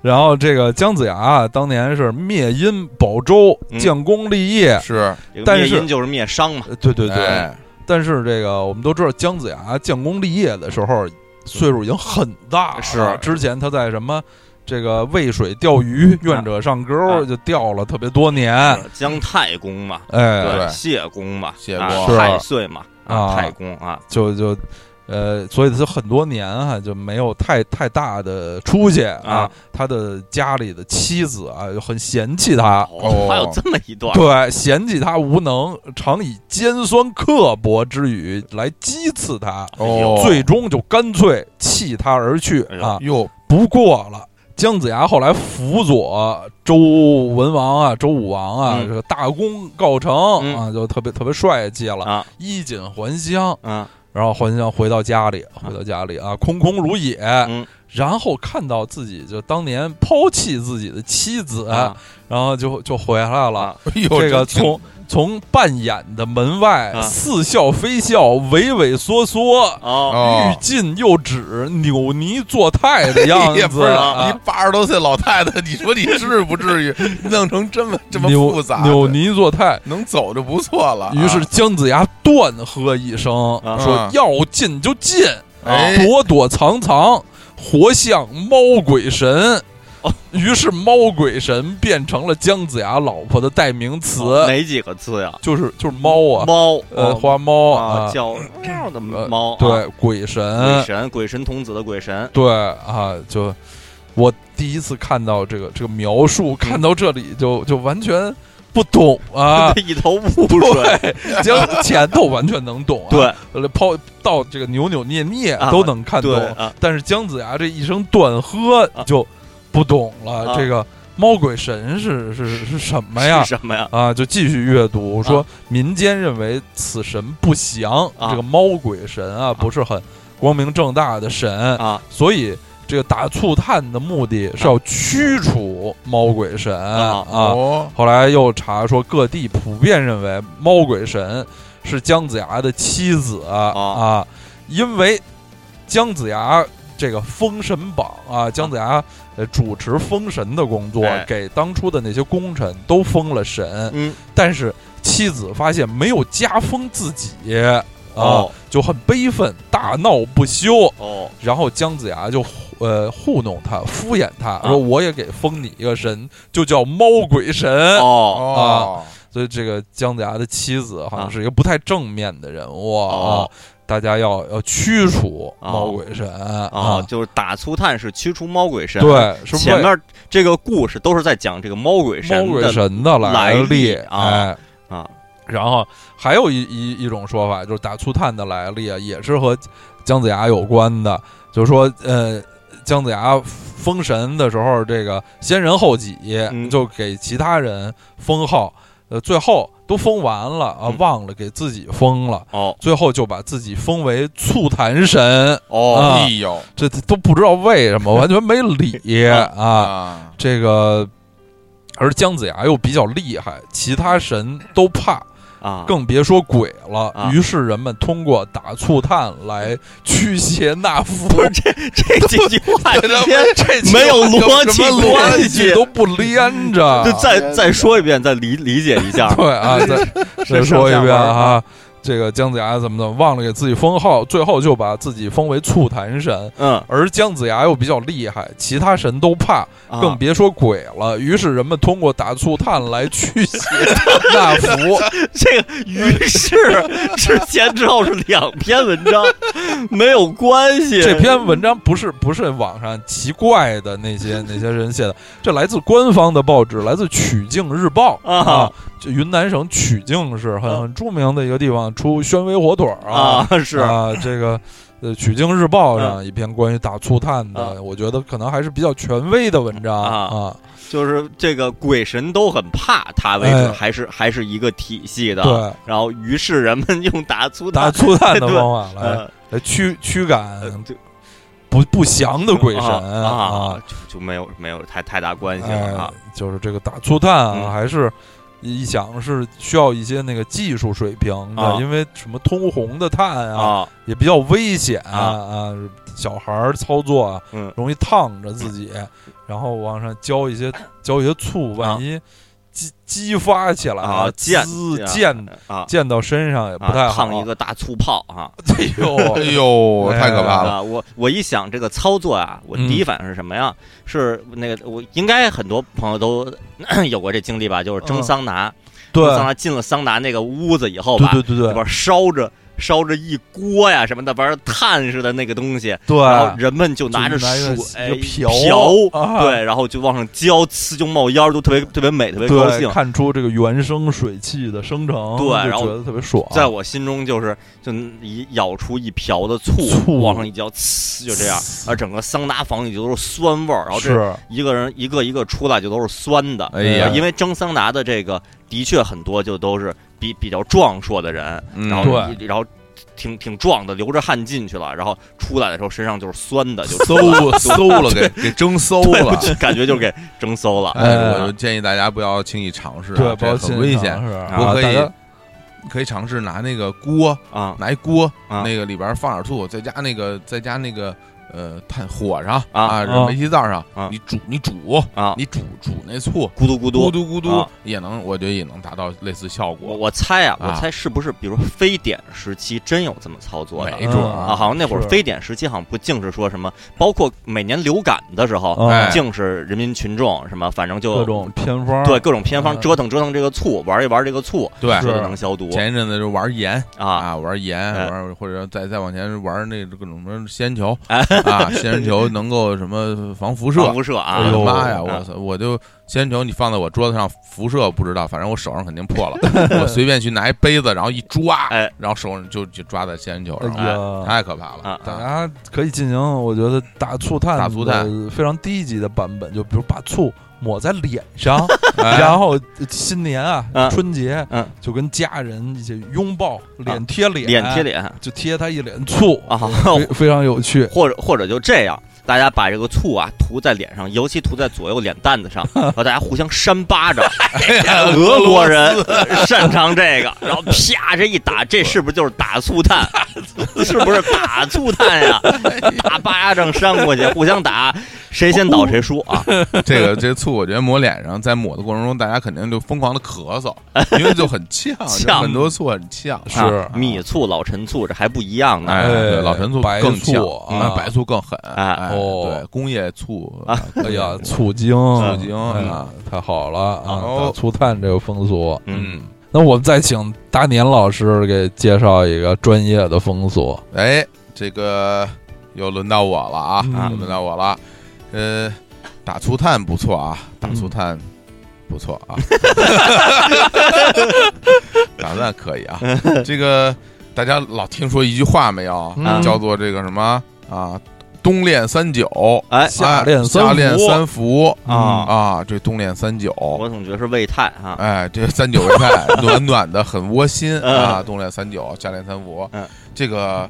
Speaker 3: 然后这个姜子牙啊当年是灭殷保州，
Speaker 2: 嗯
Speaker 3: 建功立业。
Speaker 1: 是，
Speaker 2: 这个
Speaker 3: 但
Speaker 2: 灭
Speaker 3: 是
Speaker 2: 阴就是灭商嘛，
Speaker 3: 呃对对对。
Speaker 1: 哎
Speaker 3: 但是这个我们都知道，姜子牙建功立业的时候岁数已经很大了。
Speaker 2: 是
Speaker 3: 之前他在什么这个渭水钓鱼，愿者上
Speaker 2: 啊
Speaker 3: 钩就钓了特别多年。
Speaker 2: 姜太公嘛，
Speaker 3: 哎，
Speaker 1: 对
Speaker 2: 谢公嘛，
Speaker 1: 谢
Speaker 2: 啊
Speaker 1: 公
Speaker 3: 是
Speaker 2: 太岁嘛，
Speaker 3: 啊
Speaker 2: 太公啊，
Speaker 3: 就就。呃，所以他很多年啊就没有太太大的出息啊
Speaker 2: 啊，
Speaker 3: 他的家里的妻子啊就很嫌弃他，
Speaker 2: 哦，还有这么一段儿，
Speaker 3: 啊对，嫌弃他无能，常以尖酸刻薄之语来讥刺他，
Speaker 1: 哦，
Speaker 2: 啊
Speaker 3: 最终就干脆弃他而去
Speaker 2: 哎呦
Speaker 3: 啊，
Speaker 1: 哟
Speaker 3: 不过了。姜子牙后来辅佐周文王啊、周武王啊，
Speaker 2: 嗯
Speaker 3: 这个大功告成、
Speaker 2: 嗯
Speaker 3: 啊，就特别特别帅气了，
Speaker 2: 啊
Speaker 3: 衣锦还乡。
Speaker 2: 啊
Speaker 3: 啊然后还乡回到家里，回到家里啊，空空如也。
Speaker 2: 嗯
Speaker 3: 然后看到自己就当年抛弃自己的妻子，
Speaker 2: 啊
Speaker 3: 然后就就回来了。
Speaker 2: 啊
Speaker 1: 哎呦，
Speaker 3: 这个
Speaker 1: 挺
Speaker 3: 从从扮演的门外、
Speaker 2: 啊
Speaker 3: 似笑非笑、畏畏缩缩、
Speaker 2: 哦，
Speaker 1: 哦
Speaker 3: 欲，进又止、扭捏作态的 样
Speaker 1: 也不
Speaker 3: 子，
Speaker 1: 是
Speaker 3: 啊
Speaker 1: 你八十多岁老太 太，你说你至不至于 弄成这么这么
Speaker 3: 扭
Speaker 1: 复杂？
Speaker 3: 扭捏作态。
Speaker 1: 能走就不错了啊。
Speaker 3: 于是姜子牙断喝一声，
Speaker 2: 啊哦
Speaker 3: 说：“要进就进，
Speaker 1: 哎
Speaker 3: 躲躲藏藏，活像猫鬼神。”
Speaker 1: 哦
Speaker 3: 于是猫鬼神变成了姜子牙老婆的代名
Speaker 1: 哦
Speaker 3: 词，
Speaker 2: 哪几个字呀？
Speaker 3: 就是就是猫啊，
Speaker 2: 猫，
Speaker 3: 呃，
Speaker 2: 哦
Speaker 3: 花猫
Speaker 2: 啊，
Speaker 3: 啊，
Speaker 2: 叫喵的
Speaker 3: 呃
Speaker 2: 猫，啊，
Speaker 3: 对，嗯鬼神
Speaker 2: 鬼，神，鬼神童子的鬼神，
Speaker 3: 对啊，就我第一次看到这个这个描述，看到这里就就完全不懂啊。
Speaker 2: 一头 雾水，
Speaker 3: 将前头完全能懂、啊，
Speaker 2: 啊对
Speaker 3: 呃，抛到这个扭扭捏捏
Speaker 2: 啊
Speaker 3: 都能看懂，
Speaker 2: 对啊，
Speaker 3: 但是姜子牙这一声断喝
Speaker 2: 啊
Speaker 3: 就不懂了。
Speaker 2: 啊
Speaker 3: 这个猫鬼神是是是什么呀
Speaker 2: 是？啊什么呀？
Speaker 3: 啊，就继续阅读说，民间认为此神不祥，
Speaker 2: 啊
Speaker 3: 这个猫鬼神啊不是很光明正大的神，
Speaker 2: 啊
Speaker 3: 所以这个打醋炭的目的是要驱除猫鬼神
Speaker 2: 啊
Speaker 1: 哦，
Speaker 3: 后来又查说，各地普遍认为猫鬼神是姜子牙的妻子啊
Speaker 2: 啊
Speaker 3: 因为姜子牙这个封神榜啊，姜子牙呃主持封神的工作，
Speaker 2: 哎
Speaker 3: 给当初的那些功臣都封了神，
Speaker 2: 嗯，
Speaker 3: 但是妻子发现没有加封自己啊，
Speaker 2: 哦
Speaker 3: 就很悲愤，大闹不休。
Speaker 2: 哦
Speaker 3: 然后姜子牙就糊呃糊弄他，敷衍他，
Speaker 2: 啊
Speaker 3: 说我也给封你一个神，就叫猫鬼神。
Speaker 2: 哦
Speaker 1: 哦，
Speaker 3: 所以这个姜子牙的妻子好像是一个不太正面的人物
Speaker 2: 啊哦
Speaker 3: 啊，大家要要驱除
Speaker 2: 哦
Speaker 3: 猫鬼神啊
Speaker 2: 哦，，就是打粗炭是驱除猫鬼神，，
Speaker 3: 对，是
Speaker 2: 前
Speaker 3: 为
Speaker 2: 面这个故事都是在讲这个猫鬼神
Speaker 3: 猫鬼
Speaker 2: 的
Speaker 3: 神的
Speaker 2: 来历
Speaker 3: 历
Speaker 2: 啊
Speaker 3: 哎
Speaker 2: 啊。
Speaker 3: 然后还有一一一种说法，就是打粗炭的来历啊，也是和姜子牙有关的，就是说，呃，姜子牙封神的时候，这个先人后己，
Speaker 2: 嗯
Speaker 3: 就给其他人封号，呃，最后都封完了啊
Speaker 2: 嗯，
Speaker 3: 忘了给自己封了，
Speaker 2: 哦
Speaker 3: 最后就把自己封为醋坛神，
Speaker 2: 哦
Speaker 3: 啊
Speaker 1: 哎呦
Speaker 3: 这这都不知道为什么，完全没 理啊
Speaker 1: 啊，
Speaker 3: 这个，而姜子牙又比较厉害，其他神都怕，
Speaker 2: 啊，
Speaker 3: 更别说鬼了。
Speaker 2: 啊嗯
Speaker 3: 于是人们通过打醋炭来驱邪纳福，
Speaker 2: 不是这这几句 话之间
Speaker 3: 这
Speaker 2: 没有
Speaker 1: 有
Speaker 2: 逻辑
Speaker 1: 什么
Speaker 2: 关
Speaker 3: 一
Speaker 2: 系
Speaker 3: 句，都不连着。。
Speaker 2: 就再再说一遍，再理理解一下
Speaker 3: 对啊，再再说一遍啊。这个姜子牙怎么怎么忘了给自己封号，最后就把自己封为醋坛神。
Speaker 2: 嗯，
Speaker 3: 而姜子牙又比较厉害，其他神都怕，
Speaker 2: 啊
Speaker 3: 更别说鬼了。于是人们通过打醋炭来驱邪纳福。
Speaker 2: 这 个于是之前之后是两篇文章，没有关系。
Speaker 3: 这篇文章不是不是网上奇怪的那些那些人写的，这来自官方的报纸，来自曲靖日报
Speaker 2: 啊
Speaker 3: 啊。这云南省曲靖市
Speaker 2: 啊
Speaker 3: 很很著名的一个地方，出宣威火腿儿
Speaker 2: 啊
Speaker 3: 啊，
Speaker 2: 是嗯
Speaker 3: 啊，这个。呃，《曲靖日报》上一篇关于打醋炭
Speaker 2: 啊
Speaker 3: 的，我觉得可能还是比较权威的文章
Speaker 2: 啊
Speaker 3: 啊。
Speaker 2: 就是这个鬼神都很怕他为止，
Speaker 3: 哎
Speaker 2: 还是还是一个体系的。
Speaker 3: 对，
Speaker 2: 然后于是人们用打粗
Speaker 3: 打
Speaker 2: 打
Speaker 3: 醋炭的
Speaker 2: 对
Speaker 3: 方法来嗯
Speaker 2: 呃
Speaker 3: 来驱驱
Speaker 2: 呃
Speaker 3: 赶
Speaker 2: 就
Speaker 3: 不不祥的鬼神
Speaker 2: 啊啊，就就没有没有太太大关系了
Speaker 3: 哎
Speaker 2: 啊。，
Speaker 3: 就是这个打醋炭
Speaker 2: 嗯
Speaker 3: 啊，还是一想是需要一些那个技术水平
Speaker 2: 啊
Speaker 3: 的，因为什么通红的炭啊，
Speaker 2: 啊
Speaker 3: 也比较危险啊
Speaker 2: 啊
Speaker 3: 啊，小孩儿操作啊
Speaker 2: 嗯
Speaker 3: 容易烫着自己，然后往上浇一些浇一些醋，万一激激发起来
Speaker 2: 啊溅
Speaker 3: 滋
Speaker 2: 啊
Speaker 3: 溅
Speaker 2: 啊
Speaker 3: 溅到身上嗯也不
Speaker 2: 啊
Speaker 3: 太好。
Speaker 2: 烫一个大粗泡啊！
Speaker 3: 哎
Speaker 1: 哎
Speaker 3: 呦，
Speaker 1: 呦，
Speaker 3: 哎
Speaker 1: 太可怕了！
Speaker 2: 啊，我我一想这个操作啊，我第一反应是什么
Speaker 3: 嗯
Speaker 2: 呀？是那个我应该很多朋友都有过这经历吧，就是蒸
Speaker 3: 嗯
Speaker 2: 桑拿，
Speaker 3: 对
Speaker 2: 蒸桑拿进了桑拿那个屋子以后吧，
Speaker 3: 对对对
Speaker 2: 里
Speaker 3: 对
Speaker 2: 边烧着烧着一锅呀什么的，玩意儿炭似的那个东西，
Speaker 3: 对，
Speaker 2: 然后人们就
Speaker 3: 就
Speaker 2: 拿着
Speaker 3: 拿一个
Speaker 2: 水哎
Speaker 3: 一个瓢啊
Speaker 2: 对，然后就往上浇，呲就冒烟，都特别特别美，特别高
Speaker 3: 对，
Speaker 2: 兴。
Speaker 3: 看出这个原生水汽的生成，
Speaker 2: 对
Speaker 3: 就
Speaker 2: 然后
Speaker 3: 觉得特别爽。
Speaker 2: 在我心中就是就一舀出一瓢的醋，
Speaker 3: 醋
Speaker 2: 往上一浇，呲就这样，而整个桑拿房里就都是酸味儿，然后这
Speaker 3: 是
Speaker 2: 一个人一个一个出来就都是酸的。呃
Speaker 1: 哎呀，
Speaker 2: 因为蒸桑拿的这个的确很多就都是比比较壮硕的人，
Speaker 1: 嗯
Speaker 2: 然后一然后挺挺壮的，流着汗进去了，然后出来的时候身上就是酸的，就
Speaker 1: 馊馊了，给给蒸 馊了。
Speaker 2: 对，感觉就是给蒸馊了。啊
Speaker 1: 哎，我就建议大家不要轻易尝试啊，
Speaker 3: 对，
Speaker 1: 这很危险。
Speaker 3: 是
Speaker 1: 我
Speaker 3: 啊，
Speaker 1: 可
Speaker 3: 大
Speaker 1: 以
Speaker 3: 家
Speaker 1: 可以尝试拿那个锅，
Speaker 2: 啊
Speaker 1: 拿一锅，
Speaker 2: 啊
Speaker 1: 那个里边放点醋，再加那个再加那个呃炭火上
Speaker 2: 啊
Speaker 3: 啊
Speaker 1: 煤气灶上
Speaker 2: 啊，
Speaker 1: 你煮你煮
Speaker 2: 啊！
Speaker 1: 你煮煮那醋，
Speaker 2: 咕嘟咕
Speaker 1: 咕
Speaker 2: 嘟，
Speaker 1: 嘟咕嘟
Speaker 2: 啊
Speaker 1: 也能，我觉得也能达到类似效
Speaker 2: 我
Speaker 1: 果，
Speaker 2: 我猜啊，
Speaker 1: 啊
Speaker 2: 我猜是不是比如说非典时期真有这么操作的
Speaker 1: 没？准
Speaker 3: 嗯
Speaker 2: 啊，好像那会儿
Speaker 3: 是
Speaker 2: 非典时期好像不净是说什么，包括每年流感的时候，
Speaker 1: 哎
Speaker 2: 净是人民群众什么，反正就
Speaker 3: 哦各种偏方，
Speaker 2: 对各种偏方
Speaker 3: 嗯
Speaker 2: 折腾折腾这个醋，玩一玩这个醋，
Speaker 1: 对
Speaker 2: 说
Speaker 3: 是
Speaker 2: 就能消毒
Speaker 1: 前一阵子就玩盐
Speaker 2: 啊。
Speaker 1: 啊，玩盐，
Speaker 2: 哎
Speaker 1: 玩或者再再往前玩那各种什么仙人球
Speaker 2: 哎
Speaker 1: 啊， 仙人球能够什么防辐射哎
Speaker 2: 防。辐射啊
Speaker 1: 我！的妈呀！
Speaker 2: 嗯
Speaker 1: 我操！我就仙人球，你放在我桌子上辐射不知道，反正我手上肯定破了。我随便去拿一杯子，然后一抓
Speaker 2: 哎，
Speaker 1: 然后手上就就抓在仙人球
Speaker 3: 哎
Speaker 1: 上，
Speaker 3: 呀，
Speaker 1: 太可怕了
Speaker 2: 啊
Speaker 3: 大
Speaker 1: 啊！
Speaker 3: 家可以进行，我觉得打醋炭
Speaker 1: 打醋炭
Speaker 3: 的非常低级的版本，就比如把醋抹在脸上，
Speaker 1: 哎
Speaker 3: 然后新年啊、
Speaker 2: 嗯
Speaker 3: 春节，
Speaker 2: 嗯啊
Speaker 3: 就跟家人一起拥抱，脸贴脸，
Speaker 2: 脸贴，
Speaker 1: 哎
Speaker 2: 脸
Speaker 3: 就贴他一脸醋，
Speaker 2: 啊，
Speaker 3: 非非常有趣。
Speaker 2: 或者或者就这样，大家把这个醋啊涂在脸上，尤其涂在左右脸蛋子上，然后大家互相扇 巴掌。
Speaker 1: 哎
Speaker 2: 俄国人擅长这个，然后啪这一打，这是不是就是打醋炭？是不是打醋炭呀？大巴掌扇过去，互相打，谁先倒谁输啊！
Speaker 1: 这个这醋，我觉得抹脸上，在抹的过程中，大家肯定就疯狂的咳嗽，因为就很呛，
Speaker 2: 呛
Speaker 1: 就很多醋很呛。
Speaker 3: 是
Speaker 2: 啊米醋、老陈醋这还不一
Speaker 1: 哎，
Speaker 2: 样呢。啊
Speaker 1: 对，老陈醋
Speaker 3: 白
Speaker 1: 更
Speaker 3: 醋
Speaker 1: 呛，
Speaker 3: 啊
Speaker 1: 啊白醋更狠。哎，
Speaker 3: 哦
Speaker 1: 对，工业醋，
Speaker 3: 哎呀，
Speaker 1: 醋，
Speaker 3: 醋精，醋
Speaker 1: 精
Speaker 3: 啊，太好了啊！
Speaker 1: 好
Speaker 3: 打醋炭这个风俗，
Speaker 2: 嗯，
Speaker 1: 嗯，
Speaker 3: 那我们再请大年老师给介绍一个专业的风俗
Speaker 1: 哎，这个又轮到我了啊，
Speaker 3: 嗯
Speaker 1: 又轮到我了，呃，打醋炭不错啊，打
Speaker 3: 嗯
Speaker 1: 醋炭不错啊，打醋炭可 以啊，这个大家老听说一句话没有
Speaker 3: 嗯，
Speaker 1: 叫做这个什么啊，冬练三九，
Speaker 2: 哎
Speaker 3: 夏
Speaker 1: 哎
Speaker 3: 练三
Speaker 1: 夏练
Speaker 3: 伏
Speaker 1: 三伏
Speaker 2: 啊，
Speaker 1: 啊，这冬练三九，
Speaker 2: 我总觉得是胃泰啊。
Speaker 1: 哎，这三九为菜，暖暖的，很窝心
Speaker 2: 嗯
Speaker 1: 啊。冬练三九，夏练三伏
Speaker 2: 嗯，
Speaker 1: 这个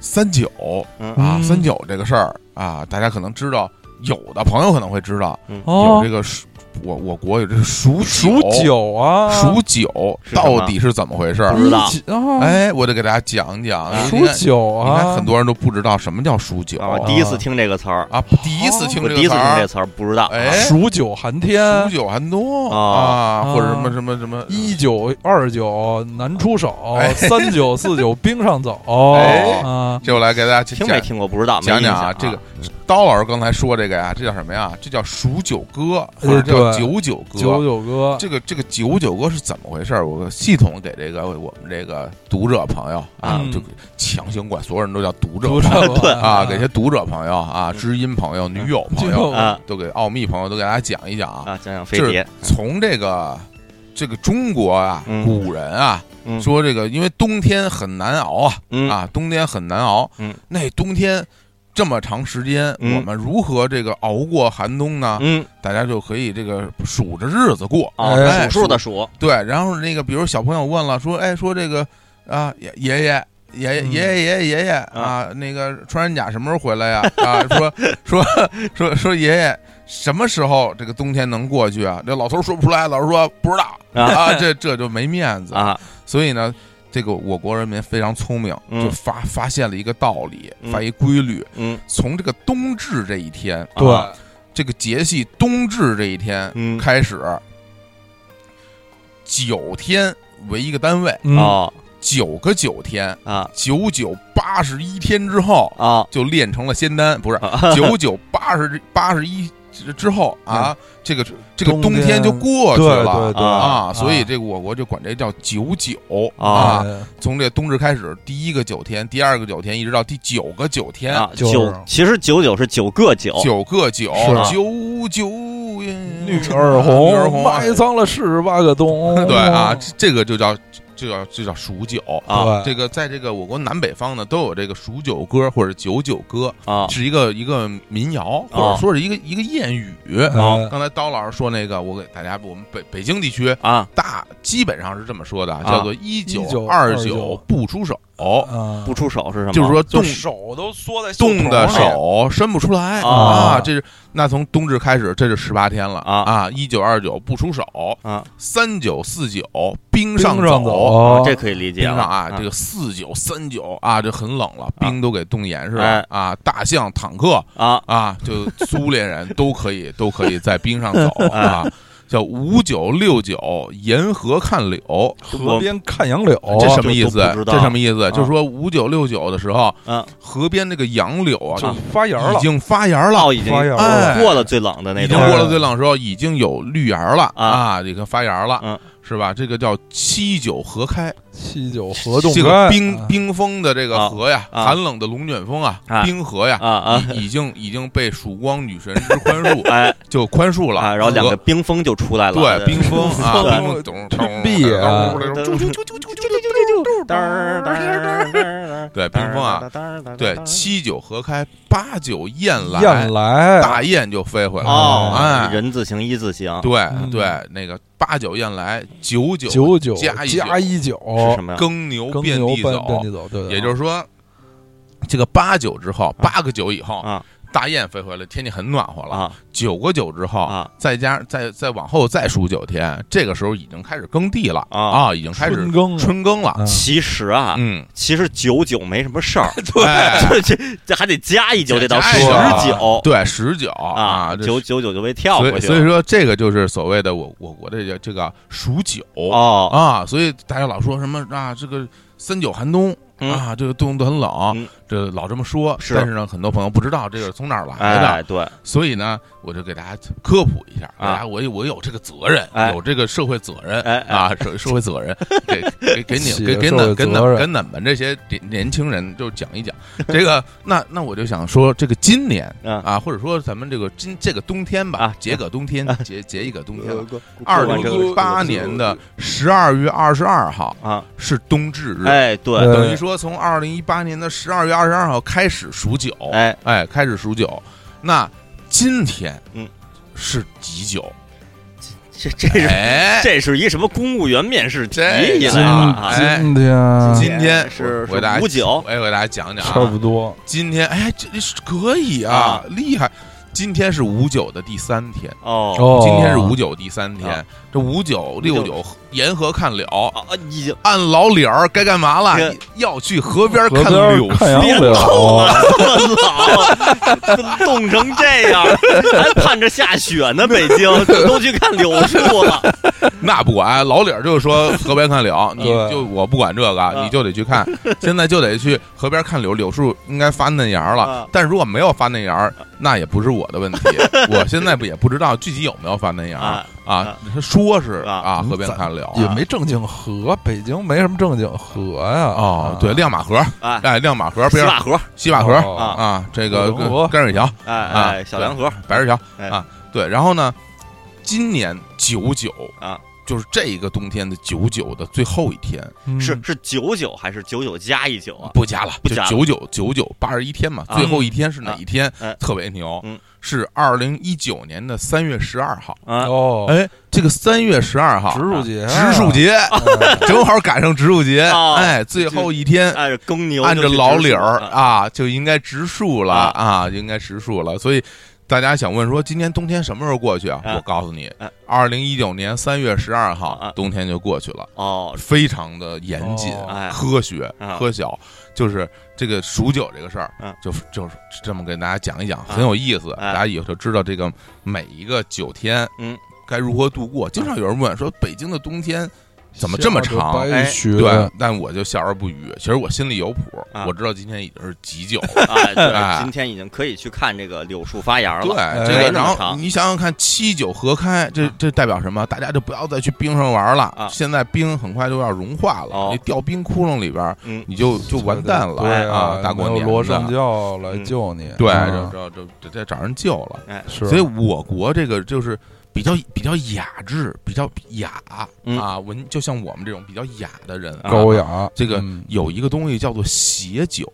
Speaker 1: 三九
Speaker 2: 嗯
Speaker 1: 啊，
Speaker 3: 嗯
Speaker 1: 三九这个事儿啊，大家可能知道，有的朋友可能会知道，
Speaker 2: 嗯
Speaker 1: 有
Speaker 3: 哦
Speaker 1: 这，个蜀我我国有这个数
Speaker 3: 数
Speaker 1: 九，
Speaker 3: 酒啊，
Speaker 1: 数九
Speaker 2: 是什么
Speaker 1: 到底是怎么回事儿
Speaker 2: 不？知道
Speaker 3: 啊，
Speaker 1: 哎，我得给大家讲讲。
Speaker 2: 啊
Speaker 1: 你
Speaker 3: 数
Speaker 1: 看
Speaker 3: 酒
Speaker 1: 哎你看
Speaker 3: 啊，
Speaker 1: 很多人都不知道什么叫数九
Speaker 2: 啊，第一次听这个词儿，
Speaker 1: 啊，第一次听
Speaker 2: 我
Speaker 1: 这
Speaker 2: 第一
Speaker 1: 个
Speaker 2: 次
Speaker 1: 词
Speaker 2: 听这
Speaker 1: 儿，
Speaker 2: 词儿，不知道。
Speaker 1: 哎
Speaker 3: 数九寒天
Speaker 1: 数，九寒冬
Speaker 2: 啊
Speaker 1: 啊，或者
Speaker 3: 啊
Speaker 1: 什么什么什么
Speaker 3: 一九二九难出手
Speaker 1: 哎，
Speaker 3: 三九四九冰上走
Speaker 1: 哎
Speaker 3: 啊，
Speaker 1: 这我来给大家
Speaker 2: 听
Speaker 1: 讲
Speaker 2: 没听过不知道，没
Speaker 1: 讲
Speaker 2: 印
Speaker 1: 讲
Speaker 2: 象
Speaker 1: 啊，这个刀老师刚才说这个呀，这叫什么呀？这叫数九歌，或
Speaker 3: 哎
Speaker 1: 者叫
Speaker 3: 对
Speaker 1: 九九歌。
Speaker 3: 九九哥，
Speaker 1: 这个这个九九歌是怎么回事儿？我系统给这个我们这个读者朋友啊，
Speaker 3: 嗯
Speaker 1: 就强行管所有人都叫读者
Speaker 3: 读者
Speaker 1: 朋友
Speaker 3: 吧
Speaker 1: 啊，给些读者朋友啊、知音朋友、女友朋友
Speaker 3: 就
Speaker 2: 啊
Speaker 1: 都给奥秘朋友都给大家讲一讲啊。
Speaker 2: 啊，讲讲飞
Speaker 1: 就
Speaker 2: 碟
Speaker 1: 是从这个这个中国啊，
Speaker 2: 嗯
Speaker 1: 古人啊
Speaker 2: 嗯
Speaker 1: 说这个，因为冬天很难熬啊，
Speaker 2: 嗯
Speaker 1: 啊，冬天很难熬。
Speaker 2: 嗯，
Speaker 1: 那冬天这么长时间，
Speaker 2: 嗯
Speaker 1: 我们如何这个熬过寒冬呢？
Speaker 2: 嗯
Speaker 1: 大家就可以这个数着日子过。
Speaker 2: 啊，
Speaker 1: 哎
Speaker 2: 数数的数
Speaker 1: 对，然后那个，比如小朋友问了，说，哎，说这个啊，爷爷爷。爷爷
Speaker 3: 嗯
Speaker 1: 爷爷爷爷爷啊，那个穿山甲什么时候回来呀？啊， 说说说说爷爷什么时候这个冬天能过去啊？这老头说不出来，老头说不知道
Speaker 2: 啊
Speaker 1: 啊，这这就没面子
Speaker 2: 啊，
Speaker 1: 所以呢，这个我国人民非常聪明，
Speaker 2: 嗯
Speaker 1: 就发发现了一个道理，
Speaker 2: 嗯
Speaker 1: 发一规律。
Speaker 2: 嗯，
Speaker 1: 从这个冬至这一天，
Speaker 2: 啊
Speaker 3: 对
Speaker 1: 这个节气冬至这一天
Speaker 2: 嗯
Speaker 1: 开始，九天为一个单位，
Speaker 3: 嗯
Speaker 2: 哦
Speaker 1: 九个九天，
Speaker 2: 啊
Speaker 1: 九九八十一天之后
Speaker 2: 啊
Speaker 1: 就练成了仙丹，不是
Speaker 2: 啊
Speaker 1: 九九八十八十一之后啊，这个这个冬
Speaker 3: 冬
Speaker 1: 天
Speaker 3: 天
Speaker 1: 就过去
Speaker 3: 对
Speaker 1: 了。
Speaker 3: 对对
Speaker 1: 啊，所以这个我国就管这叫九九
Speaker 2: 啊
Speaker 1: 啊，从这冬至开始，第一个九天，第二个九天，一直到第九个九天，
Speaker 2: 啊
Speaker 3: 就是
Speaker 2: 九，其实九九是九个九，
Speaker 1: 九个九
Speaker 3: 是啊，
Speaker 1: 九九
Speaker 3: 女
Speaker 1: 女
Speaker 3: 儿
Speaker 1: 女儿
Speaker 3: 红
Speaker 1: 红，
Speaker 3: 埋葬了十八个冬，
Speaker 1: 对
Speaker 3: 哦
Speaker 1: 啊，这这个就叫就叫就叫数九。
Speaker 2: 啊
Speaker 1: 这个在这个我国南北方呢，都有这个数九歌或者九九歌，
Speaker 2: 啊
Speaker 1: 是一个一个民谣，或者说是一个一个谚语。
Speaker 3: 哎
Speaker 1: 刚才刀老师说那个，我给大家，我们北北京地区
Speaker 2: 啊
Speaker 1: 大基本上是这么说的，
Speaker 2: 啊
Speaker 1: 叫做一
Speaker 3: 1929
Speaker 1: 二九不出手手，
Speaker 3: 啊
Speaker 2: 不出手是什么？
Speaker 1: 就是说
Speaker 3: 就
Speaker 1: 动
Speaker 3: 手都缩在袖
Speaker 1: 动的
Speaker 3: 口里，
Speaker 1: 手伸不出来
Speaker 2: 啊
Speaker 1: 啊。这是那从冬至开始，这是十八天了
Speaker 2: 啊
Speaker 1: 啊！一九二九不出手
Speaker 2: 啊，
Speaker 1: 三九四九冰
Speaker 3: 冰
Speaker 1: 上
Speaker 3: 上
Speaker 1: 走，
Speaker 2: 啊
Speaker 3: 走，
Speaker 2: 这可以理解
Speaker 1: 冰
Speaker 2: 了嗯
Speaker 1: 上啊，这个四九三九啊，这很冷了，冰都给冻严实
Speaker 2: 哎
Speaker 1: 了啊。大象、坦克
Speaker 2: 啊
Speaker 1: 啊，就苏联人都可以都可以在冰上 走啊。叫五九六九沿河看柳，
Speaker 3: 河边看杨柳，
Speaker 1: 这什么意思
Speaker 2: 这哦都不知？道
Speaker 1: 这什么意思？
Speaker 2: 啊
Speaker 1: 就是说五九六九的时候，
Speaker 2: 嗯，
Speaker 1: 河边那个杨柳啊，
Speaker 3: 就
Speaker 1: 就
Speaker 3: 发芽了
Speaker 1: 已，经发芽了，
Speaker 2: 到已经
Speaker 3: 发芽
Speaker 1: 哎
Speaker 3: 了，
Speaker 2: 过了最冷哦的那
Speaker 1: 已
Speaker 2: 种
Speaker 1: 经
Speaker 3: 段儿
Speaker 1: 过了最冷的时候，已经有绿芽了
Speaker 2: 啊
Speaker 1: 啊，已经发芽了，
Speaker 2: 嗯
Speaker 1: 是吧？这个叫七九河开，
Speaker 3: 七九河东
Speaker 1: 这
Speaker 3: 干啊
Speaker 1: 个冰冰封的这个河呀，
Speaker 2: 啊啊
Speaker 1: 寒冷的龙卷风啊，
Speaker 2: 啊
Speaker 1: 冰河呀，
Speaker 2: 啊啊，
Speaker 1: 已已经已经被曙光女神之宽恕
Speaker 2: 哎
Speaker 1: 就宽恕了，
Speaker 2: 啊，然后两个
Speaker 1: 河
Speaker 2: 冰封就出来了，
Speaker 1: 对冰封啊，
Speaker 2: 对
Speaker 1: 冰封咚咚
Speaker 3: 壁啊
Speaker 1: 咚咚
Speaker 2: 啾啾啾啾啾啾啾啾，噔儿噔儿噔儿，
Speaker 1: 对冰封啊，对七九河开，八九雁来
Speaker 3: 雁，来
Speaker 1: 大雁就飞回来了，
Speaker 2: 哦，
Speaker 1: 哎
Speaker 2: 人字形一字形
Speaker 1: 对
Speaker 3: 嗯
Speaker 1: 对，那个八九雁来，九九
Speaker 3: 九九
Speaker 1: 加一
Speaker 3: 加一九，
Speaker 2: 是什么呀？
Speaker 1: 耕牛
Speaker 3: 耕
Speaker 1: 遍
Speaker 3: 牛
Speaker 1: 地
Speaker 3: 奔
Speaker 1: 走
Speaker 3: 地，走，
Speaker 2: 啊
Speaker 3: 对，啊
Speaker 1: 也就是说，这个八九之后，八个九以后，
Speaker 2: 啊
Speaker 1: 大雁飞回来，天气很暖和了。
Speaker 2: 啊
Speaker 1: 九个九之后，
Speaker 2: 啊
Speaker 1: 再加再再往后再数九天，这个时候已经开始耕地了
Speaker 2: 啊
Speaker 1: 啊，已经开始
Speaker 3: 春耕
Speaker 1: 春耕了。
Speaker 3: 啊
Speaker 2: 其实啊，
Speaker 1: 嗯，
Speaker 2: 其实九九没什么事儿，
Speaker 1: 对
Speaker 2: 这这 这还得加一九，得到
Speaker 1: 加
Speaker 2: 十
Speaker 1: 一
Speaker 3: 九
Speaker 2: 九
Speaker 1: 对，十九
Speaker 2: 啊，
Speaker 1: 这
Speaker 2: 九九九就被跳
Speaker 1: 所
Speaker 2: 过
Speaker 1: 以
Speaker 2: 去
Speaker 1: 所以
Speaker 2: 了。
Speaker 1: 说这个就是所谓的我我我这叫这个数九
Speaker 2: 哦，
Speaker 1: 啊，所以大家老说什么啊，这个三九寒冬
Speaker 2: 嗯，
Speaker 1: 啊，这个冻得很冷
Speaker 2: 嗯，
Speaker 1: 这老这么说，
Speaker 2: 是
Speaker 1: 但是呢，很多朋友不知道这个是从哪儿来啊的，
Speaker 2: 哎，对，
Speaker 1: 所以呢，我就给大家科普一下，
Speaker 2: 啊
Speaker 1: 大家我有我有这个责任，
Speaker 2: 哎
Speaker 1: 有这个社会责任、
Speaker 2: 哎哎
Speaker 1: 啊，社社会责任，给给给你
Speaker 3: 是
Speaker 1: 给给
Speaker 3: 社会
Speaker 1: 你给你
Speaker 3: 责任
Speaker 1: 给你们这些年年轻人就讲一讲这个。那那我就想说，这个今年
Speaker 2: 嗯
Speaker 1: 啊，或者说咱们这个今这个冬天吧，
Speaker 2: 啊
Speaker 1: 结个冬天，结结一个冬天了。二
Speaker 2: 二
Speaker 1: 零
Speaker 2: 零
Speaker 1: 一
Speaker 2: 一
Speaker 1: 八年的十二月二十二号
Speaker 2: 啊，
Speaker 1: 是冬至日，
Speaker 2: 哎，对，
Speaker 3: 呃
Speaker 1: 等于说从二零一八年的十二月二十二号开始数九，
Speaker 2: 哎，
Speaker 1: 哎，开始数九。那今天，
Speaker 2: 嗯，
Speaker 1: 是几九？
Speaker 2: 这这是
Speaker 1: 哎，
Speaker 2: 这是一什么公务员面试题
Speaker 1: 这
Speaker 2: 你
Speaker 3: 今
Speaker 1: 个
Speaker 2: 来啊？
Speaker 1: 哎
Speaker 3: 今天
Speaker 1: 今天
Speaker 2: 是
Speaker 1: 我给大
Speaker 2: 是
Speaker 1: 家
Speaker 2: 五九，
Speaker 1: 哎，我给大家讲讲
Speaker 3: 差
Speaker 1: 啊
Speaker 3: 不，多，
Speaker 1: 今天，哎，这这是可以啊
Speaker 2: 啊，
Speaker 1: 厉害！今天是五九的第三天，
Speaker 2: 哦
Speaker 3: 哦，
Speaker 1: 今天是五九第三天
Speaker 2: 啊，
Speaker 1: 这五九六九沿河看柳，
Speaker 2: 啊，已经
Speaker 1: 按老脸儿该干嘛了
Speaker 2: 这？
Speaker 1: 要去河边
Speaker 3: 河
Speaker 1: 看
Speaker 3: 边儿
Speaker 1: 柳
Speaker 3: 看杨
Speaker 2: 别
Speaker 3: 柳，
Speaker 2: 逗了，这么老，冻成这样，还盼着下雪呢。北 京这都去看柳树了，
Speaker 1: 那不管，老李儿就说河边看 柳，你
Speaker 3: 对
Speaker 1: 就我不管这个，
Speaker 2: 啊
Speaker 1: 你就得去 看。现在就得去河边看柳，柳树应该发嫩芽了
Speaker 2: 啊。
Speaker 1: 但如果没有发嫩芽，
Speaker 2: 嗯
Speaker 1: 那也不是我的 问题。我现在不也不知道具体有没有发嫩芽
Speaker 2: 啊
Speaker 1: 啊
Speaker 2: 啊？
Speaker 1: 他说是
Speaker 2: 啊
Speaker 1: 啊，
Speaker 3: 嗯
Speaker 1: 河边看柳
Speaker 3: 也没正经河，北京没什么正经河呀。
Speaker 1: 哦，对，亮马河，
Speaker 2: 哎，
Speaker 1: 哎，亮马河
Speaker 2: 司
Speaker 1: 边
Speaker 2: 马
Speaker 1: 上
Speaker 2: 河，
Speaker 1: 西坝河
Speaker 3: 哦
Speaker 2: 啊
Speaker 1: 啊，这个
Speaker 3: 古城河
Speaker 1: 甘水桥、
Speaker 2: 哎
Speaker 1: 啊
Speaker 2: 哎，小梁河，
Speaker 1: 白石桥
Speaker 2: 哎
Speaker 1: 啊，对。然后呢，今年九九
Speaker 2: 啊，
Speaker 1: 就是这一个冬天的九九的最后一天。
Speaker 3: 嗯
Speaker 2: 是是九九还是九九加一九啊？
Speaker 1: 不加了，
Speaker 2: 不加了
Speaker 1: 九九九九八十一天嘛，
Speaker 2: 啊
Speaker 1: 最后一天是哪一天
Speaker 2: 嗯？
Speaker 1: 特别牛
Speaker 2: 嗯，
Speaker 1: 是二零一九年的三月十二号。
Speaker 2: 啊，
Speaker 3: 哦，
Speaker 1: 哎，这个三月十二号
Speaker 3: 植，树节，
Speaker 1: 啊
Speaker 3: 哎
Speaker 1: 植树， 节，正好赶上植树节，
Speaker 2: 啊
Speaker 1: 哎，最后一天。
Speaker 2: 按着耕牛，
Speaker 1: 按着老理儿
Speaker 2: 啊，
Speaker 1: 啊，就应该植树了
Speaker 2: 啊
Speaker 1: 啊，应该植树了。所以大家想问说，今年冬天什么时候过去啊？
Speaker 2: 啊
Speaker 1: 我告诉你
Speaker 2: 啊，
Speaker 1: 二零一九年三月十二
Speaker 2: 啊
Speaker 1: 号
Speaker 2: 啊，
Speaker 1: 冬天就过去了。
Speaker 2: 哦，
Speaker 1: 非常的严谨、
Speaker 3: 哦
Speaker 2: 哎
Speaker 1: 科学、
Speaker 2: 啊
Speaker 1: 科小，就是这个数九这个事儿，
Speaker 2: 嗯
Speaker 1: 就就是这么给大家讲一讲，很有意思，
Speaker 2: 哎
Speaker 1: 大家以后就知道这个每一个九天，
Speaker 2: 嗯，啊
Speaker 1: 该如何度过。经常有人问说，北京的冬天 怎么这么长？哎
Speaker 3: 白雪，
Speaker 1: 对，但我就笑而不语。其实我心里有谱，
Speaker 2: 啊
Speaker 1: 我知道今天已经是极 九了。
Speaker 2: 哎，
Speaker 1: 哎
Speaker 2: 对，今天已经可以去看这个柳树发芽
Speaker 1: 对
Speaker 2: 了，，
Speaker 1: 这
Speaker 3: 没
Speaker 1: 个
Speaker 2: 那
Speaker 1: 然
Speaker 2: 么
Speaker 1: 后
Speaker 2: 长
Speaker 1: 你想想看，七九河开，这这代表什么？大家就不要再去冰上玩了
Speaker 2: 啊。
Speaker 1: 现在冰很快就要融化
Speaker 2: 哦
Speaker 1: 了，你掉冰窟窿里边儿，
Speaker 2: 嗯，
Speaker 1: 你就就完蛋了
Speaker 3: 对
Speaker 1: 啊！大过
Speaker 3: 没有
Speaker 1: 年
Speaker 3: 罗
Speaker 1: 的，嗯
Speaker 3: 圣教来救你，
Speaker 1: 对，
Speaker 3: 啊
Speaker 1: 就就就得找人救了。
Speaker 2: 哎，
Speaker 3: 是，
Speaker 1: 所以我国这个就是比较比较雅致，比较雅
Speaker 2: 嗯
Speaker 1: 啊，文就像我们这种比较雅的人，
Speaker 2: 啊
Speaker 3: 高雅
Speaker 1: 这个
Speaker 3: 嗯
Speaker 1: 有一个东西叫做写酒，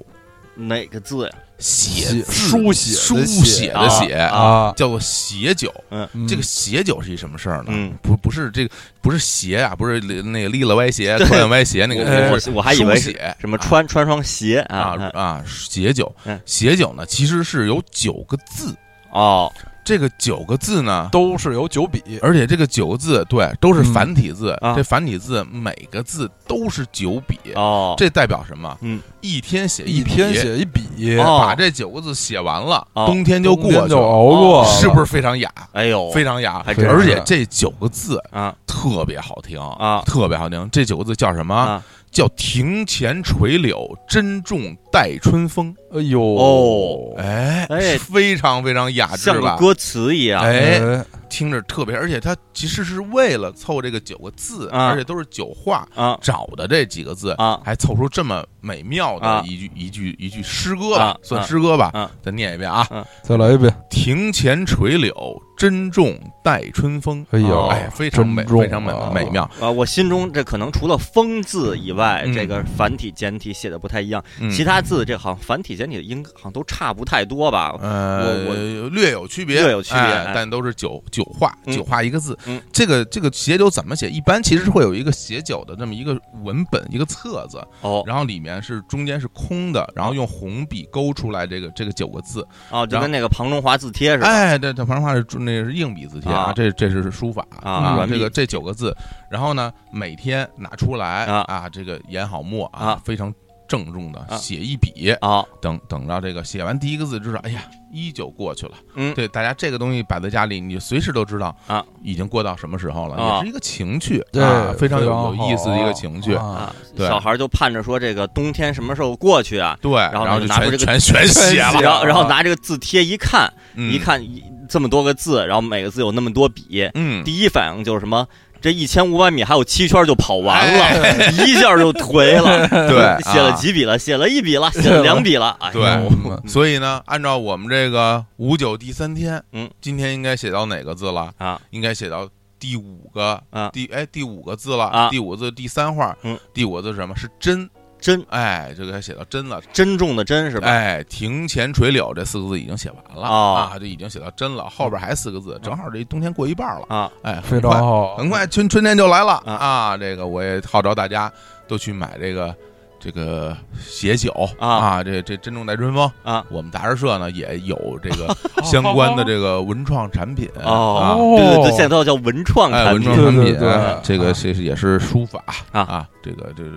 Speaker 2: 哪个字呀？
Speaker 1: 血字
Speaker 3: 书写
Speaker 1: 书
Speaker 3: 的
Speaker 1: 写的
Speaker 2: 啊
Speaker 1: 写
Speaker 2: 啊
Speaker 3: 啊，
Speaker 1: 叫做血酒。
Speaker 3: 嗯
Speaker 1: 哎这个血酒是一什么事儿呢？
Speaker 2: 嗯，
Speaker 1: 不不是这个不是鞋啊，不是那个立了歪 斜、穿了歪斜那
Speaker 2: 我
Speaker 1: 个，
Speaker 2: 我我还以为
Speaker 1: 书
Speaker 2: 是
Speaker 1: 写
Speaker 2: 什么穿穿双鞋
Speaker 1: 啊
Speaker 2: 啊？啊
Speaker 1: 啊血酒
Speaker 2: 嗯，
Speaker 1: 血酒呢其实是有九个字，
Speaker 2: 哦，
Speaker 1: 这个九个字呢，
Speaker 3: 都是有九笔，
Speaker 1: 而且这个九个字对都是繁体字，
Speaker 2: 嗯啊
Speaker 1: 这繁体字每个字都是九笔，
Speaker 2: 哦，
Speaker 1: 这代表什么？
Speaker 2: 嗯，
Speaker 1: 一天写
Speaker 3: 一
Speaker 1: 笔
Speaker 3: 天，写一笔，
Speaker 2: 哦
Speaker 1: 把这九个字写完了，
Speaker 2: 哦
Speaker 1: 冬天就过
Speaker 3: 冬天
Speaker 1: 去
Speaker 3: 就
Speaker 1: 了，
Speaker 3: 熬过
Speaker 2: 哦
Speaker 3: 了，
Speaker 1: 是不是非常雅？
Speaker 2: 哎呦，
Speaker 1: 非常雅，
Speaker 2: 还真
Speaker 1: 而
Speaker 3: 是
Speaker 1: 且这九个字
Speaker 2: 啊
Speaker 1: 特别好听
Speaker 2: 啊
Speaker 1: 特别好听。这九个字叫什么？
Speaker 2: 啊
Speaker 1: 叫“庭前垂柳，珍重待春风
Speaker 3: 哎呦
Speaker 2: 哦”。
Speaker 1: 哎
Speaker 2: 哎
Speaker 1: 非常非常雅
Speaker 2: 像
Speaker 1: 致
Speaker 2: 个
Speaker 1: 吧？
Speaker 2: 歌词一样。
Speaker 1: 哎，听着特别，而且它其实是为了凑这个九个字，
Speaker 2: 啊
Speaker 1: 而且都是九画
Speaker 2: 啊
Speaker 1: 找的这几个字，
Speaker 2: 啊
Speaker 1: 还凑出这么美妙
Speaker 2: 啊
Speaker 1: 的一句一句一句诗歌吧，
Speaker 2: 啊
Speaker 1: 算诗歌吧。
Speaker 2: 啊
Speaker 1: 再念一遍啊！
Speaker 3: 再来一遍，
Speaker 1: 庭前垂柳，珍重待春风。
Speaker 3: 哎呦，
Speaker 2: 哦
Speaker 1: 哎，非常美，
Speaker 3: 珍重啊
Speaker 1: 非常美美妙。
Speaker 2: 啊！我心中这可能除了“风”字以外，
Speaker 1: 嗯
Speaker 2: 这个繁体简体写的不太一样，
Speaker 1: 嗯
Speaker 2: 其他字这好像繁体简体的音好像都差不太多吧？我
Speaker 1: 呃，略有区别，
Speaker 2: 略有区别
Speaker 1: 哎
Speaker 2: 哎
Speaker 1: 但都是九九画，
Speaker 2: 嗯
Speaker 1: 九画一个字
Speaker 2: 嗯。
Speaker 1: 这个这个写酒怎么写？一般其实是会有一个写酒的这么一个文本，一个册子，
Speaker 2: 哦
Speaker 1: 然后里面是中间是空的，然后用红笔勾出来这个这个九个字。
Speaker 2: 哦，就
Speaker 1: 然后
Speaker 2: 跟那个庞中华字帖似的。
Speaker 1: 哎，这这反正话是那是硬笔字帖
Speaker 2: 啊
Speaker 1: 这这是书法
Speaker 2: 啊
Speaker 3: 软
Speaker 2: 笔
Speaker 1: 这个这九个字，然后呢每天拿出来
Speaker 2: 啊
Speaker 1: 啊，这个研好墨
Speaker 2: 啊
Speaker 1: 非常郑重的
Speaker 2: 啊
Speaker 1: 写一笔，
Speaker 2: 啊，
Speaker 1: 等等到这个写完第一个字，知道，哎呀，一就过去了。
Speaker 2: 嗯
Speaker 1: 对，大家这个东西摆在家里，你随时都知道
Speaker 2: 啊，
Speaker 1: 已经过到什么时候了，
Speaker 2: 啊
Speaker 1: 也是一个情趣
Speaker 3: 对
Speaker 1: 啊，非常有
Speaker 3: 哎非常好
Speaker 1: 有意思的一个情趣。
Speaker 3: 啊
Speaker 2: 啊，
Speaker 1: 对
Speaker 2: 小孩就盼着说这个冬天什么时候过去啊？
Speaker 1: 对，
Speaker 2: 然后
Speaker 1: 后就
Speaker 2: 拿出
Speaker 1: 全
Speaker 2: 这个
Speaker 1: 全全写
Speaker 3: 全
Speaker 1: 了啊
Speaker 3: 写，
Speaker 2: 然后然后拿这个字帖一看，
Speaker 1: 嗯
Speaker 2: 一，看一这么多个字，然后每个字有那么多笔，
Speaker 1: 嗯，
Speaker 2: 第一反应就是什么？这一千五百米还有七圈就跑完了，
Speaker 1: 哎
Speaker 2: 一下就颓了。
Speaker 1: 对啊
Speaker 2: 写了几笔了？写了一笔了，写了两笔了。哎呦
Speaker 1: 对
Speaker 3: 嗯
Speaker 1: 所以呢，按照我们这个五九第三天，
Speaker 2: 嗯，
Speaker 1: 今天应该写到哪个字了？
Speaker 2: 啊，
Speaker 1: 应该写到第五个
Speaker 2: 啊
Speaker 1: 第哎第五个字了
Speaker 2: 啊
Speaker 1: 第五个字第三画，
Speaker 2: 嗯，
Speaker 1: 第五个字是什么是真，
Speaker 2: 真
Speaker 1: 哎，这个写到真了，
Speaker 2: 嗯珍重的珍是吧？
Speaker 1: 哎，庭前垂柳这四个字已经写完了、
Speaker 2: 哦嗯
Speaker 1: 啊，这已经写到真了，后边还四个字，正好这冬天过一半了，
Speaker 2: 啊，
Speaker 1: 哎，
Speaker 3: 非
Speaker 1: 很
Speaker 3: 常
Speaker 1: 快，
Speaker 3: 好，
Speaker 1: 很快春春天就来了
Speaker 2: 啊
Speaker 1: 啊！这个我也号召大家都去买这个这个血酒
Speaker 2: 啊
Speaker 1: 这这珍重待春风
Speaker 2: 啊，
Speaker 1: 我们达人社呢也有这 个 相关的这个文创产品
Speaker 2: 哦
Speaker 1: 啊。
Speaker 2: 对对对，现在都叫文创
Speaker 1: 哎，
Speaker 2: 产
Speaker 1: 文
Speaker 2: 品
Speaker 1: 创产品，
Speaker 3: 对对对
Speaker 1: 哎这个其实也是书法
Speaker 2: 啊
Speaker 1: 啊，这个这个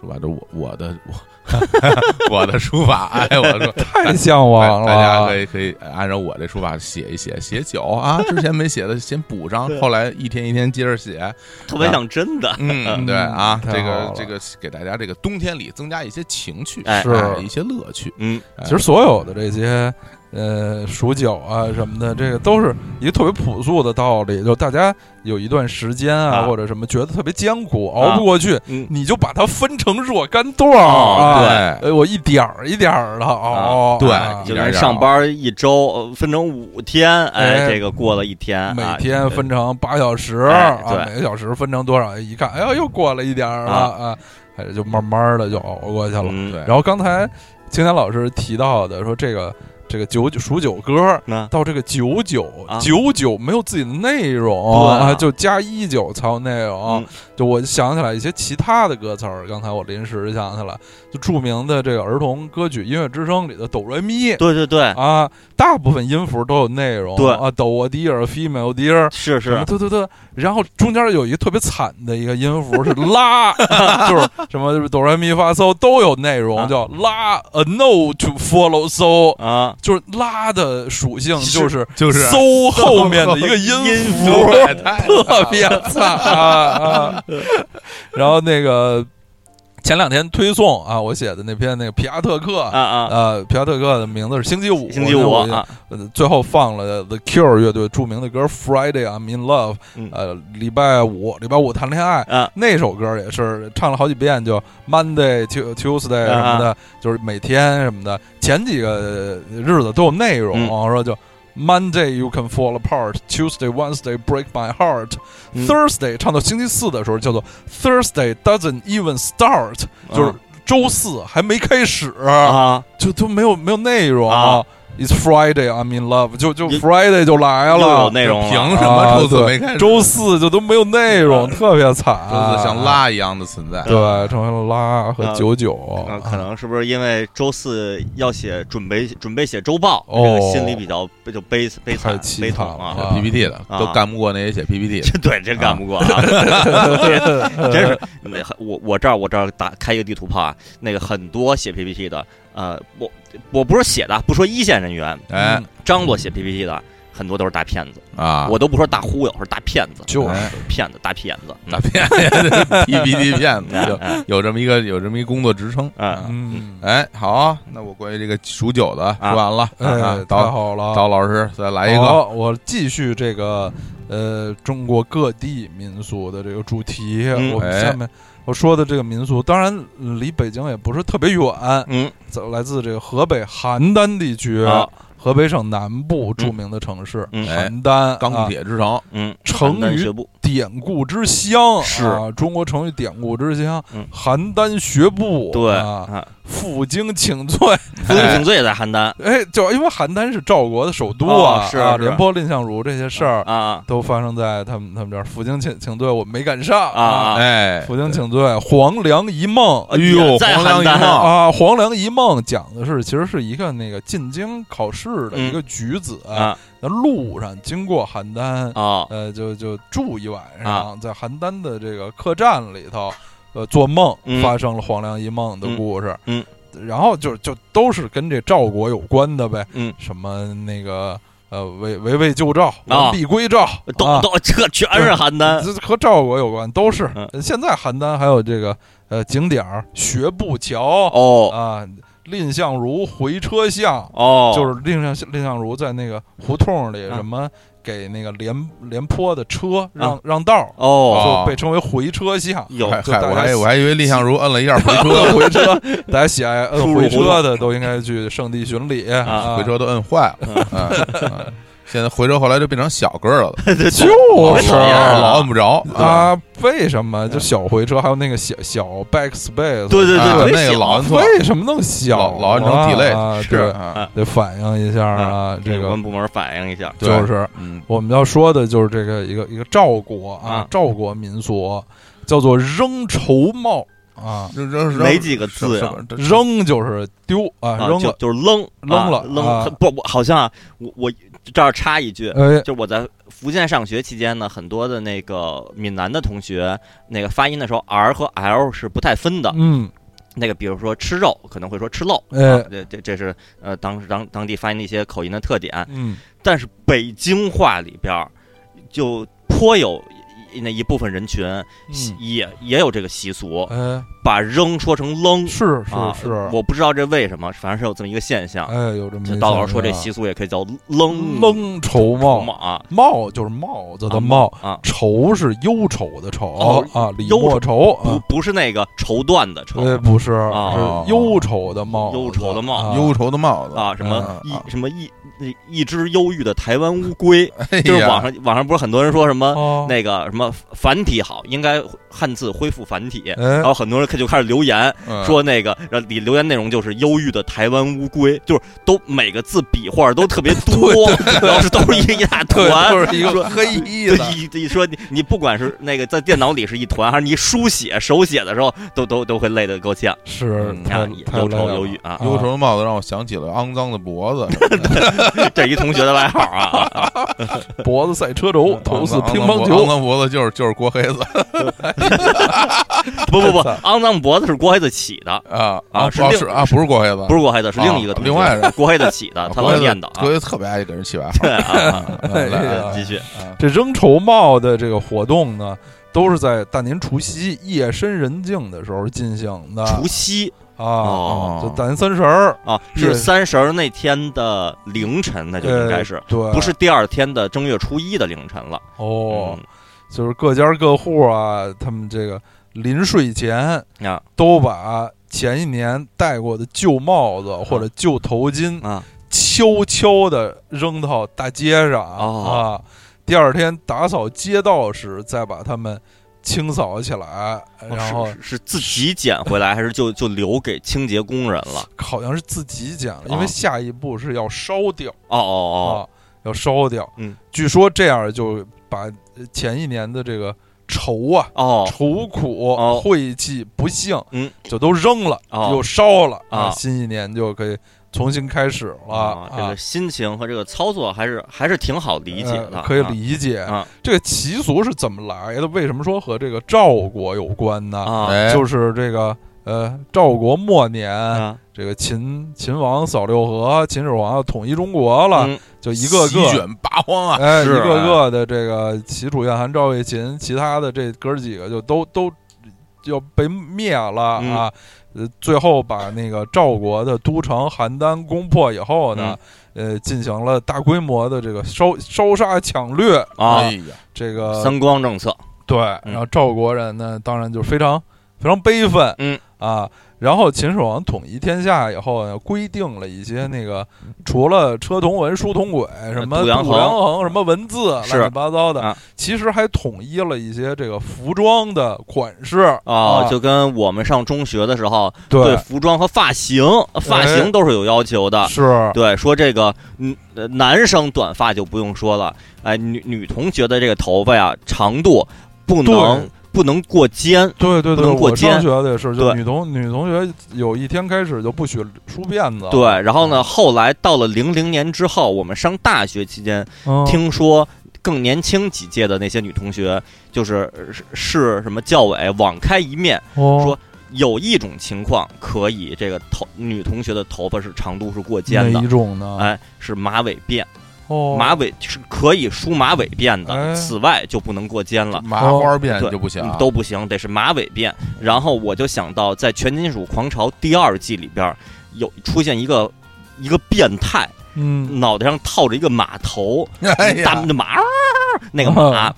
Speaker 1: 书法，这我我的 我我的书法，哎，我 的书
Speaker 3: 太向往了，啊
Speaker 2: 哎
Speaker 1: 大家可以可以按照我这书法写一写，写酒啊，之前没写的先补上
Speaker 2: 对，
Speaker 1: 后来一天一天接着写。
Speaker 2: 特别像真的。
Speaker 1: 嗯，对啊，
Speaker 3: 嗯
Speaker 1: 这
Speaker 3: 太好
Speaker 1: 个
Speaker 3: 了
Speaker 1: 这个给大家这个冬天里增加一些情趣，
Speaker 2: 哎
Speaker 1: 哎
Speaker 3: 是
Speaker 1: 一些乐趣。
Speaker 2: 嗯，
Speaker 1: 哎
Speaker 3: 其实所有的这些，呃，数酒啊什么的，这个都是一个特别朴素的道理，就大家有一段时间啊，
Speaker 2: 啊
Speaker 3: 或者什么觉得特别艰苦，
Speaker 2: 啊
Speaker 3: 熬不过去，
Speaker 2: 嗯
Speaker 3: 你就把它分成若干段儿、
Speaker 2: 哦
Speaker 3: 啊。
Speaker 1: 对，
Speaker 3: 呃，我一点儿一点儿的哦，
Speaker 1: 对
Speaker 3: 啊
Speaker 2: 就跟上班一周呃分成五天，哎，
Speaker 3: 哎
Speaker 2: 这个过了一天，啊
Speaker 3: 每天分成八小时、
Speaker 2: 哎对
Speaker 3: 啊，每个小时分成多少？一看，哎呀，又过了一点儿了
Speaker 2: 啊
Speaker 3: 啊，哎，就慢慢的就熬过去了。
Speaker 2: 嗯
Speaker 1: 对，
Speaker 3: 然后刚才青年老师提到的，说这个这个九数九歌，
Speaker 2: 那
Speaker 3: 到这个九九
Speaker 2: 啊
Speaker 3: 九九没有自己的内容
Speaker 2: 对啊
Speaker 3: 啊，就加一九才有内容
Speaker 2: 嗯。
Speaker 3: 就我想起来一些其他的歌词儿，刚才我临时想起来，就著名的这个儿童歌曲《音乐之声》里的哆来咪
Speaker 2: 对对对，
Speaker 3: 啊，大部分音符都有内容，
Speaker 2: 对
Speaker 3: 啊，哆我 dear female dear。
Speaker 2: 是
Speaker 3: 什么
Speaker 2: 是
Speaker 3: 对对对，然后中间有一个特别惨的一个音符是拉， 就是什么哆来咪发嗦都有内容，
Speaker 2: 啊
Speaker 3: 叫拉 a no to follow so，
Speaker 2: 啊，
Speaker 3: 就是拉的属性就是
Speaker 1: 就是
Speaker 3: 搜后面的一个
Speaker 2: 音
Speaker 3: 音
Speaker 2: 符
Speaker 3: 符，
Speaker 1: 对太
Speaker 3: 特别惨啊！啊然后那个前两天推送啊，我写的那篇那个皮亚特克
Speaker 2: 啊。啊，
Speaker 3: 呃，皮亚特克的名字是星期五，
Speaker 2: 星期
Speaker 3: 因为
Speaker 2: 五
Speaker 3: 我
Speaker 2: 啊，
Speaker 3: 呃最后放了 The Cure 乐队著名的歌《Friday I'm in Love》
Speaker 2: 嗯，
Speaker 3: 呃，礼拜五，礼拜五谈恋爱。
Speaker 2: 啊
Speaker 3: 那首歌也是唱了好几遍，就 Monday、Tu- Tuesday
Speaker 2: 啊
Speaker 3: 什么的，就是每天什么的。前几个日子都有内容，
Speaker 2: 嗯
Speaker 3: 说就 Monday you can fall apart, Tuesday, Wednesday break my heart,
Speaker 2: 嗯
Speaker 3: Thursday 唱到星期四的时候叫做 Thursday doesn't even start，就是周四还没开始，
Speaker 2: 嗯啊，
Speaker 3: 就都没有没有内容
Speaker 2: 啊。
Speaker 3: It's Friday, I'm in love，就就
Speaker 2: 也
Speaker 3: Friday 就来
Speaker 2: 又有
Speaker 3: 了，
Speaker 2: 内容了
Speaker 1: 凭什么周四
Speaker 3: 啊对
Speaker 1: 没开始？
Speaker 3: 周四就都没有内容，特别惨。
Speaker 1: 周四像拉一样的存在，
Speaker 3: 对，成为了拉和
Speaker 2: 啊
Speaker 3: 九九
Speaker 2: 啊，可能是不是因为周四要写准备准备写周报，
Speaker 3: 哦
Speaker 2: 这个心里比较就悲悲惨
Speaker 3: 太凄
Speaker 2: 悲痛
Speaker 3: 惨了
Speaker 2: 啊。
Speaker 1: 写 PPT 的
Speaker 2: 啊
Speaker 1: 都干不过那些写 PPT 的。
Speaker 2: 这对真干不过啊！真 是，那啊我我这儿我这儿打开一个地图炮啊，那个很多写 PPT 的，呃，我我不是写的，不说一线人员，
Speaker 1: 哎
Speaker 2: 张罗写 PPT 的很多都是大骗子，
Speaker 1: 啊，
Speaker 2: 我都不说大忽悠，是大骗子，
Speaker 3: 就是嗯
Speaker 1: 哎
Speaker 2: 骗子大骗子，
Speaker 1: 大骗子 PPT 骗子，
Speaker 2: 嗯
Speaker 1: 有有这么一个有这么一工作职称。
Speaker 2: 嗯
Speaker 3: 嗯，
Speaker 1: 哎，好啊，那我关于这个数九的说完了，啊
Speaker 3: 哎，，太
Speaker 1: 导
Speaker 3: 好了，
Speaker 1: 导老师再来一个，
Speaker 3: 好，我继续这个呃中国各地民俗的这个主题。
Speaker 2: 嗯
Speaker 3: 我们下面我说的这个民俗，当然离北京也不是特别远，
Speaker 2: 嗯
Speaker 3: 走来自这个河北邯郸地区，
Speaker 2: 啊
Speaker 3: 河北省南部著名的城市。
Speaker 2: 嗯
Speaker 1: 哎
Speaker 3: 邯郸
Speaker 1: 钢
Speaker 3: 啊
Speaker 1: 铁之城，
Speaker 2: 嗯，
Speaker 3: 成
Speaker 2: 邯郸
Speaker 3: 语
Speaker 2: 学步
Speaker 3: 典故之乡
Speaker 2: 是
Speaker 3: 啊，中国成语典故之乡
Speaker 2: 嗯，
Speaker 3: 邯郸学步
Speaker 2: 对嗯
Speaker 3: 啊，， 负荆请罪。
Speaker 2: 风雨请罪也在邯郸
Speaker 3: 哎，就因为邯郸是赵国的首都
Speaker 2: 哦
Speaker 3: 啊，
Speaker 2: 是
Speaker 3: 啊，
Speaker 2: 是
Speaker 3: 廉颇、蔺相如这些事儿
Speaker 2: 啊
Speaker 3: 都发生在他们他们这儿。负荆请请罪，我没赶上
Speaker 2: 啊！啊，
Speaker 1: 哎，
Speaker 3: 负荆请罪，黄粱一梦。
Speaker 1: 哎呦，
Speaker 2: 也在
Speaker 1: 黄粱一
Speaker 2: 邯郸
Speaker 1: 梦，
Speaker 3: 啊，黄粱一梦讲的是，其实是一个那个进京考试的
Speaker 2: 嗯
Speaker 3: 一个举子，
Speaker 2: 啊
Speaker 3: 那路上经过邯郸，
Speaker 2: 哦
Speaker 3: 呃，就就住一晚
Speaker 2: 啊
Speaker 3: 上，在邯郸的这个客栈里头，呃，做梦
Speaker 2: 嗯
Speaker 3: 发生了黄粱一梦的故事，
Speaker 2: 嗯
Speaker 3: 然后就就都是跟这赵国有关的呗，
Speaker 2: 嗯，
Speaker 3: 什么那个呃，围围魏救赵，
Speaker 2: 啊
Speaker 3: 完璧归赵，
Speaker 2: 都
Speaker 3: 啊
Speaker 2: 都这全是邯郸
Speaker 3: 这和赵国有关，都是呃
Speaker 2: 嗯。
Speaker 3: 现在邯郸还有这个呃景点儿学步桥
Speaker 2: 哦
Speaker 3: 啊，蔺相如回车巷，
Speaker 2: 哦，
Speaker 3: 就是蔺相蔺相如在那个胡同里
Speaker 2: 啊
Speaker 3: 什么给那个廉廉颇的车让让道儿，
Speaker 2: 嗯哦
Speaker 3: 就被称为回车巷。
Speaker 2: 有
Speaker 1: 嗨
Speaker 3: 就
Speaker 1: 嗨，
Speaker 3: 大
Speaker 1: 我
Speaker 3: 家
Speaker 1: 还
Speaker 3: 喜
Speaker 1: 我还以为蔺相如摁了一下回车，
Speaker 3: 回车，大家喜爱摁
Speaker 2: 嗯出入
Speaker 3: 回
Speaker 2: 胡
Speaker 3: 车的都应该去圣地巡 礼
Speaker 2: 啊
Speaker 1: 回车都摁坏了。哎哎现在回车后来就变成小个儿了，
Speaker 2: 对
Speaker 3: 就
Speaker 2: 我
Speaker 3: 是
Speaker 2: 讨厌啊
Speaker 1: 老摁不着啊。
Speaker 3: 啊，为什么就小回车，还有那个小小 backspace，
Speaker 2: 嗯对对
Speaker 1: 啊
Speaker 2: 对，
Speaker 1: 那个老摁错，
Speaker 3: 为什么能小
Speaker 1: 老
Speaker 3: 啊？
Speaker 1: 老摁成体类
Speaker 3: 啊
Speaker 1: 是
Speaker 3: 对，
Speaker 1: 啊，
Speaker 3: 得反映一下啊，这
Speaker 2: 有
Speaker 3: 个
Speaker 2: 关部门反映一下，
Speaker 1: 对
Speaker 3: 就是
Speaker 1: 嗯，
Speaker 3: 我们要说的就是这个一个一个赵国啊
Speaker 2: 啊，
Speaker 3: 赵国民俗叫做扔绸帽啊，
Speaker 1: 扔扔
Speaker 2: 没几个字啊呀
Speaker 1: 呀，
Speaker 3: 扔就是丢啊，
Speaker 2: 啊，
Speaker 3: 扔
Speaker 2: 就
Speaker 3: 了，
Speaker 2: 就是扔
Speaker 3: 扔了
Speaker 2: 啊扔
Speaker 3: 啊
Speaker 2: 不我好像啊我我这儿插一句，
Speaker 3: 哎，
Speaker 2: 就是我在福建上学期间呢，很多的那个闽南的同学，那个发音的时候 R 和 L 是不太分的。
Speaker 3: 嗯，
Speaker 2: 那个比如说吃肉，可能会说吃漏，
Speaker 3: 哎
Speaker 2: 啊，这这这是呃当时当当地发音的一些口音的特点。
Speaker 3: 嗯，
Speaker 2: 但是北京话里边儿就颇有一那一部分人群
Speaker 3: 嗯
Speaker 2: 也也有这个习俗，
Speaker 3: 哎，
Speaker 2: 把扔说成扔
Speaker 3: 是是
Speaker 2: 啊
Speaker 3: 是，
Speaker 2: 我不知道这为什么，反正是有这么一个现象。
Speaker 3: 哎，有这么
Speaker 2: 就
Speaker 3: 一
Speaker 2: 道老
Speaker 3: 想
Speaker 2: 师说，这
Speaker 3: 法
Speaker 2: 习俗也可以叫扔
Speaker 3: 扔绸
Speaker 2: 帽
Speaker 3: 帽，
Speaker 2: 啊，
Speaker 3: 帽就是帽子的帽，
Speaker 2: 啊，
Speaker 3: 绸是忧愁的愁
Speaker 2: 哦
Speaker 3: 啊，李
Speaker 2: 忧
Speaker 3: 莫愁
Speaker 2: 不
Speaker 3: 啊，
Speaker 2: 不是那个绸缎的绸
Speaker 3: 呃，不是，
Speaker 2: 啊
Speaker 3: 是忧愁的帽子，
Speaker 2: 忧愁的帽
Speaker 3: 啊
Speaker 1: 忧愁的帽子
Speaker 2: 啊，什么
Speaker 1: 啊
Speaker 2: 一
Speaker 1: 啊
Speaker 2: 什么一一一只忧郁的台湾乌龟，
Speaker 1: 哎呀
Speaker 2: 就是网上网上不是很多人说什么
Speaker 3: 哦，
Speaker 2: 那个什么繁体好，应该汉字恢复繁体。
Speaker 3: 哎
Speaker 2: 然，后很多人就开始留言
Speaker 1: 嗯
Speaker 2: 说那个，然后里留言内容就是忧郁的台湾乌龟，就是都每个字笔画都特别多，然后是都是一一大团，
Speaker 1: 就是一
Speaker 2: 说
Speaker 1: 个黑衣的，
Speaker 2: 一一说你你不管是那个在电脑里是一团，还是你书写手写的时候，都都都会累得够呛，
Speaker 3: 是
Speaker 1: 嗯
Speaker 2: 啊
Speaker 3: 太
Speaker 2: 也
Speaker 3: 太
Speaker 2: 忧
Speaker 3: 累
Speaker 2: 愁
Speaker 3: 了
Speaker 2: 忧郁啊
Speaker 1: 忧愁的帽子让我想起了肮脏的脖子，
Speaker 2: 这是一同学的外号啊。啊
Speaker 3: 脖子赛车轴，哦头似乒乓
Speaker 1: 肮
Speaker 3: 球。
Speaker 1: 脏脖子就是就是郭黑子
Speaker 2: 不不不，肮脏脖子是郭黑子起的，
Speaker 1: 啊
Speaker 2: 啊
Speaker 1: 啊
Speaker 2: 是
Speaker 1: 不
Speaker 2: 另
Speaker 1: 是啊不是郭黑子，
Speaker 2: 不是郭黑子，是另一个同学
Speaker 1: 另外人
Speaker 2: 郭黑子起的
Speaker 1: 啊，
Speaker 2: 他
Speaker 1: 郭黑
Speaker 2: 老
Speaker 1: 子
Speaker 2: 念叨啊
Speaker 1: 郭。黑子特别爱给人起外号
Speaker 2: 对啊，
Speaker 1: 啊，
Speaker 3: 哎
Speaker 1: 来来
Speaker 2: 啊
Speaker 1: 来
Speaker 2: 继续
Speaker 3: 这扔绸帽的这个活动呢，都是在大年除夕夜深人静的时候进行的。
Speaker 2: 除夕
Speaker 3: 啊，
Speaker 2: 哦
Speaker 3: 就大年三十儿，
Speaker 2: 啊，
Speaker 3: 夜
Speaker 2: 是三十儿那天的凌晨，那就应该是
Speaker 3: 呃，对，
Speaker 2: 不是第二天的正月初一的凌晨了。
Speaker 3: 哦，
Speaker 2: 嗯
Speaker 3: 就是各家各户啊，他们这个临睡前
Speaker 2: 啊
Speaker 3: 都把前一年戴过的旧帽子或
Speaker 2: 嗯
Speaker 3: 者旧头巾
Speaker 2: 啊，
Speaker 3: 悄悄地扔到大街上、
Speaker 2: 哦
Speaker 3: 啊。第二天打扫街道时，再把它们清扫起来，然后
Speaker 2: 哦是是是自己捡回来，还是就就留给清洁工人了？
Speaker 3: 好像是自己捡了，因为
Speaker 2: 啊
Speaker 3: 下一步是要烧掉
Speaker 2: 哦哦
Speaker 3: 啊，要烧掉。
Speaker 2: 嗯，
Speaker 3: 据说这样就把前一年的这个愁啊、
Speaker 2: 哦哦，
Speaker 3: 愁苦、
Speaker 2: 哦
Speaker 3: 晦气、不幸，
Speaker 2: 嗯，
Speaker 3: 就都扔了，
Speaker 2: 哦
Speaker 3: 又烧了
Speaker 2: 啊
Speaker 3: 新一年就可以重新开始了
Speaker 2: 啊，这
Speaker 3: 啊
Speaker 2: 个心情和这个操作还是还是挺好理解的，
Speaker 3: 呃可以
Speaker 2: 啊
Speaker 3: 理解
Speaker 2: 啊。
Speaker 3: 这个习俗是怎么来的？为什么说和这个赵国有关呢？
Speaker 2: 啊
Speaker 1: 哎
Speaker 3: 就是这个呃，赵国末年，
Speaker 2: 啊，
Speaker 3: 这个秦秦王扫六合，秦始皇要统一中国了，
Speaker 2: 嗯
Speaker 3: 就一个
Speaker 1: 席
Speaker 3: 个。
Speaker 1: 卷八荒 啊，
Speaker 3: 哎，一
Speaker 2: 是
Speaker 3: 个
Speaker 2: 哎
Speaker 3: 个的这个齐楚燕韩赵魏秦，其他的这哥儿几个就都都要被灭了
Speaker 2: 嗯
Speaker 3: 啊！呃，最后把那个赵国的都城邯郸攻破以后呢，
Speaker 2: 嗯
Speaker 3: 呃，进行了大规模的这个烧烧杀抢掠，
Speaker 2: 啊
Speaker 1: 哎，呀，
Speaker 3: 这个
Speaker 2: 三光政策，
Speaker 3: 对，
Speaker 2: 嗯
Speaker 3: 然后赵国人呢，当然就非常非常悲愤，
Speaker 2: 嗯
Speaker 3: 啊，然后秦始皇统一天下以后呢，规定了一些那个除了车同文、书同轨，什么
Speaker 2: 度
Speaker 3: 度
Speaker 2: 量
Speaker 3: 量
Speaker 2: 呃衡
Speaker 3: 衡，什么文字，
Speaker 2: 是
Speaker 3: 乱七八糟的
Speaker 2: 啊，
Speaker 3: 其实还统一了一些这个服装的款式
Speaker 2: 哦
Speaker 3: 啊，，
Speaker 2: 就跟我们上中学的时候对
Speaker 3: 对，哎
Speaker 2: 服装和发型，发型都是有要求的。
Speaker 3: 是
Speaker 2: 对，说这个，嗯，呃男生短发就不用说了，哎，女女同学的这个头发呀，长度不能不能过肩，
Speaker 3: 对对
Speaker 2: 不
Speaker 3: 对，
Speaker 2: 能过
Speaker 3: 我上
Speaker 2: 肩
Speaker 3: 学的也是，就
Speaker 2: 对
Speaker 3: 女同女同学有一天开始就不许梳辫子，
Speaker 2: 对。然后呢，后来到了零零年之后，我们上大学期间，
Speaker 3: 嗯，
Speaker 2: 听说更年轻几届的那些女同学，就是呃是是什么教委网开一面，
Speaker 3: 说
Speaker 2: 说有一种情况可以，这个头女同学的头发是长度是过
Speaker 3: 哪
Speaker 2: 肩的
Speaker 3: 一，种呢？
Speaker 2: 哎，是马尾辫，
Speaker 3: 哦，
Speaker 2: 马尾是可以梳马尾辫
Speaker 3: 哎
Speaker 2: 的，此外就不能过肩了。
Speaker 1: 麻花辫
Speaker 2: 对
Speaker 1: 就不行啊，
Speaker 2: 都不行，得是马尾辫。然后我就想到，在《全金属狂潮》第二季里边，有出现一个一个变态，
Speaker 3: 嗯，
Speaker 2: 脑袋上套着一个马头，
Speaker 1: 哎呀
Speaker 2: 大的马儿那个马。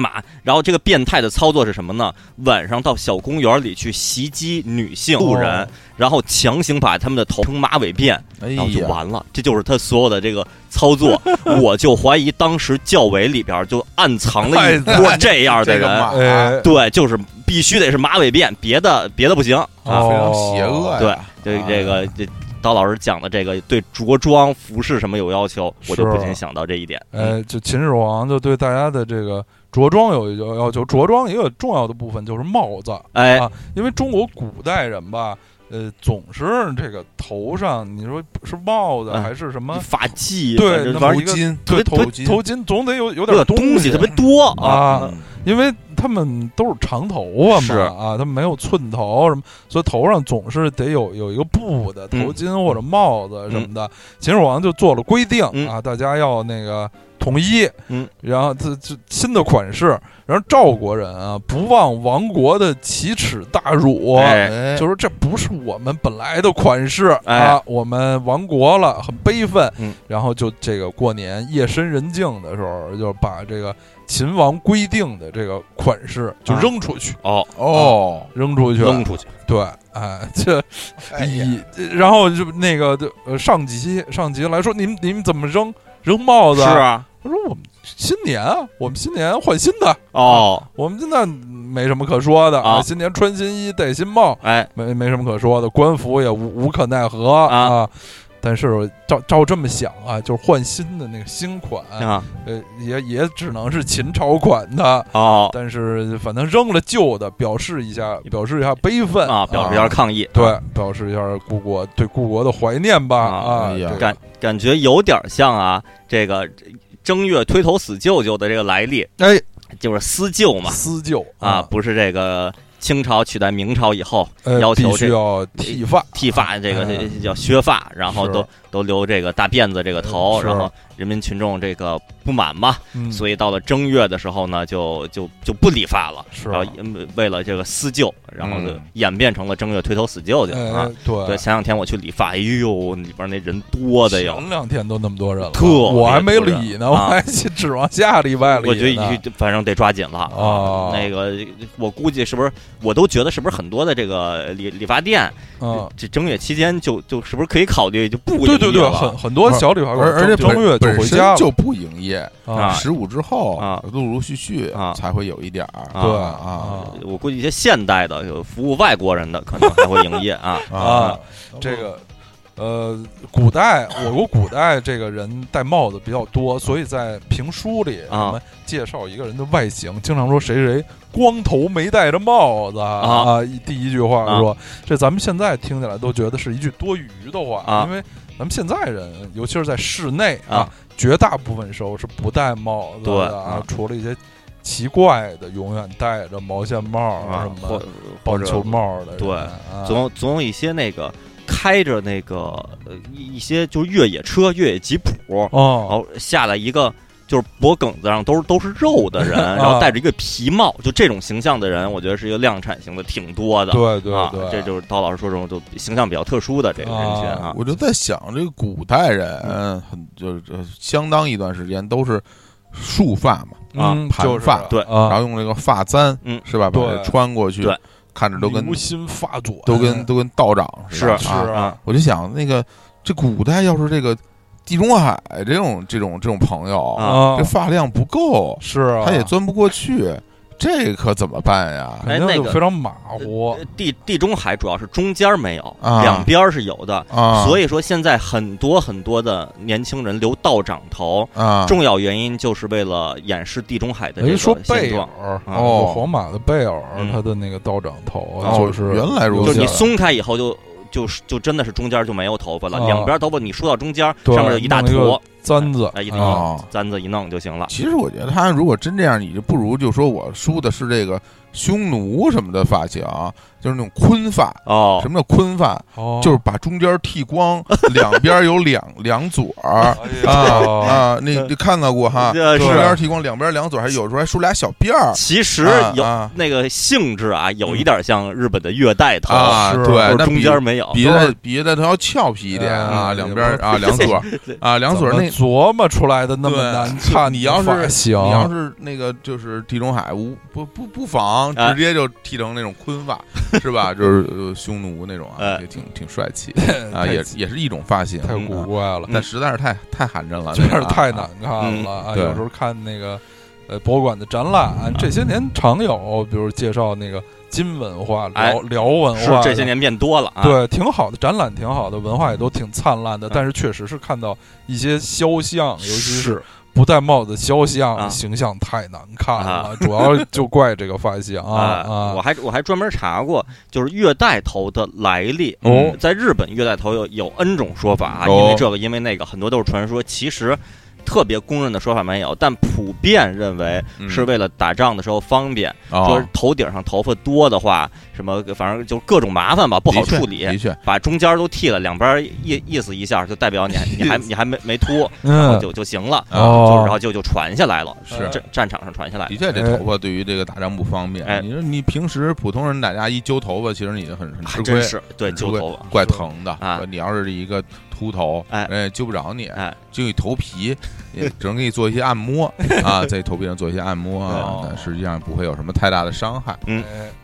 Speaker 2: 马，然后这个变态的操作是什么呢？晚上到小公园里去袭击女性路人，
Speaker 3: 哦
Speaker 2: 然后强行把他们的头成马尾辫，
Speaker 1: 哎
Speaker 2: 然后就
Speaker 1: 呀，
Speaker 2: 完了。这就是他所有的这个 操作，我就怀疑当时教委里边就暗藏了一波这样的
Speaker 1: 哎这个
Speaker 2: 人。
Speaker 1: 马
Speaker 3: 哎，
Speaker 2: 对，就是必须得是马尾辫，别的别的不行。
Speaker 1: 啊非常邪恶呀，
Speaker 2: 哦对，
Speaker 3: 啊
Speaker 2: 这这个这刀老师讲的这个对着装、服饰什么有要求，我就是不禁想到这一点。嗯
Speaker 3: 啊呃，就秦始皇就对大家的这个着装有有要求，着装也有重要的部分就是帽子，
Speaker 2: 哎
Speaker 3: 啊，因为中国古代人吧，呃，总是这个头上你说是帽子
Speaker 2: 嗯
Speaker 3: 还是什么，
Speaker 2: 发髻，
Speaker 3: 对
Speaker 2: 反正
Speaker 3: 那
Speaker 1: 头
Speaker 3: 么
Speaker 2: 玩意
Speaker 3: 一个
Speaker 1: 巾，
Speaker 3: 对
Speaker 1: 头
Speaker 3: 头
Speaker 1: 巾
Speaker 3: 头巾总得有有
Speaker 2: 儿有
Speaker 3: 点
Speaker 2: 点东西
Speaker 3: 西
Speaker 2: 特 别多啊。
Speaker 3: 啊，
Speaker 1: 嗯
Speaker 3: 因为他们都是长头发嘛，
Speaker 2: 是
Speaker 3: 啊，他们没有寸头什么，所以头上总是得有有一个布的头
Speaker 2: 嗯
Speaker 3: 巾或者帽子什么的。秦始皇就做了规定、
Speaker 2: 嗯
Speaker 3: 啊，大家要那个统一，
Speaker 2: 嗯，
Speaker 3: 然后这这新的款式，然后赵国人啊不忘亡国的奇耻大辱。啊
Speaker 2: 哎
Speaker 1: 哎
Speaker 3: 就说这不是我们本来的款式、
Speaker 2: 哎
Speaker 3: 啊，我们亡国了，很悲愤。
Speaker 2: 嗯
Speaker 3: 然后就这个过年夜深人静的时候，就把这个秦王规定的这个款式就
Speaker 2: 啊
Speaker 3: 扔出去，
Speaker 2: 哦，
Speaker 1: 哦，
Speaker 3: 扔出去，
Speaker 2: 扔出去，
Speaker 3: 对，哎，这
Speaker 2: 嗯
Speaker 1: 哎呀
Speaker 3: 以、然后就那个就呃上级上级来说，你们你们怎么扔扔帽子
Speaker 2: 是
Speaker 3: 啊？
Speaker 2: 啊，
Speaker 3: 他说我们新年啊，我们新年换新的，
Speaker 2: 哦，
Speaker 3: 我们现在没什么可说的
Speaker 2: 啊
Speaker 3: 新年穿新衣戴新帽，
Speaker 2: 哎，
Speaker 3: 没没什么可说的，官府也无无可奈何
Speaker 2: 啊
Speaker 3: 但是照照这么想啊，就是换新的那个新款，
Speaker 2: 啊，
Speaker 3: 呃，也也只能是秦朝款的，
Speaker 2: 哦，
Speaker 3: 但是反正扔了旧的，表示一下，表示一下悲愤
Speaker 2: 啊，表示一下抗议，
Speaker 3: 对，表示一下故国对故国的怀念吧
Speaker 2: 啊
Speaker 3: 啊，
Speaker 1: 哎呀
Speaker 3: 这个
Speaker 2: 感感觉有点像啊，这个正月推头死舅舅的这个来历，
Speaker 3: 哎
Speaker 2: 就是思舅嘛，
Speaker 3: 思旧
Speaker 2: 啊，，不是这个清朝取代明朝以后
Speaker 3: 呃
Speaker 2: 要求
Speaker 3: 必
Speaker 2: 这
Speaker 3: 须
Speaker 2: 哎
Speaker 3: 要剃发，
Speaker 2: 剃发，这个
Speaker 3: 哎
Speaker 2: 叫削发，然后
Speaker 3: 是
Speaker 2: 都都留这个大辫子这个头，
Speaker 3: 是
Speaker 2: 然后人民群众这个不满嘛，
Speaker 3: 嗯，
Speaker 2: 所以到了正月的时候呢，就就就不理发了，
Speaker 3: 是啊
Speaker 2: 然后因为了这个思舅，然后就
Speaker 1: 嗯
Speaker 2: 演变成了正月推头死舅舅啊
Speaker 3: 哎。，对
Speaker 2: 对，前两天我去理发，哎呦，里边那人多的哟。
Speaker 3: 前两天都那么多人了，
Speaker 2: 特
Speaker 3: 我还没
Speaker 2: 别多人
Speaker 3: 理呢，
Speaker 2: 啊
Speaker 3: 我还指望下礼拜理呢。
Speaker 2: 我觉得一句反正得抓紧了啊
Speaker 3: 哦
Speaker 2: 那个，我估计是不是我都觉得是不是很多的这个理理发店，
Speaker 3: 嗯，
Speaker 2: 这正月期间就就是不是可以考虑就不
Speaker 3: 对对
Speaker 2: 营
Speaker 3: 对，
Speaker 2: 业了
Speaker 3: 很很多小旅馆，
Speaker 1: 而而且
Speaker 3: 正
Speaker 1: 本
Speaker 3: 正月就
Speaker 1: 本
Speaker 3: 回
Speaker 1: 身
Speaker 3: 家了
Speaker 1: 就不营业，
Speaker 2: 啊
Speaker 1: 十五之后
Speaker 2: 啊
Speaker 1: 陆陆续续
Speaker 2: 啊
Speaker 1: 才会有一点儿，
Speaker 2: 啊
Speaker 3: 对
Speaker 1: 啊
Speaker 2: 我估计一些现代的有服务外国人的可能还会营业 啊
Speaker 1: 啊
Speaker 3: 啊，这个呃，古代我国古代这个人戴帽子比较多，所以在评书里
Speaker 2: 啊
Speaker 3: 什么介绍一个人的外形，经常说谁谁光头没戴着帽子
Speaker 2: 啊
Speaker 3: 啊一第一句话说这咱们现在听起来都觉得是一句多余的
Speaker 2: 啊
Speaker 3: 话，因为咱们现在人，尤其是在室内
Speaker 2: 啊
Speaker 3: 啊，绝大部分时候是不戴帽子
Speaker 2: 对
Speaker 3: 的啊
Speaker 2: 啊，
Speaker 3: 除了一些。奇怪的，永远戴着毛线帽
Speaker 2: 啊，
Speaker 3: 什么
Speaker 2: 或
Speaker 3: 棒
Speaker 2: 或者
Speaker 3: 球帽的人，
Speaker 2: 对
Speaker 3: 啊，
Speaker 2: 总有总有一些那个开着那个呃一一些就是越野车、越野吉普，然
Speaker 3: 哦，
Speaker 2: 后下来一个就是脖梗子上都是都是肉 的人，
Speaker 3: 啊
Speaker 2: 然后戴着一个皮帽，就这种形象的人，我觉得是一个量产型的挺多的。
Speaker 3: 对对
Speaker 2: 啊
Speaker 3: 对，，
Speaker 2: 这就是刀老师说这种就形象比较特殊的这个人群啊嗯
Speaker 1: 我就在想，这个古代人很就是呃相当一段时间都是束发嘛，
Speaker 2: 啊
Speaker 3: 嗯
Speaker 1: 盘
Speaker 3: 就是
Speaker 1: 发
Speaker 2: 对
Speaker 1: 然
Speaker 3: 啊，
Speaker 1: 后用这个发簪，
Speaker 2: 嗯
Speaker 1: 是吧？把
Speaker 3: 对
Speaker 1: 它穿过去
Speaker 2: 对，哎
Speaker 1: 看着都跟
Speaker 3: 无心发作，哎
Speaker 1: 都跟都跟道长似的
Speaker 2: 是
Speaker 3: 是
Speaker 1: 啊。
Speaker 3: 啊，
Speaker 1: 我就想，那个这古代要是这个地中海这种这种这种朋友，
Speaker 2: 啊
Speaker 1: 这发量不够，
Speaker 3: 是啊，
Speaker 1: 他也钻不过去，这可怎么办呀？
Speaker 2: 哎
Speaker 3: 肯定
Speaker 2: 那
Speaker 3: 就
Speaker 2: 个
Speaker 3: 非常马虎
Speaker 2: 呃地地中海主要是中间没有，
Speaker 1: 啊
Speaker 2: 两边是有的。
Speaker 1: 啊，
Speaker 2: 所
Speaker 1: 以
Speaker 2: 以说，现在很多很多的年轻人留道长头，
Speaker 1: 啊，
Speaker 2: 重要原因就是为了掩饰地中海的这
Speaker 3: 人哎说
Speaker 2: 个现
Speaker 3: 贝
Speaker 2: 状。
Speaker 3: 尔
Speaker 2: 啊
Speaker 1: 哦
Speaker 3: 有皇马的贝尔
Speaker 2: 嗯，
Speaker 3: 他的那个道长头啊
Speaker 1: 哦
Speaker 3: 就是
Speaker 1: 原来如此
Speaker 2: 就是
Speaker 1: 是
Speaker 2: 你松开以后就。就是就真的是中间就没有头发了，
Speaker 3: 啊
Speaker 2: 两边头发你梳到中间，
Speaker 3: 对
Speaker 2: 上面有一大
Speaker 3: 弄一
Speaker 2: 坨
Speaker 3: 个，簪子
Speaker 2: 哎一
Speaker 3: 啊
Speaker 2: 坨
Speaker 1: 哦。
Speaker 2: 簪子一弄就行了。
Speaker 1: 其实我觉得他如果真这样，你就不如就说我梳的是这个匈奴什么的发型，就是那种昆发。
Speaker 2: 哦
Speaker 1: 什，么叫昆发？
Speaker 3: 哦
Speaker 1: 就是把中间剃 光，两边有两两撮儿
Speaker 3: 哎呦
Speaker 1: 啊啊！你你看到过哈？
Speaker 2: 这
Speaker 1: 中间
Speaker 2: 哦嗯是啊
Speaker 1: 剃光，两边两撮儿，还有时候还梳俩小辫儿。
Speaker 2: 其实
Speaker 1: 啊
Speaker 2: 有
Speaker 1: 啊
Speaker 2: 那个性质啊，有一点像日本的月带头，
Speaker 1: 啊，
Speaker 3: 是
Speaker 1: 对，
Speaker 2: 就是
Speaker 1: 那
Speaker 2: 中
Speaker 1: 比
Speaker 2: 间没有。
Speaker 1: 比的比的它要俏皮一点啊，
Speaker 2: 嗯
Speaker 3: 哎
Speaker 1: 两边儿啊两撮儿 啊两撮儿
Speaker 3: 怎么
Speaker 1: 那。
Speaker 3: 琢磨出来的那么
Speaker 1: 对
Speaker 3: 难看，
Speaker 1: 你要是
Speaker 3: 发型，
Speaker 1: 你要是那个就是地中海无不不不妨
Speaker 2: 哎
Speaker 1: 直接就剃成那种昆发，是吧？ 就是呃匈奴那种啊，
Speaker 2: 哎
Speaker 1: 也挺挺帅气啊，
Speaker 3: 太
Speaker 1: 也也嗯是一种发型，啊
Speaker 3: 太古怪了，
Speaker 1: 但实在是太太寒碜了，
Speaker 3: 确
Speaker 1: 那
Speaker 3: 实
Speaker 1: 个啊
Speaker 3: 太难看
Speaker 2: 嗯
Speaker 3: 了啊！
Speaker 1: 对
Speaker 3: 有时候看那个呃博物馆的展览，啊这些年常有，比如介绍那个金文化、
Speaker 2: 哎
Speaker 3: 辽辽文
Speaker 1: 嗯
Speaker 2: 是
Speaker 3: 化的，
Speaker 2: 这些年变多了啊。
Speaker 3: 对挺好的展览，挺好的，文化也都挺灿烂的。
Speaker 2: 嗯
Speaker 3: 但是确实是看到一些肖像，尤其是
Speaker 2: 是
Speaker 3: 不戴帽子肖
Speaker 2: 啊
Speaker 3: 像，形象太难看
Speaker 2: 啊哎
Speaker 3: 了，主要就怪这个发型 啊
Speaker 2: 我还我还专门查过，就是月带头的来历。
Speaker 1: 哦
Speaker 2: 在日本月带头有有 N 种说法啊，
Speaker 1: 哦
Speaker 2: 因为这个，因为那个，很多都是传说。其实特别公认的说法没有，但普遍认为
Speaker 1: 嗯
Speaker 2: 是为了打仗的时候方便，说
Speaker 1: 哦
Speaker 2: 是头顶上头发多的话，什么反正就各种麻烦吧，不好
Speaker 1: 的确
Speaker 2: 处理啊
Speaker 1: 的。确，
Speaker 2: 把中间都剃了，两边意意思一下，就代 表你还你还你还没没秃，然后
Speaker 3: 嗯
Speaker 2: 就就行了，就然
Speaker 3: 哦，
Speaker 2: 后就就传下来了，
Speaker 3: 是
Speaker 2: 战战场上传下来
Speaker 1: 的
Speaker 2: 的。
Speaker 1: 确，这
Speaker 3: 哎
Speaker 1: 头发对于这个打仗不方便。
Speaker 2: 哎
Speaker 1: 你说你平时普通人打架一揪头发，其实你很很吃
Speaker 2: 还
Speaker 1: 亏
Speaker 2: 啊真，是对
Speaker 1: 很吃
Speaker 2: 揪
Speaker 1: 亏
Speaker 2: 头发，
Speaker 1: 怪疼的。
Speaker 2: 啊
Speaker 1: 你要是一个秃头，
Speaker 2: 哎
Speaker 1: 人家揪不着你，
Speaker 2: 哎，
Speaker 1: 揪你头皮， 也只能给你做一些按摩啊，在头皮上做一些按摩啊
Speaker 3: 哦，
Speaker 1: 但实际上不会有什么太大的伤害。
Speaker 3: 哎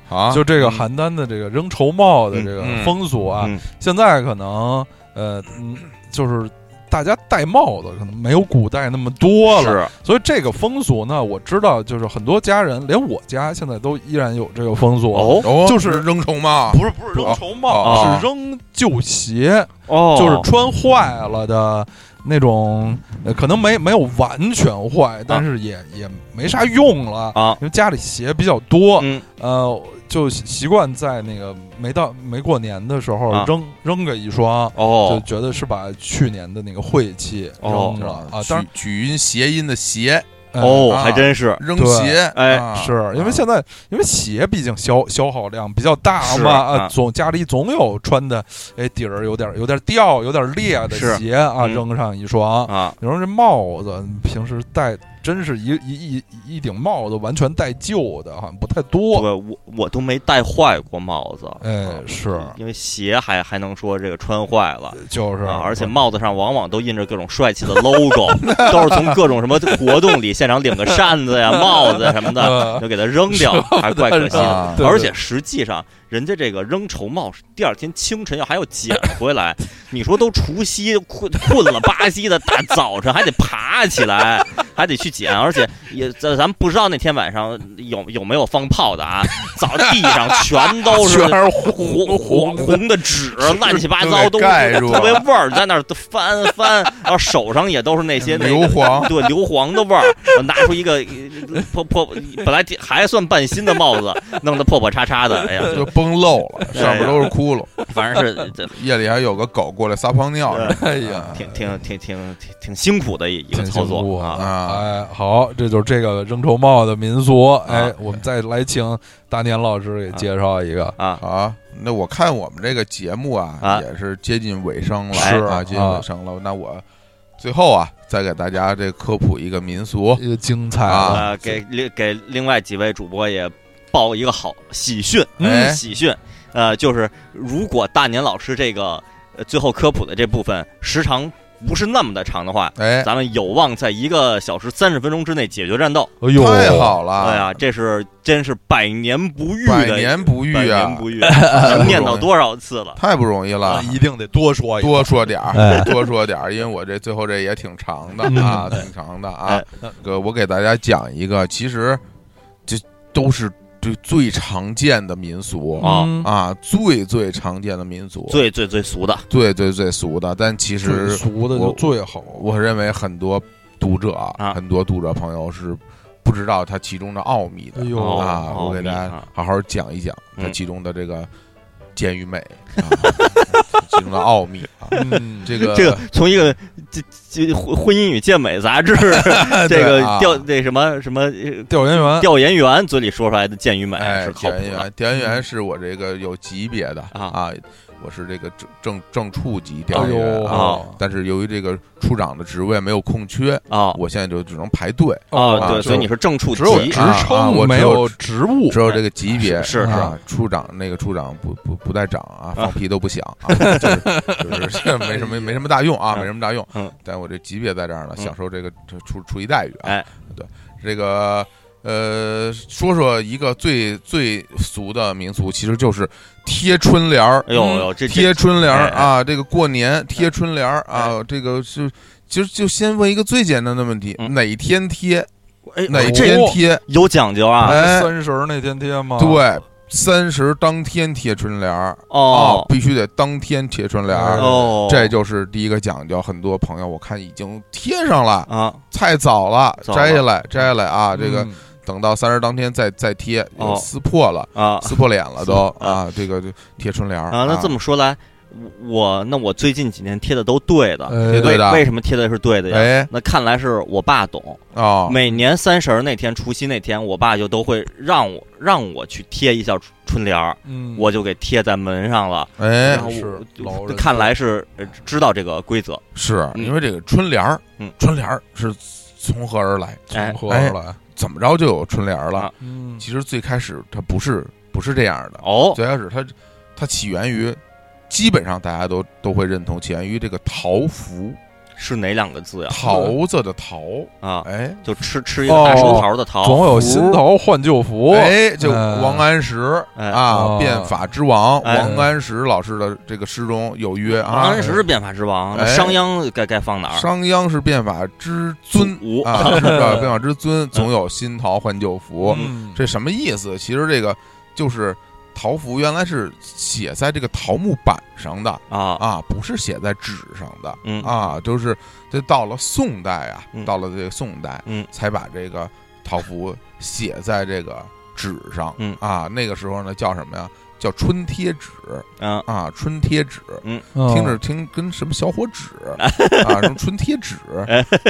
Speaker 1: 好，
Speaker 3: 就这个
Speaker 1: 嗯
Speaker 3: 邯郸的这个扔绸帽的这个
Speaker 1: 嗯嗯
Speaker 3: 风俗啊，
Speaker 2: 嗯
Speaker 3: 现在可能呃，嗯，就是大家戴帽子可能没有古代那么多了，
Speaker 2: 是
Speaker 3: 所以这个风俗呢，我知道就是很多家人，连我家现在都依然有这个风俗。
Speaker 2: 哦啊
Speaker 1: 哦
Speaker 3: 就是
Speaker 1: 扔虫嘛，
Speaker 3: 不是不是
Speaker 1: 哦
Speaker 3: 扔绸帽，
Speaker 1: 哦
Speaker 3: 是扔旧鞋，
Speaker 2: 哦，
Speaker 3: 就是穿坏了的那种，呃可能没没有完全坏，但是也也没啥用了，
Speaker 2: 啊，
Speaker 3: 因为家里鞋比较多，
Speaker 2: 嗯
Speaker 3: 呃，就习习惯在那个没到没过年的时候
Speaker 2: 啊
Speaker 3: 扔、扔个一双，就
Speaker 2: 哦
Speaker 3: 觉得是把去年的那个晦气
Speaker 2: 哦
Speaker 3: 扔了啊。当
Speaker 1: 取
Speaker 3: 然，
Speaker 1: 取音谐音的谐，
Speaker 3: 呃
Speaker 2: 哦，
Speaker 1: 啊
Speaker 2: 还真是
Speaker 1: 扔
Speaker 3: 对
Speaker 1: 鞋，
Speaker 2: 哎
Speaker 1: 啊
Speaker 3: 是因为现在因为鞋毕竟消消耗量比较大
Speaker 2: 是
Speaker 3: 嘛，
Speaker 2: 啊
Speaker 3: 啊，总家里总有穿的，哎，底儿有点有点掉、有点裂的
Speaker 2: 是
Speaker 3: 鞋啊，
Speaker 2: 嗯
Speaker 3: 扔上一双。
Speaker 2: 啊，
Speaker 3: 你说这帽子平时戴真是一一一一顶帽子完全戴旧的，好像不太多。
Speaker 2: 对，我我都没戴坏过帽子，
Speaker 3: 哎
Speaker 2: 啊
Speaker 3: 是
Speaker 2: 因为鞋还还能说这个穿坏了。
Speaker 3: 就是，
Speaker 2: 啊，而且帽子上往往都印着各种帅气的 logo，都 是从各种什么活动里现场领个扇子呀、帽子呀什么的，
Speaker 3: 呃
Speaker 2: 就给它扔掉，还怪可惜的。
Speaker 1: 啊
Speaker 3: 对
Speaker 2: 而且实际上，人家这个扔绸帽是第二天清晨要还要捡回来。你说都除夕困困了吧唧的大早晨还得爬起来， 还得去捡，而且也咱咱们不知道那天晚上有有没有放炮的啊，早地上全都是
Speaker 3: 全是红
Speaker 2: 红红
Speaker 3: 红的，
Speaker 2: 红的纸，乱七八糟
Speaker 1: 都
Speaker 2: 都
Speaker 1: 给盖住了
Speaker 2: 特别味儿，在那儿翻翻，然后手上也都是那些那
Speaker 1: 硫
Speaker 2: 个
Speaker 1: 磺，
Speaker 2: 对硫磺的味儿，我拿出一个呃破破，本来还算半新的帽子，弄得破破叉叉的，哎呀，
Speaker 1: 就崩漏 了，上面都是窟窿。
Speaker 2: 就反正是这
Speaker 1: 夜里还有个狗过来撒泡尿，
Speaker 2: 对
Speaker 3: 哎 呀，
Speaker 2: 挺挺挺挺挺挺辛苦的一一个
Speaker 3: 挺
Speaker 2: 操
Speaker 3: 辛苦
Speaker 2: 作
Speaker 3: 啊
Speaker 2: 啊。
Speaker 1: 啊，
Speaker 3: 哎，好，这就是这个扔绸帽的民俗。哎
Speaker 2: 啊，
Speaker 3: 我们再来请大年老师给介绍一个。
Speaker 1: 哦
Speaker 2: 啊，
Speaker 1: 好，那我看我们这个节目啊，
Speaker 2: 啊
Speaker 1: 也是接近尾声了，
Speaker 2: 是
Speaker 1: 啊，接近尾声了。那我最后啊，再给大家这科普一个民俗，
Speaker 3: 哦一个精彩
Speaker 1: 啊
Speaker 3: 的，
Speaker 2: 呃，给另给另外几位主播也报一个好喜讯，嗯
Speaker 1: 哎
Speaker 2: 喜讯，呃，就是如果大年老师这个呃最后科普的这部分时长不是那么的长的话，
Speaker 1: 哎，
Speaker 2: 咱们有望在一个小时三十分钟之内解决战斗。
Speaker 3: 哎呦，
Speaker 1: 太好了，
Speaker 2: 哎呀，这是真是百年不遇
Speaker 1: 百
Speaker 2: 的，
Speaker 1: 年不遇
Speaker 2: 百
Speaker 1: 啊哎
Speaker 2: 年，不遇， 能念叨多哎少次了？
Speaker 1: 太不容易了，
Speaker 3: 一定得多说一
Speaker 1: 多说点
Speaker 3: 哎
Speaker 1: 儿，多说点儿，因为我这最后这也挺长的啊，挺长的啊
Speaker 2: 哎。
Speaker 1: 呃，我给大家讲一个，其实这都是最最常见的民俗
Speaker 2: 啊
Speaker 3: 嗯
Speaker 1: 啊，最最常见的民俗，
Speaker 2: 最最最俗的，
Speaker 1: 最最最俗的。但其
Speaker 3: 最
Speaker 1: 实
Speaker 3: 俗的就
Speaker 1: 我
Speaker 3: 最好。
Speaker 1: 我认为很多读者啊，
Speaker 2: 啊
Speaker 1: 很多读者朋友是不知道它其中的奥秘的
Speaker 3: 哎呦
Speaker 1: 啊，
Speaker 2: 奥
Speaker 1: 我给
Speaker 2: 秘
Speaker 1: 大家
Speaker 2: 啊
Speaker 1: 好好讲一讲它
Speaker 2: 嗯
Speaker 1: 其中的这个剑与美啊， 其中的奥秘啊。
Speaker 3: 嗯，
Speaker 1: 这个
Speaker 2: 这个从一个这这婚婚姻与健美杂志这
Speaker 1: 对
Speaker 2: 个
Speaker 1: 啊
Speaker 2: 调那什么什么呃
Speaker 3: 调研员，
Speaker 2: 调研员嘴里说出来的健与美
Speaker 1: 哎
Speaker 2: 是，靠
Speaker 1: 调
Speaker 2: 谱
Speaker 1: 研
Speaker 2: 的
Speaker 1: 员，调研员是我这个有级别的
Speaker 2: 啊
Speaker 1: 我是这个正正正处级调
Speaker 3: 哎
Speaker 1: 研员
Speaker 3: 呦
Speaker 1: 啊。
Speaker 2: 啊
Speaker 1: 但是由于这个处长的职位没有空缺，
Speaker 2: 哦
Speaker 1: 我现在就只能排队，
Speaker 2: 哦，
Speaker 1: 啊
Speaker 2: 对，所以你是正处级
Speaker 3: 只有
Speaker 1: 级
Speaker 3: 职
Speaker 1: 啊我
Speaker 3: 称没
Speaker 1: 只有
Speaker 3: 有职务，
Speaker 1: 只有这个级别
Speaker 2: 哎是
Speaker 3: 是
Speaker 1: 啊，处长那个处长不不不带长啊，放屁都不响啊， 就是就是 这没什么没什么大用啊，
Speaker 2: 嗯
Speaker 1: 没什么大用
Speaker 2: 嗯。
Speaker 1: 但我这级别在这儿呢，
Speaker 2: 嗯
Speaker 1: 享受这个这处处级待遇啊
Speaker 2: 哎。
Speaker 1: 对，这个呃，说说一个最最俗的民俗，其实就是贴春联儿。
Speaker 2: 哎呦哎呦，这这
Speaker 1: 嗯贴春联儿
Speaker 2: 哎哎哎
Speaker 1: 啊，这个过年贴春联儿啊，这个是其实就先问一个最简单的问题：
Speaker 2: 嗯
Speaker 1: 哪天贴？
Speaker 2: 哎
Speaker 1: 哪
Speaker 2: 这
Speaker 1: 天贴？
Speaker 2: 有讲究啊？
Speaker 1: 哎
Speaker 3: 三十儿那天贴吗？，
Speaker 1: 对，三十当天贴春联儿啊
Speaker 2: 哦
Speaker 1: 必须得当天贴春联儿。
Speaker 2: 哦，
Speaker 1: 这就是第一个讲究，很多朋友我看已经贴上了，
Speaker 2: 啊
Speaker 1: 太早了，
Speaker 2: 早
Speaker 1: 摘
Speaker 2: 了
Speaker 1: 下来，摘下来啊！
Speaker 3: 嗯
Speaker 1: 这个等到三十当天再再贴，
Speaker 2: 哦
Speaker 1: 撕破了，
Speaker 2: 啊
Speaker 1: 撕破脸了都
Speaker 2: 撕啊
Speaker 1: 啊！这个就贴春联儿
Speaker 2: 啊，那这么说来，我我那我最近几年贴的都对的，
Speaker 3: 哎
Speaker 1: 贴啊呃对的
Speaker 2: 为为什么贴的是对的呀？
Speaker 1: 哎
Speaker 2: 那看来是我爸懂。
Speaker 1: 哦，
Speaker 2: 每年三十儿那天、除夕那天，我爸就都会让我让我去贴一下春春联儿，
Speaker 3: 嗯，
Speaker 2: 我就给贴在门上了。
Speaker 1: 哎
Speaker 2: 然后
Speaker 3: 是
Speaker 2: 我就
Speaker 3: 老人
Speaker 2: 看来是呃知道这个规则。
Speaker 1: 是
Speaker 2: 嗯
Speaker 1: 因为这个春联儿
Speaker 2: 嗯，
Speaker 1: 春联儿是从何而来？
Speaker 2: 哎
Speaker 3: 从何而来？
Speaker 1: 怎么着就有春联儿了
Speaker 2: 啊？
Speaker 3: 嗯，
Speaker 1: 其实最开始它不是不是这样的，
Speaker 2: 哦，
Speaker 1: 最开始它它起源于，基本上大家都都会认同起源于这个桃符，
Speaker 2: 是哪两个字呀？
Speaker 1: 桃子的桃，
Speaker 2: 啊，
Speaker 1: 哎
Speaker 2: 就吃吃一个大手桃的桃。
Speaker 3: 总有
Speaker 1: 福
Speaker 3: 新桃换旧符。
Speaker 1: 哎，这
Speaker 3: 嗯
Speaker 1: 王安石
Speaker 2: 哦哎
Speaker 1: 啊，
Speaker 3: 哦
Speaker 1: 变法之王
Speaker 2: 哎
Speaker 1: 王安石老师的这个诗中有曰
Speaker 2: 王
Speaker 1: 啊
Speaker 2: 安，石是变法之王，那
Speaker 1: 哎
Speaker 2: 商鞅该该放哪儿？
Speaker 1: 商鞅是变法之尊
Speaker 2: 祖
Speaker 1: 啊，是吧？变法之尊，总有新桃换旧符，
Speaker 3: 嗯，
Speaker 1: 这什么意思？其实这个就是桃符原来是写在这个桃木板上的。
Speaker 2: 啊，
Speaker 1: 啊，不是写在纸上的，
Speaker 2: 嗯
Speaker 1: 啊，就是这到了宋代啊，
Speaker 2: 嗯
Speaker 1: 到了这个宋代，
Speaker 2: 嗯
Speaker 1: 才把这个桃符写在这个纸上，
Speaker 2: 嗯
Speaker 1: 啊，那个时候呢叫什么呀？叫春贴纸
Speaker 2: 嗯
Speaker 1: 啊，春贴纸。
Speaker 3: 嗯
Speaker 2: 哦
Speaker 1: 听着听跟什么小伙 纸啊，什么春贴纸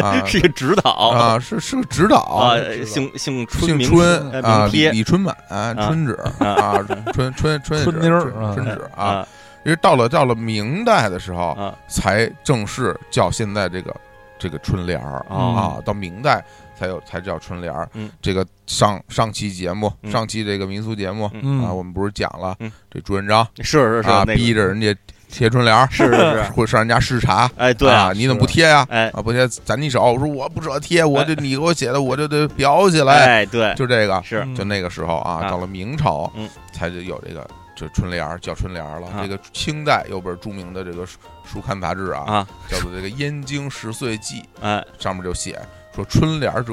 Speaker 1: 啊
Speaker 2: 是一个指导
Speaker 1: 啊，是是个指导
Speaker 2: 啊
Speaker 3: 知道，
Speaker 2: 姓
Speaker 1: 姓
Speaker 2: 姓春名
Speaker 1: 春
Speaker 2: 春
Speaker 1: 啊，
Speaker 2: 名
Speaker 1: 李
Speaker 2: 贴
Speaker 1: 李春满春纸啊，春春春
Speaker 3: 春
Speaker 1: 纸
Speaker 3: 妮儿
Speaker 1: 春春纸啊，
Speaker 2: 啊
Speaker 1: 因为到了到了明代的时候，
Speaker 2: 啊
Speaker 1: 才正式叫现在这个这个春联儿啊
Speaker 2: 哦
Speaker 3: 嗯
Speaker 1: 啊。到明代才有才叫春联儿。
Speaker 2: 嗯
Speaker 1: 这个上上期节目，
Speaker 2: 嗯
Speaker 1: 上期这个民俗节目、
Speaker 3: 嗯
Speaker 1: 啊，我们不是讲了、
Speaker 2: 嗯
Speaker 1: 这朱元璋
Speaker 2: 是是是，
Speaker 1: 啊，
Speaker 2: 那个
Speaker 1: 逼着人家贴春联儿，
Speaker 2: 是是是，
Speaker 1: 或者上人家视察，
Speaker 2: 哎，对
Speaker 1: 啊，你怎么不贴呀、
Speaker 2: 哎
Speaker 1: 啊，不贴攒你手，我说我不舍得贴，我这你给我写的，我这得裱起来，
Speaker 2: 哎，对，
Speaker 1: 就这个，
Speaker 2: 是
Speaker 1: 就那个时候啊，
Speaker 2: 啊
Speaker 1: 到了明朝，
Speaker 2: 嗯
Speaker 1: 才就有这个这春联儿叫春联儿了。
Speaker 2: 啊
Speaker 1: 这个清代有本著名的这个书书刊杂志啊，
Speaker 2: 啊，
Speaker 1: 叫做这个《燕京十岁记
Speaker 2: 哎》，
Speaker 1: 上面就写说春联儿者。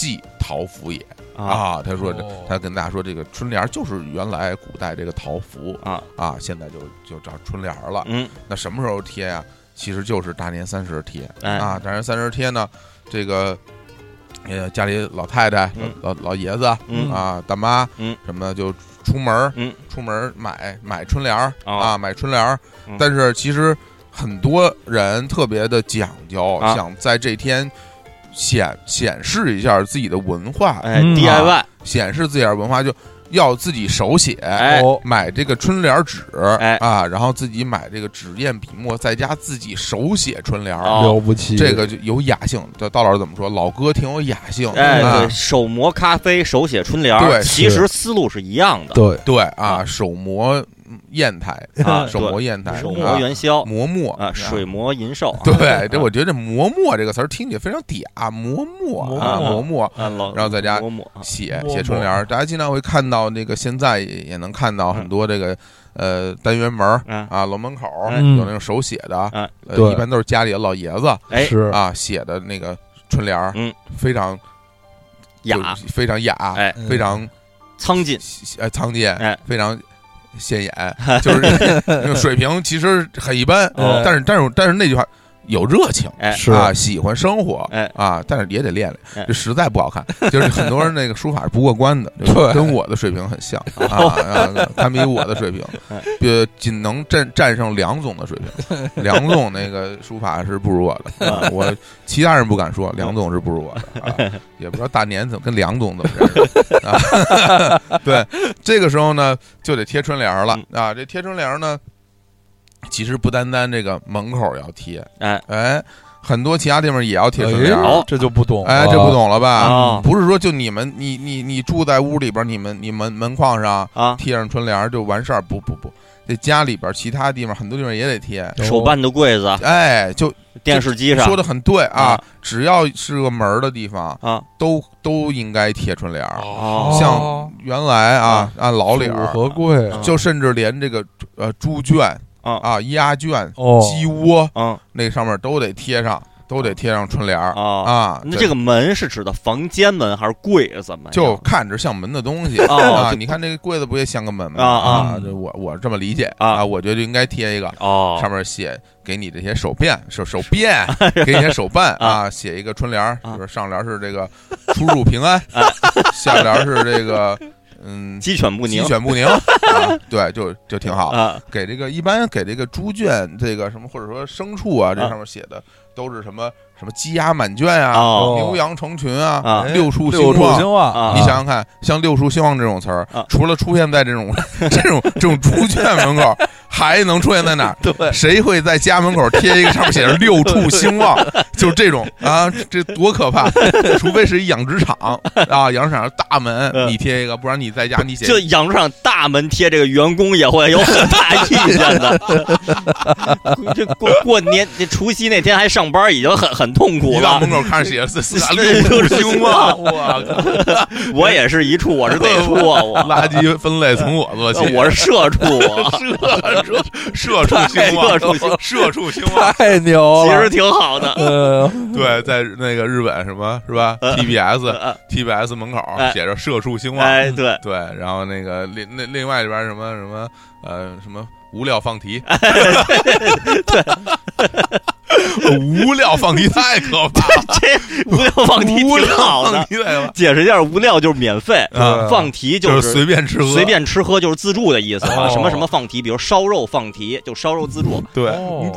Speaker 1: 即桃符也
Speaker 2: 啊
Speaker 1: 啊，他说这
Speaker 3: 哦，
Speaker 1: 他跟大家说，这个春联儿就是原来古代这个桃符
Speaker 2: 啊，
Speaker 1: 啊，现在就就叫春联儿了。
Speaker 2: 嗯
Speaker 1: 那什么时候贴呀、啊其实就是大年三十贴、
Speaker 2: 哎
Speaker 1: 啊。大年三十贴呢，这个呃家里老太太、
Speaker 2: 嗯
Speaker 1: 老老老爷子、
Speaker 2: 嗯
Speaker 1: 啊、大妈，
Speaker 2: 嗯，
Speaker 1: 什么的就出门儿
Speaker 2: 嗯
Speaker 1: 出门儿买买春联儿、
Speaker 2: 哦
Speaker 1: 啊，买春联儿、
Speaker 2: 嗯
Speaker 1: 但是其实很多人特别的讲究，
Speaker 2: 啊
Speaker 1: 想在这天。显显示一下自己的文化，
Speaker 2: 哎
Speaker 3: 嗯
Speaker 2: ，DIY，
Speaker 1: 显示自己的文化，就要自己手写，
Speaker 2: 哎
Speaker 3: 哦
Speaker 1: 买这个春联纸，
Speaker 2: 哎
Speaker 1: 啊，然后自己买这个纸砚笔墨，在家自己手写春联儿，
Speaker 2: 哦
Speaker 3: 了不起，
Speaker 1: 啊这个就有雅兴。这道老师怎么说？老哥挺有雅兴，
Speaker 2: 哎，
Speaker 1: 啊
Speaker 2: 对，手磨咖啡，手写春联儿，
Speaker 1: 对
Speaker 2: 其
Speaker 3: 是
Speaker 2: 实思路是一样的，
Speaker 3: 对，
Speaker 1: 对啊，手磨砚 台，
Speaker 2: 啊
Speaker 1: 手
Speaker 2: 对
Speaker 1: 磨砚台，
Speaker 2: 手
Speaker 1: 啊
Speaker 2: 磨元宵
Speaker 1: 磨墨
Speaker 2: 啊，水。磨银兽啊，
Speaker 1: 对，这我觉得这“磨墨”这个词儿听起来非常嗲，磨墨啊，
Speaker 3: 磨
Speaker 1: 磨
Speaker 3: 墨
Speaker 1: 墨，
Speaker 2: 啊，老
Speaker 1: 然后在家
Speaker 2: 磨磨啊
Speaker 1: 写
Speaker 3: 摸
Speaker 1: 写春
Speaker 3: 摸
Speaker 1: 联儿，大家经常会看到那个现在也也能看到很
Speaker 2: 嗯
Speaker 1: 多这个呃单元门儿
Speaker 2: 嗯
Speaker 1: 啊楼门口儿
Speaker 2: 嗯
Speaker 1: 有那种手写的，
Speaker 2: 啊，
Speaker 1: 呃
Speaker 3: 对
Speaker 1: 一般都是家里的老爷子
Speaker 2: 哎，
Speaker 3: 是
Speaker 1: 啊写的那个春联儿，
Speaker 2: 嗯，
Speaker 1: 非常
Speaker 2: 雅，
Speaker 1: 就是啊非常雅，
Speaker 2: 哎
Speaker 1: 非常
Speaker 2: 苍劲，
Speaker 1: 呃苍劲，
Speaker 2: 哎
Speaker 1: 非常。显 眼，就是那个水平其实很一般，
Speaker 3: 哦
Speaker 1: 但是但是但是那句话有热情，
Speaker 2: 哎，
Speaker 3: 是
Speaker 1: 啊，喜欢生活，
Speaker 2: 哎
Speaker 1: 啊，但是也得练
Speaker 2: 哎
Speaker 1: 练，这实在不好看。就是很多人那个书法是不过关的，
Speaker 3: 对
Speaker 1: 跟我的水平很像啊啊，堪比我的水平
Speaker 2: 哎，
Speaker 1: 呃，仅能战战胜梁总的水平。梁总那个书法是不如我的，啊我其他人不敢说，梁总是不如我的，啊、也不知道大年怎么跟梁总怎么认识啊。 对，这个时候呢，就得贴春联儿了啊。这贴春联儿呢，其实不单单这个门口要贴，
Speaker 2: 哎
Speaker 1: 哎，很多其他地方也要贴春联
Speaker 3: 哎
Speaker 1: 儿。
Speaker 2: 哦
Speaker 3: 这就不懂了，
Speaker 1: 哎，这不懂了吧？
Speaker 2: 啊
Speaker 1: 不是说就你们，你你你住在屋里边，你们你们门框上
Speaker 2: 啊，
Speaker 1: 贴上春联儿就完事儿？不不不，这家里边其他地方很多地方也得贴。
Speaker 3: 有
Speaker 2: 手办的柜子，啊
Speaker 1: 哎，就
Speaker 2: 电视机上
Speaker 1: 说的很对啊
Speaker 2: 啊，
Speaker 1: 只要是个门儿的地方，
Speaker 2: 啊，
Speaker 1: 都都应该贴春联儿。
Speaker 2: 哦
Speaker 1: 像原来啊，按老理儿，嗯
Speaker 3: 和贵
Speaker 2: 啊
Speaker 1: 就甚至连这个呃猪圈
Speaker 2: 啊
Speaker 1: 啊、鸭圈、
Speaker 3: 哦，
Speaker 1: 鸡窝
Speaker 2: 嗯
Speaker 1: 那上面都得贴上，都得贴上春联儿
Speaker 2: 啊，
Speaker 1: 啊。
Speaker 2: 那这个门是指的房间门还是柜子门呀？啊
Speaker 1: 就看着像门的东西
Speaker 2: 哎哦
Speaker 1: 啊，
Speaker 2: 就
Speaker 1: 你看这个柜子不也像个门吗？
Speaker 2: 啊啊
Speaker 1: 啊，这我我这么理解
Speaker 2: 啊
Speaker 1: 我觉得就应该贴一个。
Speaker 2: 哦
Speaker 1: 上面写给你这些手办手手 变，给你些手办啊，写一个春联儿，
Speaker 2: 啊
Speaker 1: 就是上联儿是这个出入平 安， 下联儿是这个嗯
Speaker 2: 鸡犬不宁
Speaker 1: 鸡犬 不宁，啊对，就就挺好。
Speaker 2: 啊，
Speaker 1: 给这个一般给这个猪圈这个什么或者说牲畜啊，这
Speaker 2: 啊
Speaker 1: 上面写的都是什么什么鸡鸭满圈啊，
Speaker 2: 哦
Speaker 1: 牛羊成群啊。
Speaker 2: 啊
Speaker 3: 哎
Speaker 1: 六畜兴
Speaker 3: 六畜
Speaker 1: 旺
Speaker 3: 兴旺
Speaker 2: 啊
Speaker 1: 你想想看，像“六畜兴旺”这种词儿
Speaker 2: 啊，
Speaker 1: 除了出现在这种 这种这种猪圈门口，还能出现在哪 儿？
Speaker 3: 对，
Speaker 1: 谁会在家门口贴一个上面写着“六畜兴旺”？就是这种啊，这多可怕！除非是一养殖场啊，养殖场大门
Speaker 2: 嗯
Speaker 1: 你贴一个，不然你在家你写
Speaker 2: 就养殖场大门贴这个员工也会有很大意见的。 这过过年这除夕那天还上班，已经很很痛苦
Speaker 1: 你到
Speaker 2: 了
Speaker 1: 门。口看着写着四四 大
Speaker 2: 六
Speaker 1: 六
Speaker 2: 畜
Speaker 1: 畜
Speaker 2: 兴
Speaker 1: 兴旺，
Speaker 2: 旺
Speaker 1: 我靠！
Speaker 2: 我也是一处，我是哪处 啊？我
Speaker 1: 垃圾分类从我做起，
Speaker 2: 我是社畜 啊，
Speaker 1: 社畜兴
Speaker 2: 社
Speaker 1: 旺，
Speaker 2: 畜兴旺
Speaker 1: 社畜兴旺。
Speaker 3: 太牛
Speaker 2: 其实
Speaker 3: 了，
Speaker 2: 挺好的。
Speaker 3: 呃，
Speaker 1: 对，在那个日本什么 是吧
Speaker 2: 呃
Speaker 1: ？TBS
Speaker 2: 呃
Speaker 1: TBS 门口
Speaker 2: 哎
Speaker 1: 写着“社畜兴旺”，
Speaker 2: 哎，对，
Speaker 1: 对，然后那个另那另外里边什么什么呃什么无料放 题，对，无料放题太可怕了，
Speaker 2: 这无料放题
Speaker 1: 无
Speaker 2: 挺
Speaker 1: 料
Speaker 2: 好
Speaker 1: 放
Speaker 2: 的。
Speaker 1: 题太 可怕了
Speaker 2: 解释一下，无料就是免费，
Speaker 1: 啊
Speaker 2: 放题
Speaker 1: 就是随便吃喝，
Speaker 2: 随便吃喝就是自助的意思啊。
Speaker 3: 哦
Speaker 2: 什么什么放题，比如烧肉放题，就烧肉自助；
Speaker 1: 对，
Speaker 3: 哦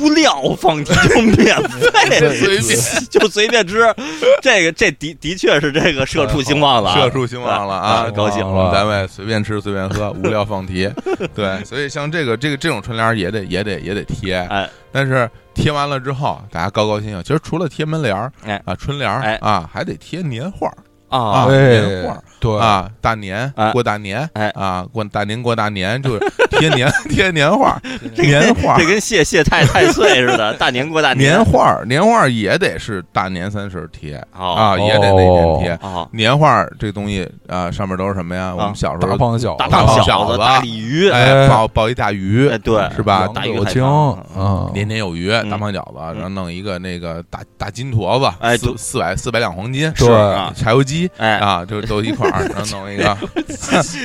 Speaker 2: 无料放题就免费
Speaker 3: 对
Speaker 1: 嗯 随便
Speaker 2: 就随便吃，这个这的的确是这个社畜兴旺了啊，
Speaker 1: 社畜兴旺了啊
Speaker 2: 啊，高兴
Speaker 1: 我们单位随便吃随 便喝，无料放题，对，所以像这个这个这种春联儿也得也得也得贴，
Speaker 2: 哎，
Speaker 1: 但是贴完了之后，大家高高兴兴。其实除了贴门帘儿，
Speaker 2: 哎
Speaker 1: 啊春联儿，
Speaker 2: 哎
Speaker 1: 啊还得贴年画儿
Speaker 2: 啊
Speaker 1: 啊，年画
Speaker 3: 对
Speaker 1: 儿
Speaker 3: 哎对，
Speaker 1: 啊，大年
Speaker 2: 哎
Speaker 1: 过大年，
Speaker 2: 哎
Speaker 1: 啊过大年过大年，就是贴 年贴年画儿，
Speaker 2: 这跟
Speaker 1: 年画儿
Speaker 2: 这跟谢谢太太岁似 的，大年过大
Speaker 1: 啊年画儿年画儿也得是大年三十贴
Speaker 2: 啊
Speaker 1: 啊，也得那天贴。
Speaker 2: 啊，
Speaker 1: 年画儿这东西啊，上面都是什么呀？我们小时
Speaker 3: 大
Speaker 1: 候
Speaker 3: 胖小
Speaker 2: 大
Speaker 1: 大
Speaker 2: 胖
Speaker 1: 胖
Speaker 2: 小
Speaker 1: 小
Speaker 2: 子、
Speaker 1: 子
Speaker 2: 大鲤鱼，
Speaker 1: 哎
Speaker 3: 哎
Speaker 1: 抱抱一大鱼
Speaker 2: 哎，对
Speaker 1: 是吧？
Speaker 2: 大
Speaker 3: 大
Speaker 2: 鱼
Speaker 3: 有
Speaker 2: 海
Speaker 3: 青
Speaker 2: 棠
Speaker 3: 嗯，
Speaker 1: 年年有余，大胖饺子，
Speaker 2: 嗯
Speaker 1: 然后弄一个那个大大金坨子，
Speaker 2: 哎
Speaker 1: 四
Speaker 2: 对
Speaker 1: 四百四百两黄金，
Speaker 3: 对
Speaker 2: 啊
Speaker 1: 柴油鸡
Speaker 2: 哎，
Speaker 1: 啊，就都一块儿，然后弄一个，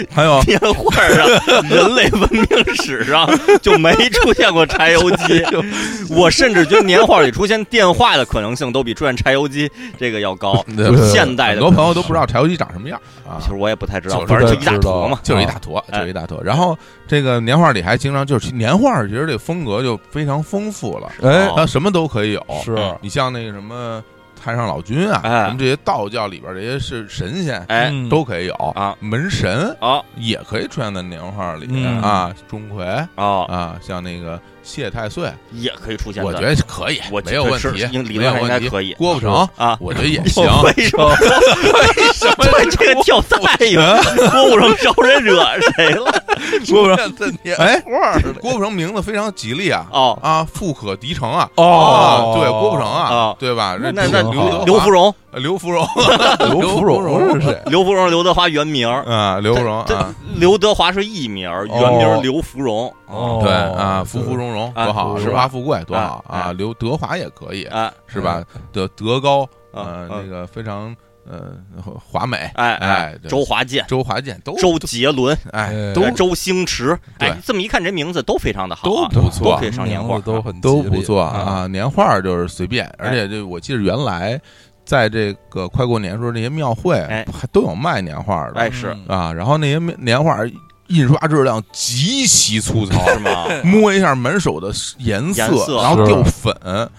Speaker 1: 还有
Speaker 2: 年画上，人类文明史上就没出现过 柴油机。我甚至觉得年画里出现电话的可能性都比出现柴油机这个要高。
Speaker 1: 对
Speaker 2: 现
Speaker 1: 呃很
Speaker 2: 代的
Speaker 1: 多朋友都不知道柴油鸡长什么样啊
Speaker 2: 其，实我也不太知道，
Speaker 1: 就是
Speaker 2: 反正就一大坨嘛。
Speaker 1: 就是一大坨，
Speaker 2: 哎
Speaker 1: 就是一大坨。然后这个年画里还经常就是年画，其实这风格就非常丰富了，
Speaker 3: 哎
Speaker 2: 哦
Speaker 1: 它什么都可以有，啊
Speaker 3: 是
Speaker 1: 你像那个什么太上老君啊，
Speaker 2: 哎
Speaker 1: 什么这些道教里边这些是神仙
Speaker 2: 哎
Speaker 3: 嗯
Speaker 1: 都可以有
Speaker 2: 啊，
Speaker 1: 门神
Speaker 2: 哦
Speaker 1: 也可以出现在年画里
Speaker 3: 嗯
Speaker 1: 啊，钟馗
Speaker 2: 哦，
Speaker 1: 啊，像那个谢太岁，
Speaker 2: 也可以出现的。
Speaker 1: 我觉得是可以
Speaker 2: 我，
Speaker 1: 没有问
Speaker 2: 是
Speaker 1: 题，
Speaker 2: 应理
Speaker 1: 没
Speaker 2: 论
Speaker 1: 有
Speaker 2: 上应
Speaker 1: 问
Speaker 2: 该
Speaker 1: 题。
Speaker 2: 可以
Speaker 1: 郭富城，
Speaker 2: 啊。
Speaker 1: 我觉得也行。
Speaker 2: 我为什么？为什 么这个跳太远？
Speaker 1: 啊
Speaker 2: 郭富城招人惹谁了？
Speaker 3: 嗯
Speaker 1: 郭富城，哎，
Speaker 2: 画
Speaker 1: 郭富城名字非常吉利啊，
Speaker 2: 哦
Speaker 1: 啊，富可敌城啊，
Speaker 3: 哦
Speaker 1: 啊对，郭富城啊
Speaker 2: 哦，
Speaker 1: 对吧？
Speaker 2: 那
Speaker 1: 这
Speaker 2: 那那
Speaker 1: 刘德
Speaker 2: 刘
Speaker 1: 华
Speaker 2: 芙蓉，
Speaker 1: 呃刘芙蓉
Speaker 3: 刘
Speaker 1: 刘
Speaker 3: 芙
Speaker 1: 芙
Speaker 3: 蓉
Speaker 1: 蓉
Speaker 3: 是谁？
Speaker 2: 刘芙蓉，刘德华原名。
Speaker 1: 啊， 刘芙蓉
Speaker 2: 这
Speaker 1: 啊，
Speaker 2: 刘德华是艺名，原名刘芙蓉。
Speaker 3: 哦
Speaker 1: 对啊，
Speaker 3: 对
Speaker 1: 福福荣荣
Speaker 2: 啊
Speaker 1: 多好，
Speaker 2: 是
Speaker 1: 荣
Speaker 2: 吧
Speaker 1: 华富贵多好
Speaker 2: 啊啊
Speaker 1: 啊，刘德华也可以，
Speaker 2: 啊，
Speaker 1: 是吧？德德高，呃
Speaker 2: 啊，
Speaker 1: 那个非常呃华美，
Speaker 2: 哎
Speaker 1: 哎，对
Speaker 2: 周华健、
Speaker 1: 周华健都
Speaker 2: 周杰伦、
Speaker 1: 哎
Speaker 3: 哎
Speaker 1: 都
Speaker 2: 哎周星驰，
Speaker 1: 对
Speaker 2: 哎，这么一看，这名字都非常的好
Speaker 1: 都
Speaker 2: 啊，
Speaker 1: 不错
Speaker 2: 都可以上年画
Speaker 3: 名字都很
Speaker 1: 都
Speaker 3: 吉
Speaker 1: 不
Speaker 3: 利
Speaker 1: 错，啊，年画儿就是随便，
Speaker 2: 哎
Speaker 1: 而且这我记得原来在这个快过年时候，那些庙会
Speaker 2: 哎
Speaker 1: 还都有卖年画儿的
Speaker 2: 哎是
Speaker 3: 嗯
Speaker 1: 啊，然后那些面年画儿印刷质量极其粗糙。
Speaker 2: 是吗？啊
Speaker 1: 摸一下满手的颜色，
Speaker 2: 哎颜色
Speaker 1: 然后
Speaker 3: 是
Speaker 1: 掉粉，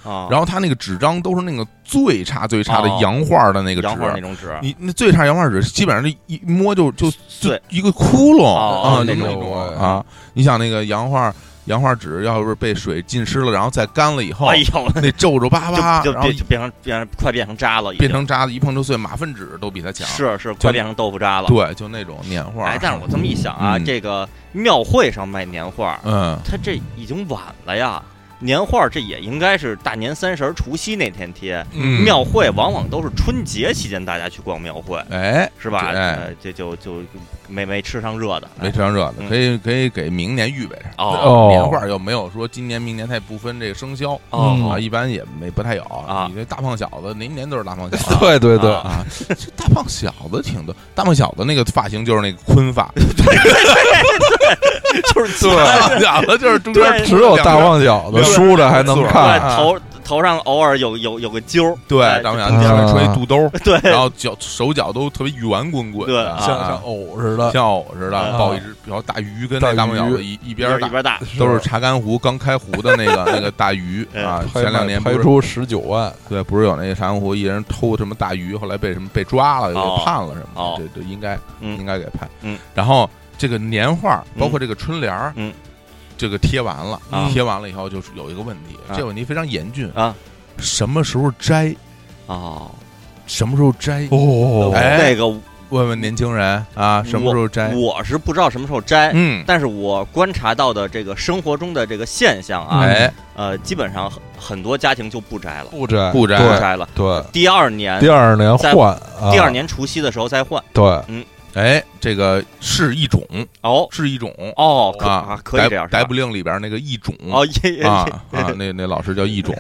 Speaker 2: 啊，
Speaker 1: 然后它那个纸张都是那个最差最差的
Speaker 2: 哦
Speaker 1: 洋画儿的那个纸，
Speaker 2: 洋画那种纸，
Speaker 1: 你那最差洋画纸，基本上这一摸就就就
Speaker 2: 碎
Speaker 1: 一个窟窿
Speaker 2: 哦
Speaker 1: 啊
Speaker 2: 那
Speaker 1: 那
Speaker 2: 种
Speaker 1: 种
Speaker 3: 哎
Speaker 1: 啊！你想那个洋画洋画纸，要是被水浸湿了，然后再干了以后
Speaker 2: 哎，呦，
Speaker 1: 那皱皱巴巴，
Speaker 2: 就
Speaker 1: 然后
Speaker 2: 就就变成变成快变成渣了，已经
Speaker 1: 变成渣子，一碰就碎，马粪纸都比它强。
Speaker 2: 是是快变成豆腐渣了。
Speaker 1: 对，就那种年画。
Speaker 2: 哎，但是我这么一想啊，
Speaker 1: 嗯
Speaker 2: 这个庙会上卖年画，
Speaker 1: 嗯，
Speaker 2: 他这已经晚了呀。年画这也应该是大年三十儿、除夕那天贴。
Speaker 1: 嗯
Speaker 2: 庙会往往都是春节期间大家去逛庙会，
Speaker 1: 哎，
Speaker 2: 是吧？
Speaker 1: 对
Speaker 2: 呃，这就就没没吃上热的，
Speaker 1: 没吃上热的，
Speaker 2: 嗯
Speaker 1: 可以可以给明年预备上。
Speaker 2: 哦
Speaker 1: 年画又没有说今年明年，它也不分这个生肖
Speaker 3: 嗯
Speaker 1: 啊，
Speaker 2: 哦
Speaker 1: 一般也没不太有
Speaker 2: 啊
Speaker 1: 你这大胖小子，哪年都是大胖小子。
Speaker 3: 对对对，
Speaker 2: 啊
Speaker 1: 啊，这大胖小子挺多，大胖小子那个发型就是那个昆发，
Speaker 2: 就是
Speaker 3: 对
Speaker 1: 大胖小子就是中间
Speaker 2: 对
Speaker 1: 秃
Speaker 3: 只有
Speaker 1: 两
Speaker 3: 大
Speaker 1: 边儿，
Speaker 3: 胖小
Speaker 1: 两
Speaker 3: 子
Speaker 1: 边
Speaker 3: 梳着还能
Speaker 2: 对
Speaker 3: 看，
Speaker 1: 啊
Speaker 2: 头头上偶尔有有有个揪儿，哎
Speaker 1: 对，大胖小子
Speaker 3: 嗯
Speaker 1: 上面穿一肚兜儿，
Speaker 2: 对
Speaker 1: 然后脚手脚都特别圆滚滚
Speaker 2: 对
Speaker 1: 的，
Speaker 2: 啊
Speaker 3: 像像
Speaker 1: 像
Speaker 3: 藕似的，
Speaker 1: 像藕似的
Speaker 2: 啊
Speaker 1: 抱一只，然后大鱼跟
Speaker 3: 大
Speaker 1: 那大胖小子
Speaker 3: 鱼
Speaker 1: 一一
Speaker 2: 一边
Speaker 1: 边
Speaker 2: 儿
Speaker 1: 儿大，
Speaker 2: 一边儿大，
Speaker 1: 都是查干湖刚开湖的那 个那个大鱼啊，
Speaker 3: 拍
Speaker 1: 前两年不
Speaker 3: 拍
Speaker 1: 是
Speaker 3: 出十九万，
Speaker 1: 对，不是有那个查干湖一人偷什么大鱼，后来被什么被抓了，
Speaker 2: 哦
Speaker 1: 给判了什么
Speaker 2: 哦
Speaker 1: 的，这这应该
Speaker 2: 嗯
Speaker 1: 应该给判。
Speaker 2: 嗯，
Speaker 1: 然后这个年画，
Speaker 2: 嗯
Speaker 1: 包括这个春联儿
Speaker 2: 嗯，
Speaker 1: 这个贴完了
Speaker 2: 啊，
Speaker 1: 贴完了以后就是有一个问题，
Speaker 2: 啊
Speaker 1: 这问题非常严峻
Speaker 2: 啊，
Speaker 1: 什么时候摘？
Speaker 2: 哦，
Speaker 1: 什么时候摘？
Speaker 3: 哦
Speaker 1: 哎
Speaker 2: 那个
Speaker 1: 问问年轻人啊，什么时候摘？
Speaker 2: 我是不知道什么时候摘，
Speaker 1: 嗯，
Speaker 2: 但是我观察到的这个生活中的这个现象啊，
Speaker 1: 哎，
Speaker 2: 呃，基本上很很多家庭就不摘了，
Speaker 3: 不摘
Speaker 1: 不摘哎
Speaker 2: 不
Speaker 3: 对
Speaker 2: 摘了，
Speaker 3: 对，
Speaker 2: 第二年
Speaker 3: 第二年换，啊
Speaker 2: 第二年除夕的时候再换，
Speaker 3: 对，
Speaker 1: 哎，这个是一种，
Speaker 2: 哦
Speaker 1: 是一种
Speaker 2: 哦，可
Speaker 1: 啊，
Speaker 2: 可以这样，
Speaker 1: 逮
Speaker 2: 是吧
Speaker 1: 不令里边那个一种
Speaker 2: 哦，也也
Speaker 1: 啊啊， 那那老师叫一种，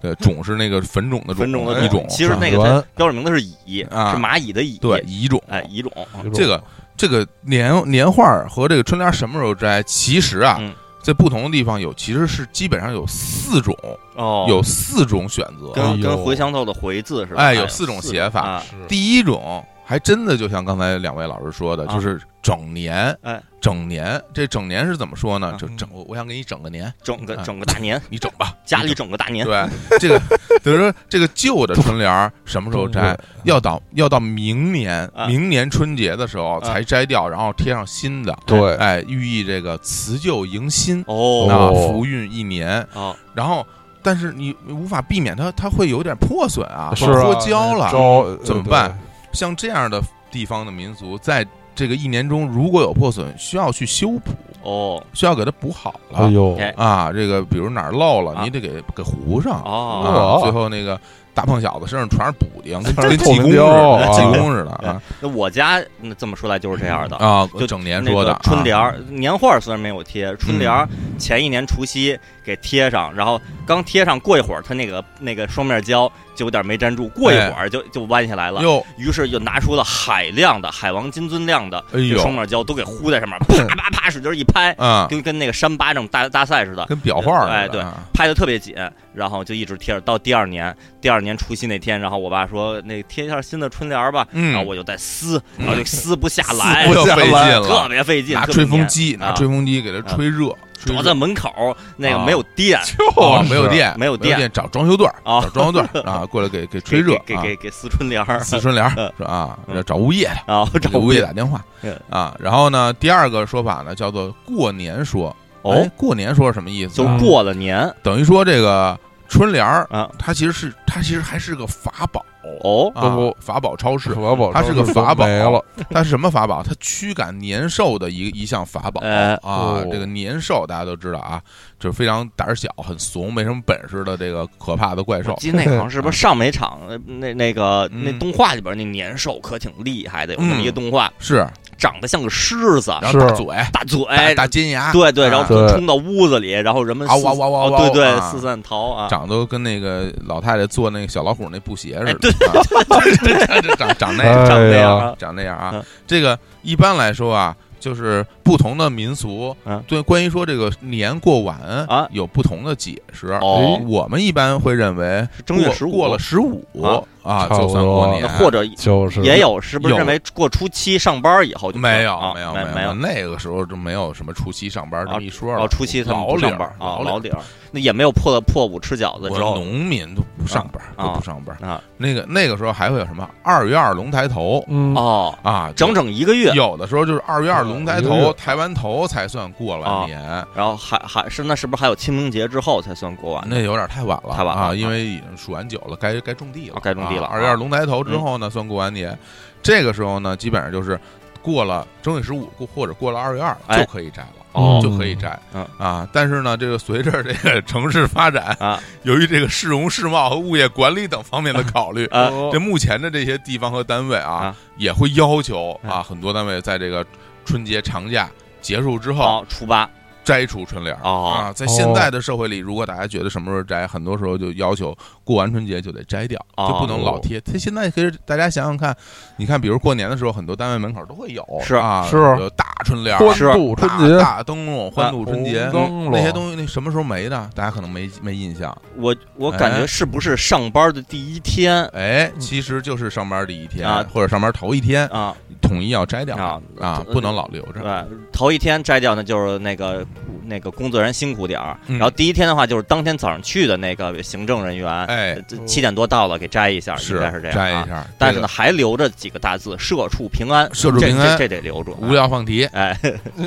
Speaker 1: 对，种是那个粉种的种，
Speaker 2: 分种的
Speaker 1: 一种，
Speaker 2: 其实那个
Speaker 3: 转
Speaker 2: 它
Speaker 3: 轮
Speaker 2: 标准名字是蚁，
Speaker 1: 啊
Speaker 2: 是蚂蚁的蚁，
Speaker 1: 对，，乙种，
Speaker 2: 哎，蚁种，
Speaker 1: 这个这个年年画儿和这个春联儿什么时候摘？其实啊，
Speaker 2: 嗯
Speaker 1: 在不同的地方有，其实是基本上有四种，
Speaker 2: 哦，
Speaker 1: 有四种选
Speaker 2: 跟、
Speaker 1: 择。
Speaker 3: 哎呦
Speaker 2: 跟回乡豆的回字似的，
Speaker 1: 哎，
Speaker 2: 有
Speaker 1: 有四种写法。
Speaker 2: 啊，
Speaker 1: 第一种还真的就像刚才两位老师说的，
Speaker 2: 啊
Speaker 1: 就是整年，
Speaker 2: 哎，
Speaker 1: 整年，这整年是怎么说呢
Speaker 3: 啊？
Speaker 1: 就整，我我想给你整个年，
Speaker 2: 整个
Speaker 1: 啊
Speaker 2: 整个大年，
Speaker 1: 你整吧，
Speaker 2: 家
Speaker 1: 你
Speaker 2: 里
Speaker 1: 整
Speaker 2: 整个大年，
Speaker 1: 对这个，等于说这个旧的春联儿什么时候摘？要到要到明年
Speaker 2: 啊，
Speaker 1: 明年春节的时候才摘掉，然后贴上新的。
Speaker 3: 对
Speaker 1: 哎，寓意这个辞旧迎新，
Speaker 2: 哦
Speaker 1: 那福运一年。
Speaker 2: 哦，
Speaker 1: 然后，但是你无法避免它，它会有点破损啊，
Speaker 3: 是
Speaker 1: 脱
Speaker 3: 啊
Speaker 1: 胶了。
Speaker 3: 招
Speaker 1: 怎么办？像这样的地方的民族，在这个一年中如果有破损，需要去修补，
Speaker 2: 哦
Speaker 1: 需要给它补好
Speaker 3: 哎
Speaker 1: 了
Speaker 3: 呦，
Speaker 2: 哎
Speaker 1: 啊。这个比如哪儿漏了，
Speaker 2: 啊
Speaker 1: 你得给给糊上
Speaker 2: 哦
Speaker 1: 啊
Speaker 3: 哦
Speaker 1: 最后那个大胖小子身上全是补丁，哦跟
Speaker 3: 这
Speaker 1: 跟
Speaker 3: 透
Speaker 1: 济
Speaker 3: 明
Speaker 1: 公似
Speaker 3: 胶
Speaker 1: 的，
Speaker 3: 啊
Speaker 1: 济公似的啊
Speaker 2: 那我家那这么说来就是这样的。
Speaker 1: 啊！
Speaker 2: 哎就
Speaker 1: 整年说的
Speaker 2: 那个春联
Speaker 1: 啊嗯
Speaker 2: 儿、年画儿虽然没有贴，春联儿前一年除夕给贴上，然后刚贴上，过一会儿它那个那个双面胶就有点没粘住，过一会儿就、就弯下来了。
Speaker 1: 哎哟，
Speaker 2: 于是就拿出了海量的海王金樽量的
Speaker 1: 哎
Speaker 2: 这
Speaker 1: 呦
Speaker 2: 双面胶，都给糊在上面，啪啪啪，使劲一拍，
Speaker 1: 啊，
Speaker 2: 跟跟那个扇巴掌大大赛似的，
Speaker 1: 跟裱画似的，
Speaker 2: 哎对
Speaker 1: 啊
Speaker 2: 拍的特别紧，然后就一直贴着。到第二年，第二年除夕那天，然后我爸说：“那贴一下新的春联儿吧。”
Speaker 1: 嗯
Speaker 2: 然啊后我就在撕，
Speaker 1: 嗯
Speaker 2: 然后就撕不下来，
Speaker 1: 又费劲
Speaker 2: 特
Speaker 1: 了，
Speaker 2: 别费劲，
Speaker 1: 拿
Speaker 2: 特别
Speaker 1: 吹风
Speaker 2: 黏
Speaker 1: 机，
Speaker 2: 啊
Speaker 1: 拿吹风机给它吹热，
Speaker 2: 主
Speaker 1: 吹
Speaker 2: 要
Speaker 1: 热
Speaker 2: 在门口那个
Speaker 1: 啊
Speaker 2: 没有电，
Speaker 1: 哦，没有电，
Speaker 2: 没有电
Speaker 1: 电，找装修队儿，
Speaker 2: 啊
Speaker 1: 找装修队儿啊，过 来给给
Speaker 2: 给
Speaker 1: 吹热，
Speaker 2: 给
Speaker 1: 啊
Speaker 2: 给给撕春联儿
Speaker 1: 四春联儿
Speaker 2: 嗯
Speaker 1: 是吧啊
Speaker 2: 嗯，
Speaker 1: 找物业的，
Speaker 2: 啊，找
Speaker 1: 给物业打电话
Speaker 2: 嗯
Speaker 1: 啊。然后呢，第二个说法呢叫做过年说，
Speaker 2: 哦
Speaker 1: 哎，，过年说是什么意思
Speaker 2: 就
Speaker 1: 呢？啊
Speaker 2: 过了年
Speaker 1: 等于说这个春联儿
Speaker 2: 啊，
Speaker 1: 它其实是它其实还是个法宝
Speaker 2: 哦
Speaker 1: 啊
Speaker 3: 不，
Speaker 1: 法宝超市，
Speaker 3: 法宝，
Speaker 1: 它是个法宝
Speaker 3: 没了，
Speaker 1: 它是什么法宝？它驱赶年兽的一一项法宝
Speaker 2: 哎
Speaker 1: 啊
Speaker 3: 哦！
Speaker 1: 这个年兽大家都知道啊，就是非常胆儿小、很怂、没什么本事的这个可怕的怪
Speaker 2: 我
Speaker 1: 兽。
Speaker 2: 记得那个好像是不是上美场呃那那个
Speaker 1: 嗯
Speaker 2: 那动画里边那年兽可挺厉害的，有那么一个动画，
Speaker 1: 是，
Speaker 2: 长得像个狮子，
Speaker 1: 然后大
Speaker 3: 是
Speaker 1: 嘴、
Speaker 2: 大嘴，
Speaker 1: 大大金牙，
Speaker 2: 哎对对，
Speaker 1: 啊
Speaker 2: 然后
Speaker 3: 对
Speaker 2: 冲到屋子里，然后人们
Speaker 1: 嗷
Speaker 2: 四
Speaker 1: 嗷嗷嗷
Speaker 2: 哦
Speaker 1: 嗷
Speaker 2: 对对，
Speaker 1: 啊
Speaker 2: 四散逃啊，
Speaker 1: 长得都跟那个老太太做那个小老虎那布鞋似
Speaker 2: 哎
Speaker 1: 的，
Speaker 2: 对
Speaker 1: 啊长 长长那样，
Speaker 3: 哎
Speaker 2: 长那
Speaker 3: 呀
Speaker 2: 样啊，
Speaker 1: 长那样啊
Speaker 2: 嗯。
Speaker 1: 这个一般来说啊，就是不同的民俗
Speaker 2: 嗯
Speaker 1: 对关于说这个年过晚
Speaker 2: 啊
Speaker 1: 有不同的解释。
Speaker 2: 哦
Speaker 1: 我们一般会认为
Speaker 2: 是正月
Speaker 1: 过
Speaker 2: 十五
Speaker 1: 过了十五
Speaker 2: 啊
Speaker 1: 啊，
Speaker 3: 差不
Speaker 1: 就算过
Speaker 3: 多
Speaker 1: 年，
Speaker 2: 或者
Speaker 3: 就是
Speaker 2: 也有是不是
Speaker 1: 有
Speaker 2: 认为过初七上班以后就
Speaker 1: 没有
Speaker 2: 啊
Speaker 1: 没
Speaker 2: 没
Speaker 1: 有
Speaker 2: 没
Speaker 1: 没有，那个时候就没有什么初七上班这么一说
Speaker 2: 然
Speaker 1: 了。
Speaker 2: 后初七他们
Speaker 1: 老
Speaker 2: 不
Speaker 1: 领
Speaker 2: 上班啊，老
Speaker 1: 老
Speaker 2: 底儿，那也没有破了破五吃饺子
Speaker 1: 我
Speaker 2: 之后
Speaker 1: 农民都不上班，
Speaker 2: 啊
Speaker 1: 都不上班
Speaker 2: 啊。
Speaker 1: 那个那个时候还会有什么二月二龙抬头
Speaker 3: 嗯
Speaker 2: 哦，
Speaker 1: 啊，
Speaker 2: 整整一个月，
Speaker 1: 有的时候就是二月二龙抬
Speaker 3: 哎
Speaker 1: 头，
Speaker 3: 呦
Speaker 1: 抬完头才算过完年，
Speaker 2: 然后还还是那是不是还有清明节之后才算过完呢？
Speaker 1: 那有点太晚了，
Speaker 2: 太晚了
Speaker 1: 啊！
Speaker 2: 啊
Speaker 1: 因为已经数完九了，该该种地了
Speaker 2: 啊，该种地了
Speaker 1: 二月
Speaker 2: 啊
Speaker 1: 二龙抬头之后呢，算过完年，这个时候呢，基本上就是过了正月十五，过或者过了二月二
Speaker 2: 哎
Speaker 1: 就可以摘了。
Speaker 2: 哦
Speaker 1: 就可以摘
Speaker 2: 嗯
Speaker 1: 啊！但是呢，这个随着这个城市发展
Speaker 2: 啊，
Speaker 1: 由于这个市容市貌和物业管理等方面的考虑，
Speaker 2: 呃
Speaker 3: 哦
Speaker 1: 这目前的这些地方和单位啊
Speaker 2: 啊，
Speaker 1: 也会要求啊，
Speaker 2: 啊
Speaker 1: 很多单位在这个春节长假结束之后
Speaker 2: 哦，初八
Speaker 1: 摘除春联儿
Speaker 2: 哦
Speaker 1: 啊。在现在的社会里，如果大家觉得什么时候摘，很多时候就要求过完春节就得摘掉，
Speaker 2: 哦
Speaker 1: 就不能老贴。它现在可是大家想想看，你看，比如过年的时候，很多单位门口都会有
Speaker 2: 是
Speaker 1: 啊，
Speaker 3: 是
Speaker 1: 有大春联儿。
Speaker 3: 欢
Speaker 2: 是
Speaker 3: 度春
Speaker 1: 大
Speaker 3: 节，
Speaker 1: 大灯笼、欢度春节，
Speaker 3: 红灯笼
Speaker 1: 那些东西，那什么时候没的？大家可能没没印象。
Speaker 2: 我我感觉
Speaker 1: 哎
Speaker 2: 是不是上班的第一天
Speaker 1: 哎，其实就是上班第一天
Speaker 2: 嗯啊，
Speaker 1: 或者上班头一天，
Speaker 2: 啊
Speaker 1: 统一要摘掉
Speaker 2: 啊呃
Speaker 1: 啊，不能老留着。
Speaker 2: 对，头一天摘掉呢，就是那个那个工作人员辛苦点儿。
Speaker 1: 嗯
Speaker 2: 然后第一天的话，就是当天早上去的那个行政人员，
Speaker 1: 哎
Speaker 2: 呃，这七点多到了，给摘一下，应该是这样、啊。
Speaker 1: 摘一下，
Speaker 2: 但是
Speaker 1: 这
Speaker 2: 呢，
Speaker 1: 个
Speaker 2: 还留着几个大字“社畜平安”，
Speaker 1: 社畜平安
Speaker 2: 这这这得留住。
Speaker 1: 无聊放题，
Speaker 2: 哎，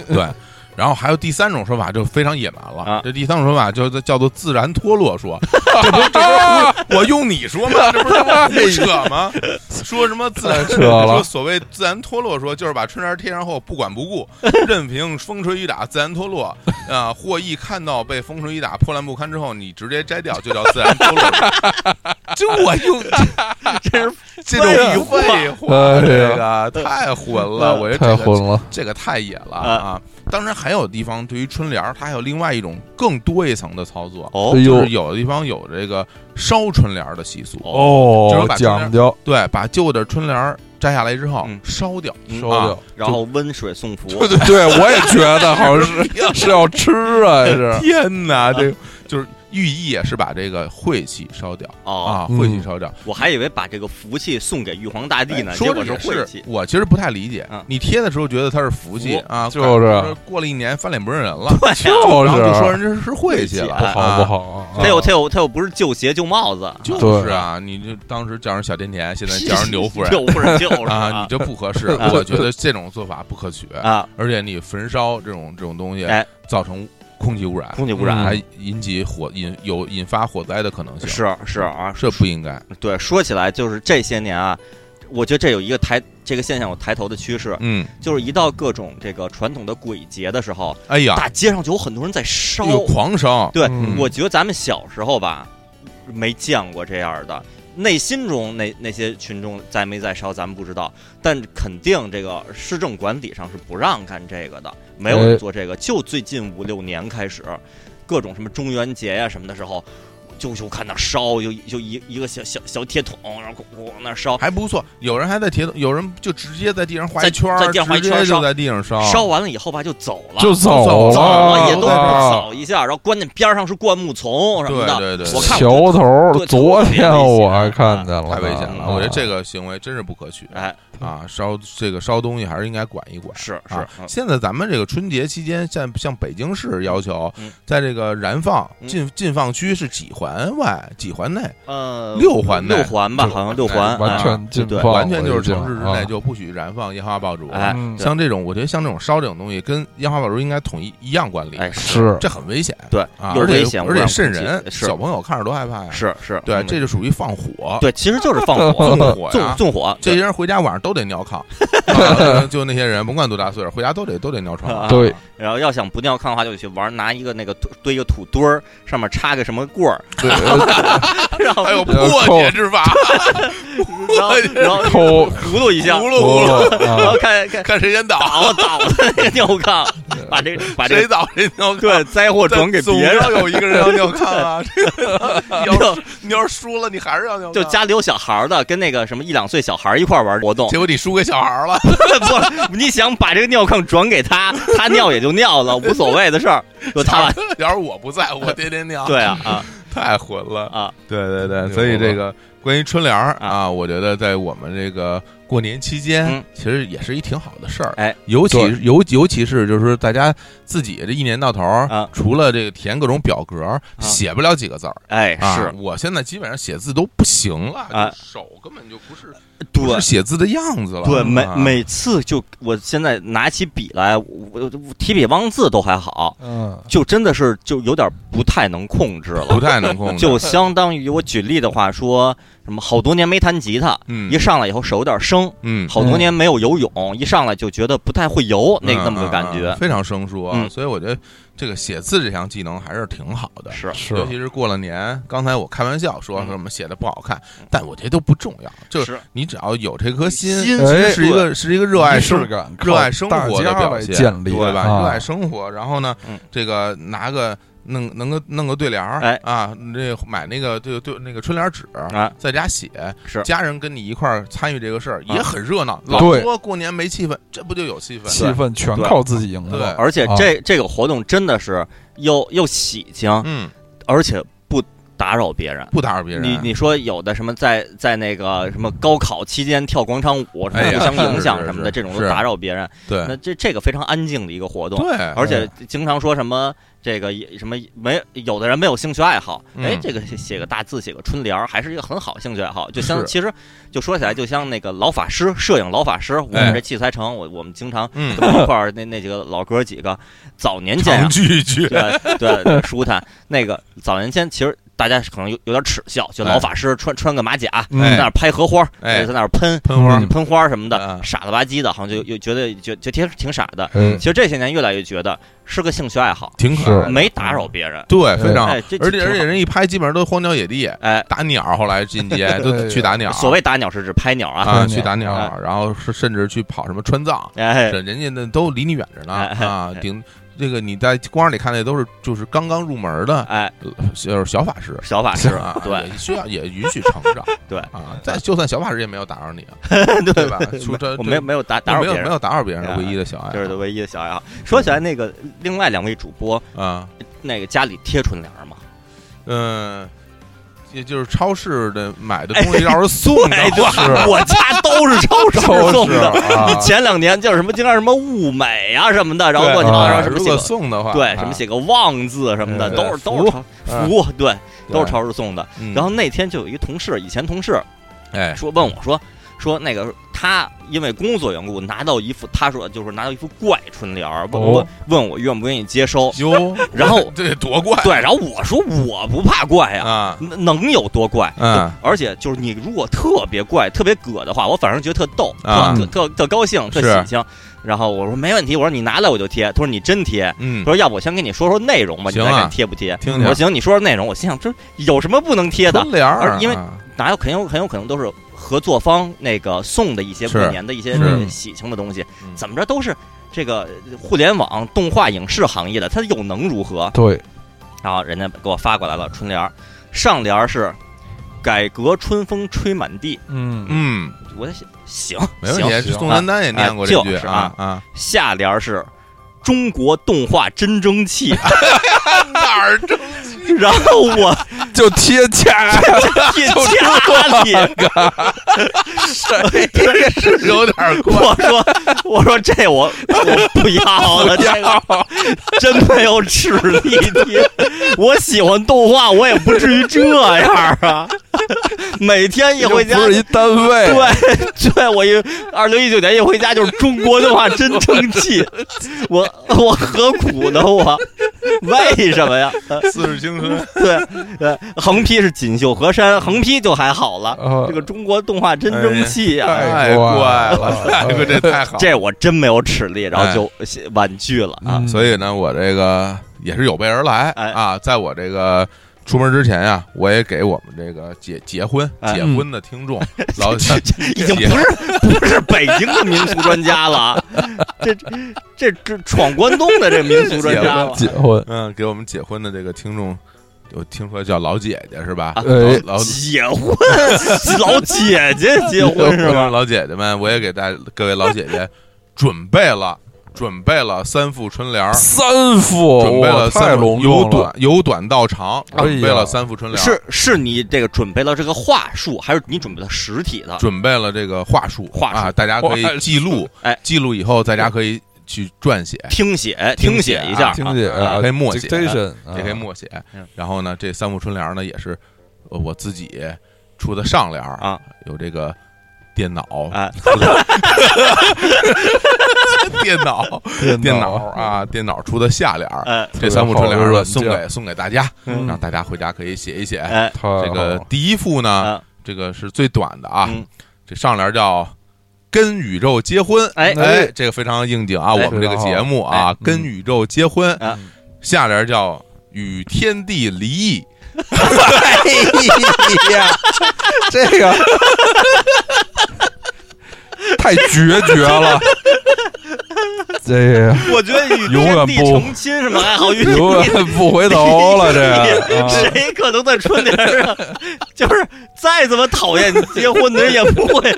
Speaker 1: 对。然后还有第三种说法，就非常野蛮了。
Speaker 2: 啊
Speaker 1: 这第三种说法就叫做自然脱落说， 这不这不是胡我用你说吗？这不是胡扯吗？说什么自然
Speaker 3: 扯了
Speaker 1: 说所谓自然脱落说，就是把春联贴上后不管不顾，任凭风吹雨打，自然脱落啊、或一看到被风吹雨打破烂不堪之后，你直接摘掉，就叫自然脱落。 这我 用
Speaker 2: 真是
Speaker 1: 这种废话，
Speaker 3: 哎
Speaker 1: 这
Speaker 3: 呀，
Speaker 1: 个太混了，我觉得
Speaker 3: 太
Speaker 1: 这个
Speaker 3: 混了，
Speaker 1: 这个太野了
Speaker 2: 啊
Speaker 1: 啊！当然，还有地方对于春联儿，它还有另外一种更多一层的操作，
Speaker 2: 哦
Speaker 3: 哎呦
Speaker 1: 就是有的地方有这个烧春联儿的习俗。这
Speaker 3: 哦
Speaker 1: 是把，中间
Speaker 3: 讲究，
Speaker 1: 对，把旧的春联儿摘下来之后
Speaker 2: 嗯
Speaker 1: 烧 掉，
Speaker 2: 嗯
Speaker 3: 收掉。
Speaker 2: 然后温水送福，
Speaker 3: 对 对，对，我也觉得好像是是要吃啊，是
Speaker 1: 天哪，这就是寓意啊是把这个晦气烧掉
Speaker 2: 哦，
Speaker 1: 啊，
Speaker 3: 嗯
Speaker 1: 晦气烧掉。哎
Speaker 2: 我还以为把这个福气送给玉皇大帝呢，结
Speaker 1: 说
Speaker 2: 果
Speaker 1: 的
Speaker 2: 是晦气。
Speaker 1: 我其实不太理解
Speaker 2: 嗯。
Speaker 1: 你贴的时候觉得它是福气
Speaker 2: 福
Speaker 1: 啊，
Speaker 3: 就是
Speaker 1: 感觉过了一年翻脸不认人了，
Speaker 2: 对呀，
Speaker 3: 就
Speaker 1: 然后
Speaker 3: 是啊
Speaker 1: 就说人这是晦气了，
Speaker 2: 不
Speaker 3: 不好不
Speaker 1: 好？
Speaker 3: 好啊，
Speaker 2: 他又他又他又不是旧鞋旧帽子，
Speaker 1: 就是啊，你就当时叫人小甜甜，现在叫人刘 夫人
Speaker 2: 刘夫人 就是
Speaker 1: 啊，你这不 合适。
Speaker 2: 啊
Speaker 1: 我觉得这种做法不可取，
Speaker 2: 啊，
Speaker 1: 而且你焚烧这种这种东西
Speaker 2: 哎，
Speaker 1: 造成空气污染，
Speaker 2: 空气污
Speaker 3: 嗯
Speaker 2: 染
Speaker 1: 还引起火引有引发火灾的可能性，
Speaker 2: 是是啊，
Speaker 1: 这不应该。
Speaker 2: 对，说起来就是这些年啊，我觉得这有一个抬这个现象有抬头的趋势，
Speaker 1: 嗯，
Speaker 2: 就是一到各种这个传统的鬼节的时候，
Speaker 1: 哎呀，
Speaker 2: 大街上就有很多人在烧。
Speaker 1: 有狂烧，
Speaker 2: 对，
Speaker 3: 嗯
Speaker 2: 我觉得咱们小时候吧，没见过这样的。内心中那那些群众在没在烧，咱们不知道，但肯定这个市政管理上是不让干这个的，没有
Speaker 1: 哎
Speaker 2: 人做这个。就最近五六年开始，各种什么中元节呀、什么的时候，就就看那烧，就就一一个小小小铁桶，然后咣咣那烧，
Speaker 1: 还不错。有人还在铁，有人就直接在地上画一圈儿，
Speaker 2: 在在地上画一圈儿
Speaker 1: 直接
Speaker 2: 烧
Speaker 1: 就在地上烧，
Speaker 2: 烧完了以后吧就走了，
Speaker 3: 就走
Speaker 1: 啊走
Speaker 2: 了
Speaker 1: 了
Speaker 2: 也都是
Speaker 3: 啊
Speaker 2: 扫一下，然后关键边上是灌木丛什么的。
Speaker 1: 对对对
Speaker 2: 我看我
Speaker 3: 桥头儿
Speaker 2: 对
Speaker 3: 昨
Speaker 2: 特别
Speaker 3: 天
Speaker 2: 危险
Speaker 3: 我还看见了呢，
Speaker 1: 啊
Speaker 3: 啊
Speaker 1: 太危险
Speaker 2: 嗯
Speaker 1: 了。我觉得这个行为真是不可取
Speaker 2: 哎
Speaker 1: 啊！烧这个烧东西还是应该管一管。
Speaker 2: 是是
Speaker 1: 啊，
Speaker 2: 嗯
Speaker 1: 现在咱们这个春节期间，像像北京市要求
Speaker 2: 嗯，
Speaker 1: 在这个燃放
Speaker 2: 嗯
Speaker 1: 禁禁放区是几环外、几环内，
Speaker 2: 呃，
Speaker 1: 六环内
Speaker 2: 六环吧，
Speaker 1: 就
Speaker 2: 好像六环，
Speaker 3: 完
Speaker 2: 哎
Speaker 3: 全禁
Speaker 2: 对
Speaker 3: 放，
Speaker 1: 啊完全就是
Speaker 3: 我已经
Speaker 1: 城市之内
Speaker 3: 啊
Speaker 1: 就不许燃放烟花爆竹。啊
Speaker 2: 哎
Speaker 3: 嗯
Speaker 2: 对
Speaker 1: 像这种，我觉得像这种烧这种东西，跟烟花爆竹应该统一一样管理。
Speaker 2: 哎
Speaker 3: 是
Speaker 1: 这很危险，
Speaker 2: 对
Speaker 1: 啊，
Speaker 2: 有
Speaker 1: 而且
Speaker 2: 危险
Speaker 1: 而且
Speaker 2: 无
Speaker 1: 瘆
Speaker 2: 人不
Speaker 1: 人，
Speaker 2: 及是
Speaker 1: 小朋友看着多害怕呀。，
Speaker 2: 是是，
Speaker 1: 对，
Speaker 2: 嗯
Speaker 1: 这就属于放火，
Speaker 2: 对，其实就是放
Speaker 1: 纵
Speaker 2: 火，
Speaker 1: 火
Speaker 2: 纵
Speaker 1: 呀。
Speaker 2: 纵 火，
Speaker 1: 这些人回家晚上都得 尿炕，啊就那些人甭管多大岁数，回家都得都得尿
Speaker 2: 啊
Speaker 1: 床。
Speaker 3: 对，
Speaker 2: 然后要想不尿炕的话，就去玩，拿一个那个堆堆一个土堆儿，上面插个什么棍儿，
Speaker 3: 对，
Speaker 2: 然后
Speaker 1: 还有
Speaker 2: 然
Speaker 1: 哎破解之法，
Speaker 2: 后然后
Speaker 3: 抠
Speaker 2: 葫芦 一下，
Speaker 1: 葫芦
Speaker 3: 葫
Speaker 1: 葫芦，
Speaker 3: 芦
Speaker 2: 然后
Speaker 3: 啊，
Speaker 2: 看 看
Speaker 1: 看谁先倒，
Speaker 2: 倒倒的那个 尿炕，把这 把这
Speaker 1: 谁倒谁尿炕。
Speaker 2: 对灾祸
Speaker 1: 但
Speaker 2: 转给
Speaker 1: 总
Speaker 2: 别人
Speaker 1: 要。有一个人要尿炕啊！这个你要是你要是输了，你还是要尿炕。啊
Speaker 2: 就家里有小孩儿的，跟那个什么一两岁小孩儿一块儿玩活动，
Speaker 1: 结果你输给小孩了，
Speaker 2: 不，你想把这个尿炕转给他，他尿也就尿了，无所谓的事儿， 就他 把
Speaker 1: 要是我不在，我天天尿。
Speaker 2: 对啊啊
Speaker 1: 太混了
Speaker 2: 啊！
Speaker 1: 对对对，
Speaker 3: 牛
Speaker 1: 所以这
Speaker 3: 了
Speaker 1: 个关于春联儿
Speaker 2: 啊
Speaker 1: 啊，我觉得在我们这个过年期间
Speaker 2: 嗯，
Speaker 1: 其实也是一挺好的事儿。
Speaker 2: 哎，
Speaker 1: 尤其
Speaker 3: 对
Speaker 1: 尤尤其是就是说大家自己这一年到头儿
Speaker 2: 啊
Speaker 1: 除了这个填各种表格儿，写不了几个字儿。
Speaker 2: 哎
Speaker 1: 啊
Speaker 2: 是，
Speaker 1: 我现在基本上写字都不行了，
Speaker 2: 哎
Speaker 1: 就手根本就不是
Speaker 2: 对
Speaker 1: 不是写字的样子了。
Speaker 2: 对，每
Speaker 1: 啊
Speaker 2: 每次就我现在拿起笔来，我我我提笔忘字都还好，
Speaker 3: 嗯，
Speaker 2: 就真的是就有点不太能控制了
Speaker 1: 不，太能控制，
Speaker 2: 就相当于我举例的话说，什么好多年没弹吉他，
Speaker 1: 嗯
Speaker 2: 一上来以后手有点生，
Speaker 1: 嗯。
Speaker 2: 好多年没有游泳，一上来就觉得不太会游，那个那么个感
Speaker 1: 嗯嗯
Speaker 2: 觉
Speaker 1: 嗯，非常生疏啊，
Speaker 2: 嗯
Speaker 1: 所以我觉得这个写字这项技能还是挺好的。
Speaker 2: 是
Speaker 3: 是
Speaker 1: 尤其是过了年，刚才我开玩笑说
Speaker 2: 嗯
Speaker 1: 什么写的不好看，但我觉得都不重要，就是
Speaker 2: 是
Speaker 1: 你只要有这颗心，
Speaker 2: 心
Speaker 1: 其实
Speaker 3: 哎
Speaker 1: 是一个是一个热爱
Speaker 3: 仪式
Speaker 1: 生，
Speaker 3: 感，
Speaker 1: 热爱
Speaker 3: 靠
Speaker 1: 生
Speaker 3: 大
Speaker 1: 活的
Speaker 3: 家
Speaker 1: 表
Speaker 3: 来
Speaker 1: 现
Speaker 3: 建立
Speaker 1: 对吧？
Speaker 3: 啊
Speaker 1: 热爱生活，然后呢
Speaker 2: 嗯，
Speaker 1: 这个拿个弄弄个弄个对联儿
Speaker 2: 哎
Speaker 1: 啊，这买那个对对那个春联纸
Speaker 2: 啊
Speaker 1: 在家写，
Speaker 2: 是啊
Speaker 1: 家人跟你一块儿参与这个事儿也很热闹。
Speaker 2: 对
Speaker 1: 老说过年没气氛，这不就有气氛？
Speaker 3: 气氛全
Speaker 2: 对
Speaker 3: 靠自己营造
Speaker 1: 对，
Speaker 2: 而且
Speaker 3: 啊
Speaker 2: 这这个活动真的是又又喜庆，
Speaker 1: 嗯，
Speaker 2: 而且不打扰别人。
Speaker 1: 不打扰别人。
Speaker 2: 你你说有的什么在在那个什么高考期间跳广场舞什么
Speaker 1: 哎呀
Speaker 2: 互相影响
Speaker 1: 是是
Speaker 2: 什么的，
Speaker 1: 是
Speaker 2: 这种都
Speaker 1: 是
Speaker 2: 打扰别人。
Speaker 1: 对
Speaker 2: 那这这个非常安静的一个活动，
Speaker 1: 对，哎
Speaker 2: 而且经常说什么这个也什么没有的人没有兴趣爱好，
Speaker 1: 嗯
Speaker 2: 哎，这个写写个大字写个春联儿还是一个很好兴趣爱好。就像
Speaker 1: 是
Speaker 2: 其实就说起来，就像那个老法师摄影老法师，我
Speaker 1: 哎
Speaker 2: 们这器材城，我我们经常
Speaker 1: 嗯
Speaker 2: 跟我一块儿那那几个老哥几个早年间啊
Speaker 1: 常聚一聚，
Speaker 2: 对对，舒坦那个早年间，其实大家可能有有点耻笑，就老法师穿穿个马甲，在
Speaker 1: 哎
Speaker 2: 那儿拍荷花，
Speaker 1: 哎
Speaker 2: 在那儿喷
Speaker 1: 喷花
Speaker 3: 嗯
Speaker 2: 喷花什么的，
Speaker 1: 嗯
Speaker 2: 傻了吧唧的，好像就又觉得觉觉挺挺傻的。
Speaker 3: 嗯
Speaker 2: 其实这些年越来越觉得是个兴趣爱好，
Speaker 1: 挺可爱的，
Speaker 2: 没打扰别人。
Speaker 1: 对，非常好
Speaker 2: 哎，这。
Speaker 1: 而且
Speaker 2: 挺好
Speaker 1: 而且人一拍，基本上都荒郊野地，
Speaker 2: 哎，
Speaker 1: 打鸟，后来进 阶都去打鸟，
Speaker 2: 所谓打鸟是指拍鸟啊，
Speaker 1: 啊，
Speaker 3: 鸟
Speaker 1: 去打
Speaker 2: 哎
Speaker 1: 鸟，然后是甚至去跑什么川藏，
Speaker 2: 哎，
Speaker 1: 人家那都离你远着呢
Speaker 2: 哎哎
Speaker 1: 啊
Speaker 2: 哎，
Speaker 1: 顶。这个你在光里看那都是就是刚刚入门的，
Speaker 2: 哎，
Speaker 1: 就是小法师，
Speaker 2: 小法师
Speaker 1: 啊，，
Speaker 2: 对，
Speaker 1: 也需要也允许成长，
Speaker 2: 对
Speaker 1: 啊，再就算小法师也没有打扰 你，啊对吧？ 出这
Speaker 2: 我没有没有打打
Speaker 1: 这
Speaker 2: 扰
Speaker 1: 没有
Speaker 2: 别
Speaker 1: 没
Speaker 2: 人。
Speaker 1: 有打扰别人
Speaker 2: 哎
Speaker 1: 的唯一的小爱
Speaker 2: 这是唯一的小爱好。说起来，那个另外两位主播，
Speaker 1: 啊，
Speaker 2: 那个家里贴春联儿吗？
Speaker 1: 嗯、也就是超市的买的 东西要是送的
Speaker 2: 哎对
Speaker 1: 话，
Speaker 2: 吧？我家都是超市
Speaker 3: 都
Speaker 2: 送
Speaker 3: 是
Speaker 2: 的。
Speaker 3: 啊
Speaker 2: 你前两年叫什么？经常什么物美啊什么的，然后
Speaker 1: 对
Speaker 2: 乱七八
Speaker 3: 啊
Speaker 2: 糟
Speaker 1: 啊
Speaker 2: 什么
Speaker 1: 如
Speaker 2: 写
Speaker 1: 果
Speaker 2: 个
Speaker 1: 送的话，啊
Speaker 2: 对什么写个旺字什么的，
Speaker 1: 嗯
Speaker 2: 都是
Speaker 1: 对
Speaker 2: 都是超
Speaker 1: 嗯
Speaker 2: 福对，
Speaker 1: 对
Speaker 2: 都是超市送的。
Speaker 1: 嗯
Speaker 2: 然后那天就有一个同事，以前同事
Speaker 1: 哎，
Speaker 2: 说问我说说那个他因为工作缘故拿到一副，他说就是拿到一副怪春联儿，问我
Speaker 3: 哦
Speaker 2: 问我愿不愿意接收。
Speaker 1: 哟，
Speaker 2: 然后
Speaker 1: 这得多怪
Speaker 2: 对，然后我说我不怕怪呀，
Speaker 1: 啊！
Speaker 2: 能能有多怪？
Speaker 1: 嗯
Speaker 2: 而且就是你如果特别怪、特别葛的话，我反正觉得特逗，
Speaker 1: 啊
Speaker 2: 特特特特高兴，特
Speaker 1: 是
Speaker 2: 喜庆。然后我说没问题，我说你拿来我就贴。他说你真贴？
Speaker 1: 嗯
Speaker 2: 他，说要不我先跟你说说内容吧，你
Speaker 1: 行
Speaker 2: 再
Speaker 1: 啊
Speaker 2: 看贴不贴。
Speaker 1: 听
Speaker 2: 我说
Speaker 1: 听
Speaker 2: 行，你说说内容。我心想这有什么不能贴的？
Speaker 1: 春联儿
Speaker 2: 而因为
Speaker 1: 啊
Speaker 2: 哪有很有很有可能都是合作方那个送的一些
Speaker 1: 是
Speaker 2: 过年的一些
Speaker 3: 是
Speaker 2: 呃喜庆的东西
Speaker 1: 嗯，
Speaker 2: 怎么着都是这个互联网动画影视行业的，它又能如何？
Speaker 3: 对，
Speaker 2: 然后人家给我发过来了春联儿，上联儿是“改革春风吹满地
Speaker 3: 嗯，
Speaker 1: 嗯，”，
Speaker 2: 我在想行
Speaker 1: 没问题。
Speaker 2: 行，
Speaker 3: 行
Speaker 1: 宋丹丹也念过
Speaker 2: 啊
Speaker 1: 这句
Speaker 2: 就是
Speaker 1: 啊
Speaker 2: 啊
Speaker 1: 啊，
Speaker 2: 下联儿是。中国动画真争气，
Speaker 1: 哪儿这
Speaker 2: 然后我
Speaker 3: 就贴 掐，
Speaker 2: 贴家里，
Speaker 1: 是有点怪？
Speaker 2: 我说我说这我我不要了，这个真没有吃力贴。我喜欢动画，我也不至于这样啊。 每天一
Speaker 3: 就
Speaker 2: 回家
Speaker 3: 不，是一单位，
Speaker 2: 对 对，我一二零一九年一回家就是中国动画真争气，我我何苦呢？我为什么呀？ 呃
Speaker 1: 四世青春，
Speaker 2: 对，呃，横批是锦绣河山，横批就还好了。
Speaker 3: 啊
Speaker 2: 这个中国动画真争气呀、
Speaker 1: 太
Speaker 3: 太
Speaker 1: 怪
Speaker 3: 怪
Speaker 1: 了，
Speaker 3: 了
Speaker 1: 太怪，这太好了。
Speaker 2: 这我真没有齿力，然后就婉拒了啊。
Speaker 3: 嗯
Speaker 1: 所以呢，我这个也是有备而来
Speaker 2: 哎
Speaker 1: 啊，在我这个。出门之前呀、我也给我们这个结结婚
Speaker 2: 哎
Speaker 1: 结婚的听众，老
Speaker 2: 已经不是不是北京的民俗专家了啊，这这这闯关东的这民俗专家了
Speaker 3: 结婚，
Speaker 1: 嗯，给我们结婚的这个听众，有听说叫老姐姐是吧？
Speaker 2: 啊
Speaker 1: 老
Speaker 3: 哎
Speaker 1: 老
Speaker 2: 结婚，老姐姐结婚是吧？
Speaker 1: 老姐姐们，我也给大各位老姐姐准备了，准备了三副春联儿，
Speaker 3: 三副，
Speaker 1: 准备了
Speaker 3: 哇
Speaker 1: 三
Speaker 3: 哦太
Speaker 1: 副，
Speaker 3: 隆
Speaker 1: 由
Speaker 3: 重
Speaker 1: 短
Speaker 3: 了，
Speaker 1: 由短到长，
Speaker 3: 哎呀
Speaker 1: 准备了三副春联儿，
Speaker 2: 是是你这个准备了这个话术，还是你准备了实体的？
Speaker 1: 准备了这个话术，
Speaker 2: 话术
Speaker 1: 啊，大家可以
Speaker 3: 话术
Speaker 1: 记录，
Speaker 2: 哎，
Speaker 1: 记录以后大家可以去撰写，
Speaker 2: 听写
Speaker 1: 听写
Speaker 2: 写一下
Speaker 1: 啊
Speaker 3: 听姐
Speaker 1: 啊可以默写
Speaker 3: dictation，啊
Speaker 1: 也可以 默写
Speaker 2: 嗯。
Speaker 1: 然后呢，这三副春联儿呢也是呃我自己出的上联儿
Speaker 2: 啊，
Speaker 1: 有这个电脑，
Speaker 2: 哎，
Speaker 1: 电脑，电
Speaker 3: 电
Speaker 1: 脑
Speaker 3: 脑，
Speaker 1: 啊，电脑出的下联儿。
Speaker 2: 呃
Speaker 1: 这三副春联
Speaker 3: 特别好的
Speaker 1: 儿呢
Speaker 3: 软件
Speaker 1: 送给送给大家，
Speaker 3: 嗯
Speaker 1: 让大家回家可以写一写。
Speaker 2: 哎，
Speaker 3: 太好
Speaker 1: 这个
Speaker 3: 了
Speaker 1: 第一副呢，
Speaker 2: 啊
Speaker 1: 这个是最短的啊
Speaker 2: 嗯，
Speaker 1: 这上联叫“跟宇宙结婚”，
Speaker 2: 哎
Speaker 1: 哎，这个非常应景啊，
Speaker 2: 哎
Speaker 1: 我们这个节目啊，“
Speaker 3: 嗯
Speaker 1: 跟宇宙结婚
Speaker 2: 啊”，
Speaker 1: 下联叫“与天地离异
Speaker 3: 哎呀，这 个太决绝了， 这 个
Speaker 2: 我觉得与
Speaker 3: 永远
Speaker 2: 天地
Speaker 3: 不
Speaker 2: 成亲什么还好，与天
Speaker 3: 永
Speaker 2: 地
Speaker 3: 远不 回头了，这个啊
Speaker 2: 谁可能在春联上， 就是再怎么讨厌结婚的人也不会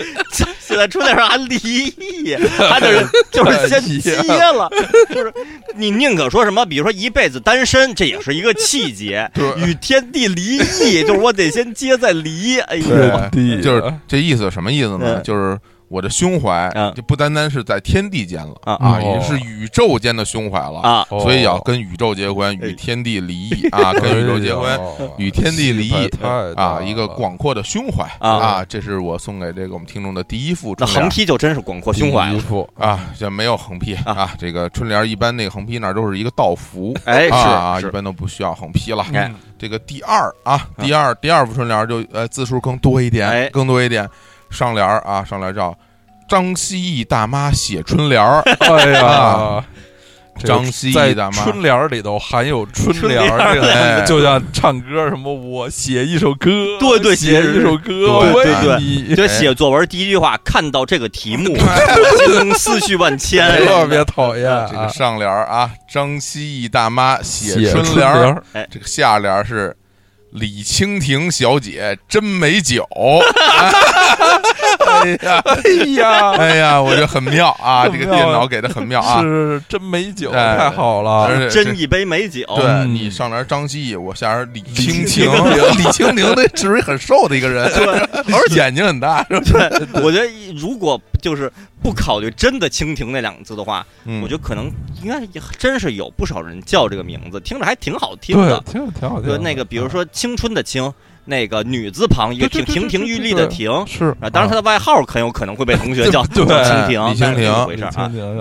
Speaker 2: 写在春联上还离异，还得是就是先结了，就是你宁可说什么，比如说一辈子单身，这也是一个气节
Speaker 1: 对，
Speaker 2: 与天地离异，就是我得先结再离，哎”，呦，
Speaker 3: 天地
Speaker 1: 就是这意思，什么意思呢？
Speaker 2: 嗯
Speaker 1: 就是我的胸怀
Speaker 2: 嗯
Speaker 1: 就不单单是在天地间了
Speaker 2: 啊
Speaker 1: 啊，
Speaker 3: 哦
Speaker 1: 也是宇宙间的胸怀了，
Speaker 2: 啊，哎
Speaker 3: 哦
Speaker 1: 所以要跟宇宙结婚，与天地离异啊， 跟宇宙结
Speaker 3: 哎
Speaker 1: 婚。
Speaker 3: 哦
Speaker 1: 与天地离异啊，一个广阔的胸怀
Speaker 2: 啊
Speaker 1: 这是我送给这个我们听众的第一副
Speaker 2: 那
Speaker 1: 春联
Speaker 2: 横批就真是广阔
Speaker 3: 我
Speaker 2: 胸怀了，
Speaker 3: 服，
Speaker 1: 啊，这没有横批
Speaker 2: 啊
Speaker 1: 啊，这个春联一般那个横批那儿都是一个道符。
Speaker 2: 哎，
Speaker 1: 啊，
Speaker 2: 是
Speaker 1: 一
Speaker 2: 是，
Speaker 1: 般都不需要横批
Speaker 3: 嗯
Speaker 1: 了。
Speaker 2: 哎
Speaker 1: 这个第二啊，第二第二副春联就呃字数更多一点，
Speaker 2: 哎
Speaker 1: 更多一点。上联啊，上联叫张蜥蜴大妈写春联儿，
Speaker 3: 哎
Speaker 1: 啊
Speaker 3: 呀，这个
Speaker 1: 张蜥蜴
Speaker 3: 在
Speaker 1: 大妈
Speaker 3: 春联儿里头含有春联
Speaker 2: 春
Speaker 3: 儿这
Speaker 2: 联
Speaker 1: 儿
Speaker 3: 个，就像唱歌什么，我写一首歌，
Speaker 2: 对对
Speaker 3: 写
Speaker 2: 写
Speaker 3: 一首歌，
Speaker 1: 对
Speaker 3: 为
Speaker 2: 对对
Speaker 3: 你
Speaker 2: 就写作文第一句话，看到这个 题目，
Speaker 1: 哎
Speaker 2: 经思绪万千，
Speaker 3: 哎特别讨厌
Speaker 1: 这个
Speaker 3: 啊，
Speaker 1: 上联啊，张蜥蜴大妈写
Speaker 3: 写
Speaker 1: 春
Speaker 3: 春
Speaker 1: 联儿，
Speaker 3: 儿，
Speaker 1: 这个下联是李蜻蜓小姐真美酒，
Speaker 3: 哎
Speaker 1: 哎呀，
Speaker 3: 哎呀，
Speaker 1: 哎呀，我觉得很妙啊，这个电脑给的很妙啊
Speaker 3: 是。是是，真美酒，
Speaker 1: 哎
Speaker 3: 太好了
Speaker 1: 而。且 这
Speaker 2: 斟一杯美酒，
Speaker 1: 对
Speaker 3: 嗯
Speaker 1: 你上哪儿张希怡，我下边李蜻
Speaker 3: 蜻
Speaker 1: 蜓，李蜻蜓那是不是很瘦的一个人？ 而且眼睛很大，是吧？
Speaker 2: 对，我觉得如果就是不考虑真的“蜻蜓”那两个字的话，
Speaker 3: 嗯
Speaker 2: 我觉得可能应该也真是有不少人叫这个名字，听着还挺好听
Speaker 3: 对
Speaker 2: 的，。
Speaker 3: 挺挺好听啊
Speaker 2: 对，
Speaker 3: 的。
Speaker 2: 那个比如说青春的青，那个女字旁一个
Speaker 3: 对
Speaker 2: 亭，
Speaker 3: 对对
Speaker 2: 亭亭
Speaker 3: 对
Speaker 2: 玉
Speaker 3: 对
Speaker 2: 立的
Speaker 3: 对
Speaker 2: 亭
Speaker 3: 是
Speaker 2: 啊，当然他的外号很有可能会被同学叫
Speaker 3: 对
Speaker 2: 叫蜻蜓，
Speaker 1: 李蜻
Speaker 2: 但
Speaker 1: 蜓
Speaker 2: 是怎么
Speaker 3: 没
Speaker 2: 回事啊？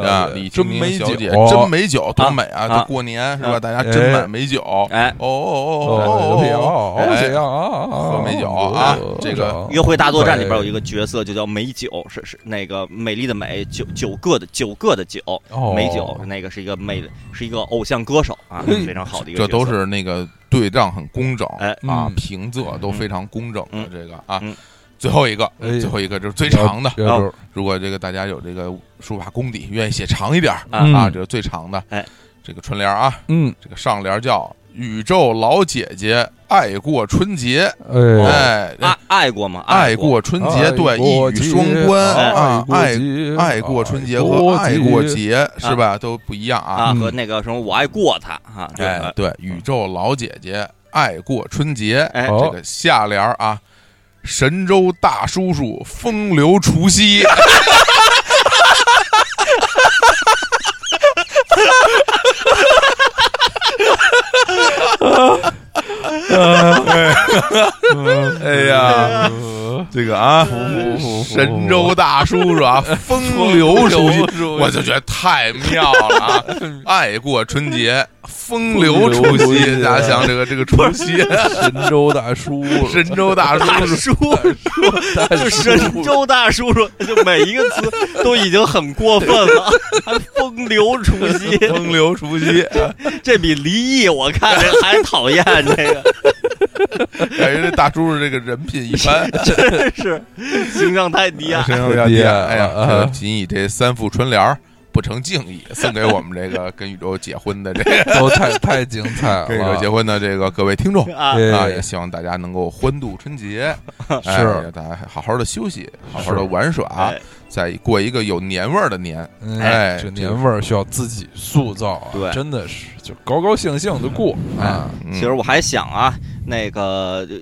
Speaker 1: 啊，
Speaker 3: 李
Speaker 1: 李
Speaker 3: 真
Speaker 1: 蜻蜓
Speaker 3: 美酒哦
Speaker 1: 小姐真美酒，多美啊！
Speaker 2: 啊
Speaker 1: 这过年是
Speaker 2: 啊
Speaker 1: 吧？大家真
Speaker 3: 哎
Speaker 1: 买美酒，哦
Speaker 2: 哎，
Speaker 1: 哦哦
Speaker 3: 哦，
Speaker 1: 哦哦
Speaker 3: 哦，这
Speaker 1: 哎
Speaker 3: 样啊，哦
Speaker 1: 喝美酒啊这个
Speaker 2: 约会大作战里边有一个
Speaker 3: 个
Speaker 2: 角色就叫美酒，是是那个美丽的美，九九个的九个的九，
Speaker 3: 哦
Speaker 2: 美酒，那个是一个美，是一个偶像歌手啊，
Speaker 3: 嘿
Speaker 2: 非常好的一个角
Speaker 1: 这
Speaker 2: 色。
Speaker 1: 都是那个对仗很工整，
Speaker 2: 哎
Speaker 1: 啊
Speaker 3: 嗯，
Speaker 1: 平仄都非常工整的
Speaker 2: 嗯
Speaker 1: 这个啊
Speaker 2: 嗯。
Speaker 1: 最后一个，
Speaker 3: 哎呀哎
Speaker 1: 最后一个就是最长的。
Speaker 2: 啊
Speaker 1: 如果这个大家有这个书法功底，愿意写长一点儿
Speaker 2: 啊
Speaker 1: 啊，
Speaker 3: 啊
Speaker 1: 这，个最长的。
Speaker 2: 哎，
Speaker 1: 这个春联儿啊，
Speaker 3: 嗯，
Speaker 1: 这个上联儿叫“宇宙老姐姐爱过春节”，
Speaker 3: 哎，
Speaker 1: 哎，
Speaker 2: 爱爱过吗？
Speaker 1: 爱
Speaker 2: 过，
Speaker 1: 过春节，对，一语双关啊，爱爱过春节和爱过节是吧，都不一样啊。
Speaker 2: 啊，
Speaker 3: 嗯
Speaker 2: 和那个什么我爱过他啊，这
Speaker 1: 哎
Speaker 2: 个，
Speaker 1: 对，宇宙老姐姐爱过春节，
Speaker 2: 哎
Speaker 1: 这个下联儿啊，神州大叔叔风流除夕，哎呀，这个啊，神州大叔叔啊，风流除夕，我就觉得太妙了 啊！爱过春节，风流除
Speaker 3: 风流除
Speaker 1: 夕，
Speaker 3: 夕
Speaker 1: 大家想这个这个除夕，
Speaker 3: 神州 大叔，
Speaker 1: 神州大
Speaker 2: 大
Speaker 1: 叔叔，
Speaker 2: 叔，就神州大叔叔，就每一个词都已经很过分了，还风流除夕，
Speaker 1: 风流除夕，
Speaker 2: 这比离异我看着还讨厌，这个
Speaker 1: 感觉这大叔叔这个人品一般，
Speaker 2: 真是形象太低 啊！
Speaker 1: 身上要低啊。哎呀，这个仅以这三副春联儿不成敬意，送给我们这个跟宇宙结婚的这个
Speaker 3: 都太太精 彩
Speaker 1: 跟宇宙
Speaker 3: 了，
Speaker 1: 结婚的 这个各位听众。
Speaker 2: 啊，
Speaker 3: 对
Speaker 1: 啊，也希望大家能够欢度春 节，哎
Speaker 3: 是
Speaker 1: 大家好好的休息，好好
Speaker 3: 是
Speaker 1: 的玩耍
Speaker 2: 哎，
Speaker 1: 再过一个有年味儿的年。
Speaker 3: 哎，这年味儿需要自己塑造啊，
Speaker 2: 对
Speaker 3: 真的是就高高兴兴的过啊，
Speaker 1: 嗯
Speaker 2: 哎其实我还想啊，那个呃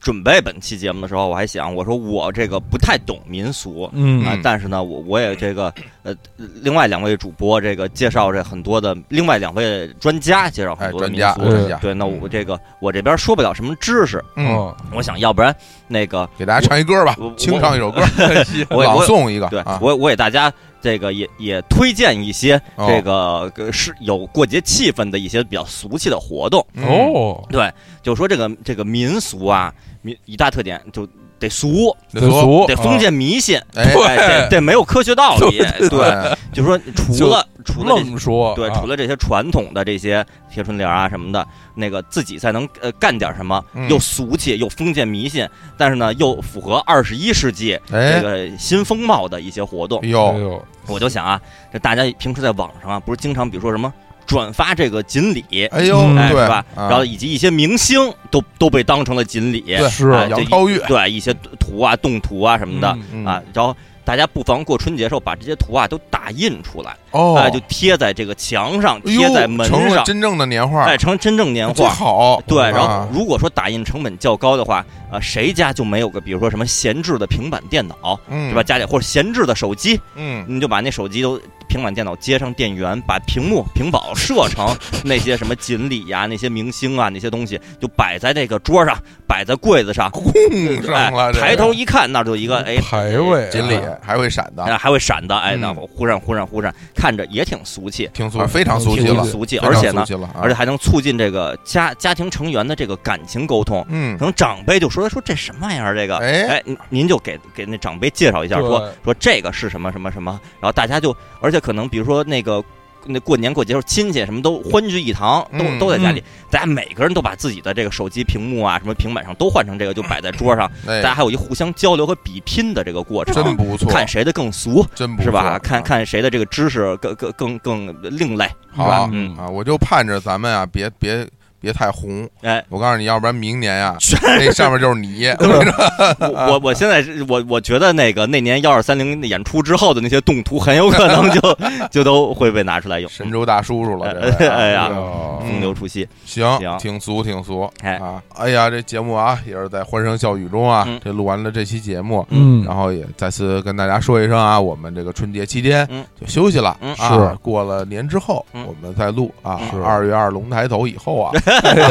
Speaker 2: 准备本期节目的时候，我还想，我说我这个不太懂民俗。
Speaker 3: 嗯
Speaker 2: 啊，但是呢，我我也这个呃，另外两位主播这个介绍这很多的，另外两位专家介绍
Speaker 1: 哎，
Speaker 2: 很多的
Speaker 1: 专
Speaker 2: 民
Speaker 1: 家，嗯
Speaker 2: 俗。
Speaker 1: 专家，
Speaker 2: 对，那我这个我这边说不了什么知识，
Speaker 1: 嗯，
Speaker 3: 哦
Speaker 2: 我想要不然那个
Speaker 1: 给大家唱一歌吧
Speaker 2: 我我，
Speaker 1: 清唱一首歌，
Speaker 2: 我
Speaker 1: 朗
Speaker 2: 我
Speaker 1: 诵一个
Speaker 2: 对
Speaker 1: 啊，
Speaker 2: 我我给大家这个也也推荐一些
Speaker 1: 哦
Speaker 2: 这个呃是有过节气氛的一些比较俗气的活动。
Speaker 1: 嗯
Speaker 3: 哦，
Speaker 2: 对，就说这个这个民俗啊，民一大特点就得俗，
Speaker 1: 嗯得
Speaker 3: 得
Speaker 1: 俗，
Speaker 3: 俗啊
Speaker 2: 得封建迷信，
Speaker 1: 哎，
Speaker 2: 哎，得得没有科学道理。对，
Speaker 1: 哎
Speaker 2: 就说除
Speaker 3: 就
Speaker 2: 了除了这
Speaker 3: 愣说，
Speaker 2: 对，
Speaker 3: 啊
Speaker 2: 除了这些传统的这些贴春联啊什么的，那个自己再能呃干点什么，
Speaker 1: 嗯
Speaker 2: 又俗气又封建迷信，但是呢又符合二十一世纪 这
Speaker 1: 哎，
Speaker 2: 个新风貌的一些活动
Speaker 1: 哎。
Speaker 3: 哎
Speaker 1: 呦，
Speaker 3: 呦，
Speaker 2: 我就想啊，这大家平时在网上啊，不是经常比如说什么转发这个锦鲤，
Speaker 1: 哎呦，
Speaker 3: 嗯
Speaker 2: 哎，
Speaker 1: 对
Speaker 2: 是吧？
Speaker 1: 啊
Speaker 2: 然后以及一些明星都都被当成了锦鲤，
Speaker 1: 对
Speaker 3: 是
Speaker 2: 哎
Speaker 1: 啊杨
Speaker 2: 这
Speaker 1: 超 越
Speaker 2: 对一些图啊、动图啊什么的、
Speaker 1: 嗯
Speaker 2: 啊，然后大家不妨过春节的时候把这些图啊都打印出来，
Speaker 1: 哦，
Speaker 2: 哎，就贴在这个墙上，
Speaker 1: 哎呦
Speaker 2: 贴在门
Speaker 1: 成了
Speaker 2: 上，
Speaker 1: 真正的年画，
Speaker 2: 哎，成真正年
Speaker 1: 真
Speaker 2: 画。
Speaker 1: 好，
Speaker 2: 对，
Speaker 1: 啊
Speaker 2: 然后如果说打印成本较高的话，啊，谁家就没有个，比如说什么闲置的平板电脑，
Speaker 1: 嗯，
Speaker 2: 是吧？？家里或者闲置的手机，
Speaker 1: 嗯，
Speaker 2: 你就把那手机都平板电脑接上电源，把屏幕屏保设成那些什么锦鲤呀、那些明星啊、那些东西，就摆在这个桌上，摆在柜子上，
Speaker 1: 供上了，
Speaker 2: 哎
Speaker 1: 这个
Speaker 2: 抬头一看，那就一个哎
Speaker 3: 排位
Speaker 1: 锦鲤
Speaker 3: 啊
Speaker 1: 还会闪的，
Speaker 2: 哎还会闪的，哎，那
Speaker 1: 嗯
Speaker 2: 忽闪忽闪忽闪，看着也挺俗气，
Speaker 1: 挺俗
Speaker 2: 而，
Speaker 1: 非常俗气
Speaker 2: 挺
Speaker 1: 了，
Speaker 2: 俗气，
Speaker 1: 非
Speaker 2: 而
Speaker 1: 常
Speaker 2: 且呢
Speaker 1: 俗，气了啊，
Speaker 2: 而且还能促进这个家家庭成员的这个感情沟通。
Speaker 1: 嗯
Speaker 2: 可，能长辈就说说这什么玩意儿，这个
Speaker 1: 哎
Speaker 2: 哎，您您就给给那长辈介绍一下，
Speaker 3: 对
Speaker 2: 说说这个是什么什么什么，然后大家就，而且可能比如说那个那过年过节时候亲戚什么都欢聚一堂，都
Speaker 1: 嗯
Speaker 2: 都在家里，大家每个人都把自己的这个手机屏幕啊什么平板上都换成这个，就摆在桌上，
Speaker 1: 哎
Speaker 2: 大家还有一互相交流和比拼的这个过
Speaker 1: 真
Speaker 2: 程，
Speaker 1: 不错，
Speaker 2: 看谁的更俗。
Speaker 1: 真不
Speaker 2: 是吧？
Speaker 1: 错
Speaker 2: 看
Speaker 1: 啊
Speaker 2: 看谁的这个知识更更更更另类，是
Speaker 1: 好
Speaker 2: 吧
Speaker 1: 啊？
Speaker 2: 嗯，
Speaker 1: 啊，我就盼着咱们啊，别别。别太红。
Speaker 2: 哎，
Speaker 1: 我告诉你，要不然明年 呀，那上面就是你。
Speaker 2: 我我我现在是我我觉得那个那年幺二三零演出之后的那些动图，很有可能就 就都会被拿出来用。
Speaker 1: 神州大叔叔了，
Speaker 2: 哎
Speaker 1: 这位啊
Speaker 2: 哎呀
Speaker 1: 嗯
Speaker 2: 风流出息，
Speaker 1: 行，
Speaker 2: 行
Speaker 1: 挺俗挺俗。
Speaker 2: 哎
Speaker 1: 啊，哎呀，这节目啊也是在欢声笑语中啊
Speaker 2: 嗯，
Speaker 1: 这录完了这期节目，
Speaker 3: 嗯
Speaker 1: 然后也再次跟大家说一声啊，我们这个春节期间
Speaker 2: 嗯
Speaker 1: 就休息了，
Speaker 2: 嗯
Speaker 1: 啊
Speaker 3: 是
Speaker 1: 过了年之后
Speaker 2: 嗯
Speaker 1: 我们再录啊
Speaker 3: 是，
Speaker 1: 二月二龙抬头以后 啊，
Speaker 3: 哎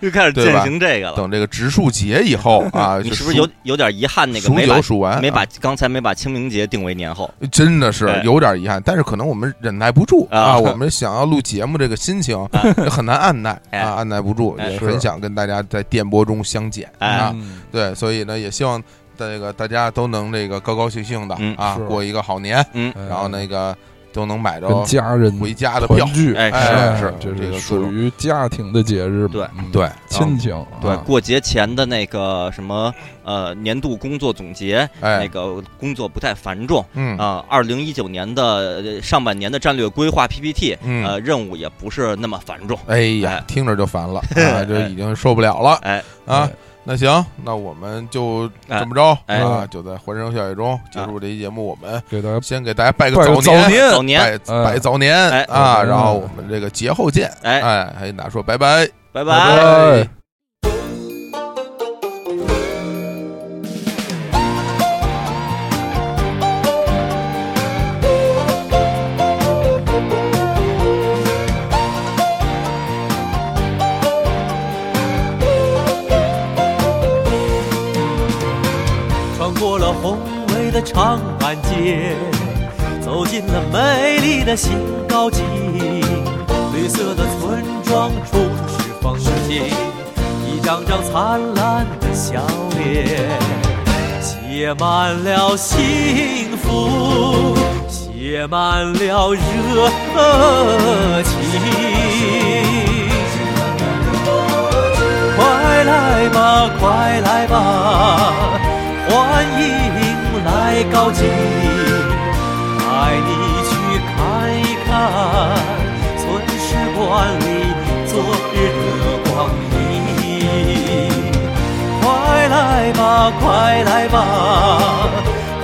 Speaker 2: 又开始
Speaker 1: 嗯对吧
Speaker 2: 践行这个了。
Speaker 1: 等这个植树节以后 啊，
Speaker 2: 你
Speaker 1: 就是
Speaker 2: 不是
Speaker 1: 数
Speaker 2: 有有点遗憾？那个
Speaker 1: 数
Speaker 2: 没把
Speaker 1: 九数完
Speaker 2: 没
Speaker 1: 啊
Speaker 2: 把刚才没把清明节定为年后，
Speaker 1: 真的是
Speaker 2: 哎
Speaker 1: 有点遗憾，但是可能我们忍耐不住
Speaker 2: 啊
Speaker 1: 啊，我们想要录节目这个心情很难按耐
Speaker 2: 哎
Speaker 1: 啊，按耐不住，
Speaker 2: 哎
Speaker 1: 也
Speaker 3: 是
Speaker 1: 很想跟大家在电波中相见
Speaker 2: 哎
Speaker 1: 啊。
Speaker 3: 嗯
Speaker 1: 对，所以呢，也希望这个大家都能这个高高兴兴的
Speaker 2: 嗯
Speaker 1: 啊
Speaker 3: 是，
Speaker 1: 过一个好年，
Speaker 2: 嗯，
Speaker 3: 哎
Speaker 1: 然后那个都能买
Speaker 3: 跟
Speaker 1: 着
Speaker 3: 家人
Speaker 1: 回家的票
Speaker 3: 团。聚，
Speaker 2: 哎
Speaker 1: 哎是
Speaker 3: 这
Speaker 1: 这个各
Speaker 3: 是属
Speaker 1: 种
Speaker 3: 于家庭的节日嘛，
Speaker 2: 对
Speaker 3: 嗯
Speaker 1: 对，
Speaker 3: 亲情啊，
Speaker 1: 对
Speaker 2: 过节前的那个什么呃年度工作总结，那
Speaker 1: 哎，
Speaker 2: 个工作不太繁重
Speaker 1: 嗯
Speaker 2: 啊。二零一九年的呃上半年的战略规划 PPT，
Speaker 1: 嗯
Speaker 2: 呃，任务也不是那么繁重。
Speaker 1: 哎呀
Speaker 2: 哎，
Speaker 1: 听着就 烦了，啊，这
Speaker 2: 哎
Speaker 1: 已经受不了了
Speaker 2: 哎
Speaker 1: 啊
Speaker 3: 对！
Speaker 1: 那行，那我们就这么着
Speaker 2: 哎
Speaker 1: 啊，
Speaker 3: 哎
Speaker 1: 就在欢声笑语中结束这期节目，我们
Speaker 3: 给大家
Speaker 1: 先给大家拜个
Speaker 3: 拜个
Speaker 1: 早年，
Speaker 3: 年
Speaker 2: 早年，
Speaker 1: 拜
Speaker 3: 哎
Speaker 1: 拜早年
Speaker 2: 哎
Speaker 1: 啊！
Speaker 3: 嗯
Speaker 1: 然后我们这个节后见，
Speaker 2: 哎
Speaker 1: 哎，还哪说拜拜。
Speaker 2: 拜
Speaker 3: 拜拜
Speaker 4: 穿过了宏伟的长安街，走进了美丽的新高级，绿色的村庄充斥风景，一张张灿烂的笑脸，写满了幸福，写满了热情。快来吧，快来吧，欢迎来高级，带你去看一看村史馆里昨日的光阴。快来吧，快来吧，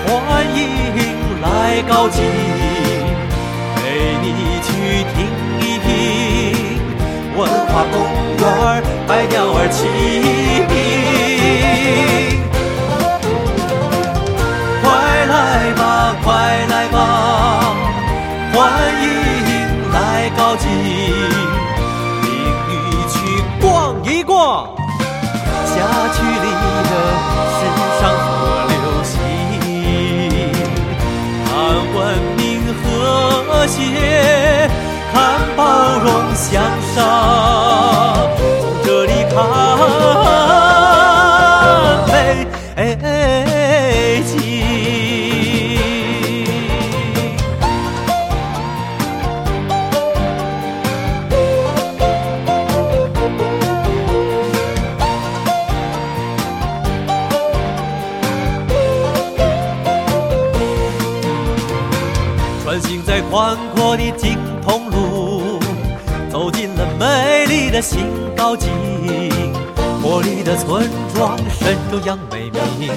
Speaker 4: 欢迎来高级，陪你去听一听文化公园百鸟儿齐鸣。快来吧，快来吧，欢迎来高级，领你去逛一逛。家区里的时尚和流行，看文明和谐，看包容向上，从这里看美景。穿行在宽阔的金铜路，走进了美丽的新高级。活力的村庄，神州扬美名，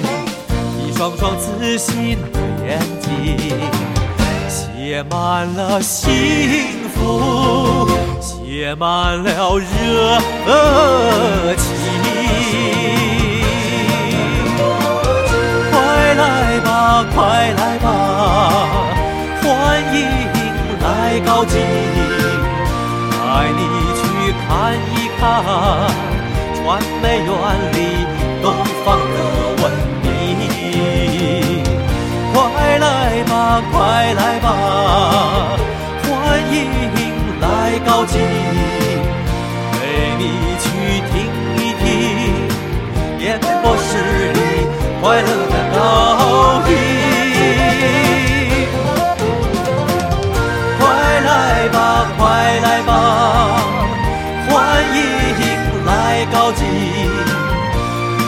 Speaker 4: 一双双自信的眼睛，写满了幸福，写满了热情。快来吧，快来吧，欢迎来高级，带你去看一看传媒园里东方的文明。快来吧，快来吧，欢迎来高级，陪你去听一听。演播室里快乐的倒影。快来吧，快来吧，欢迎来高级，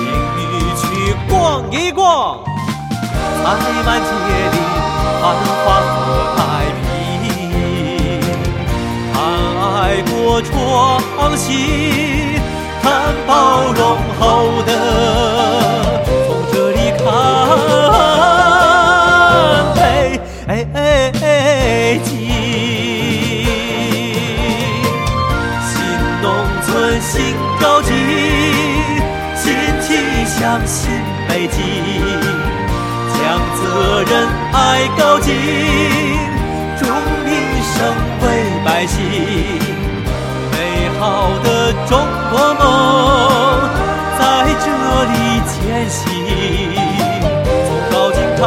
Speaker 4: 领你去逛一逛，塞满街里繁华和太平，看爱国我创新，看包容后的，从这里看北哎京。新农村新高级，新气象新北京，将责任爱高级，重民生为百姓，美好的中国梦在这里前行，从高级看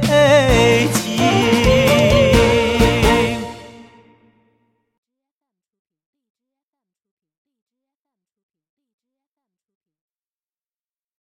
Speaker 4: 北。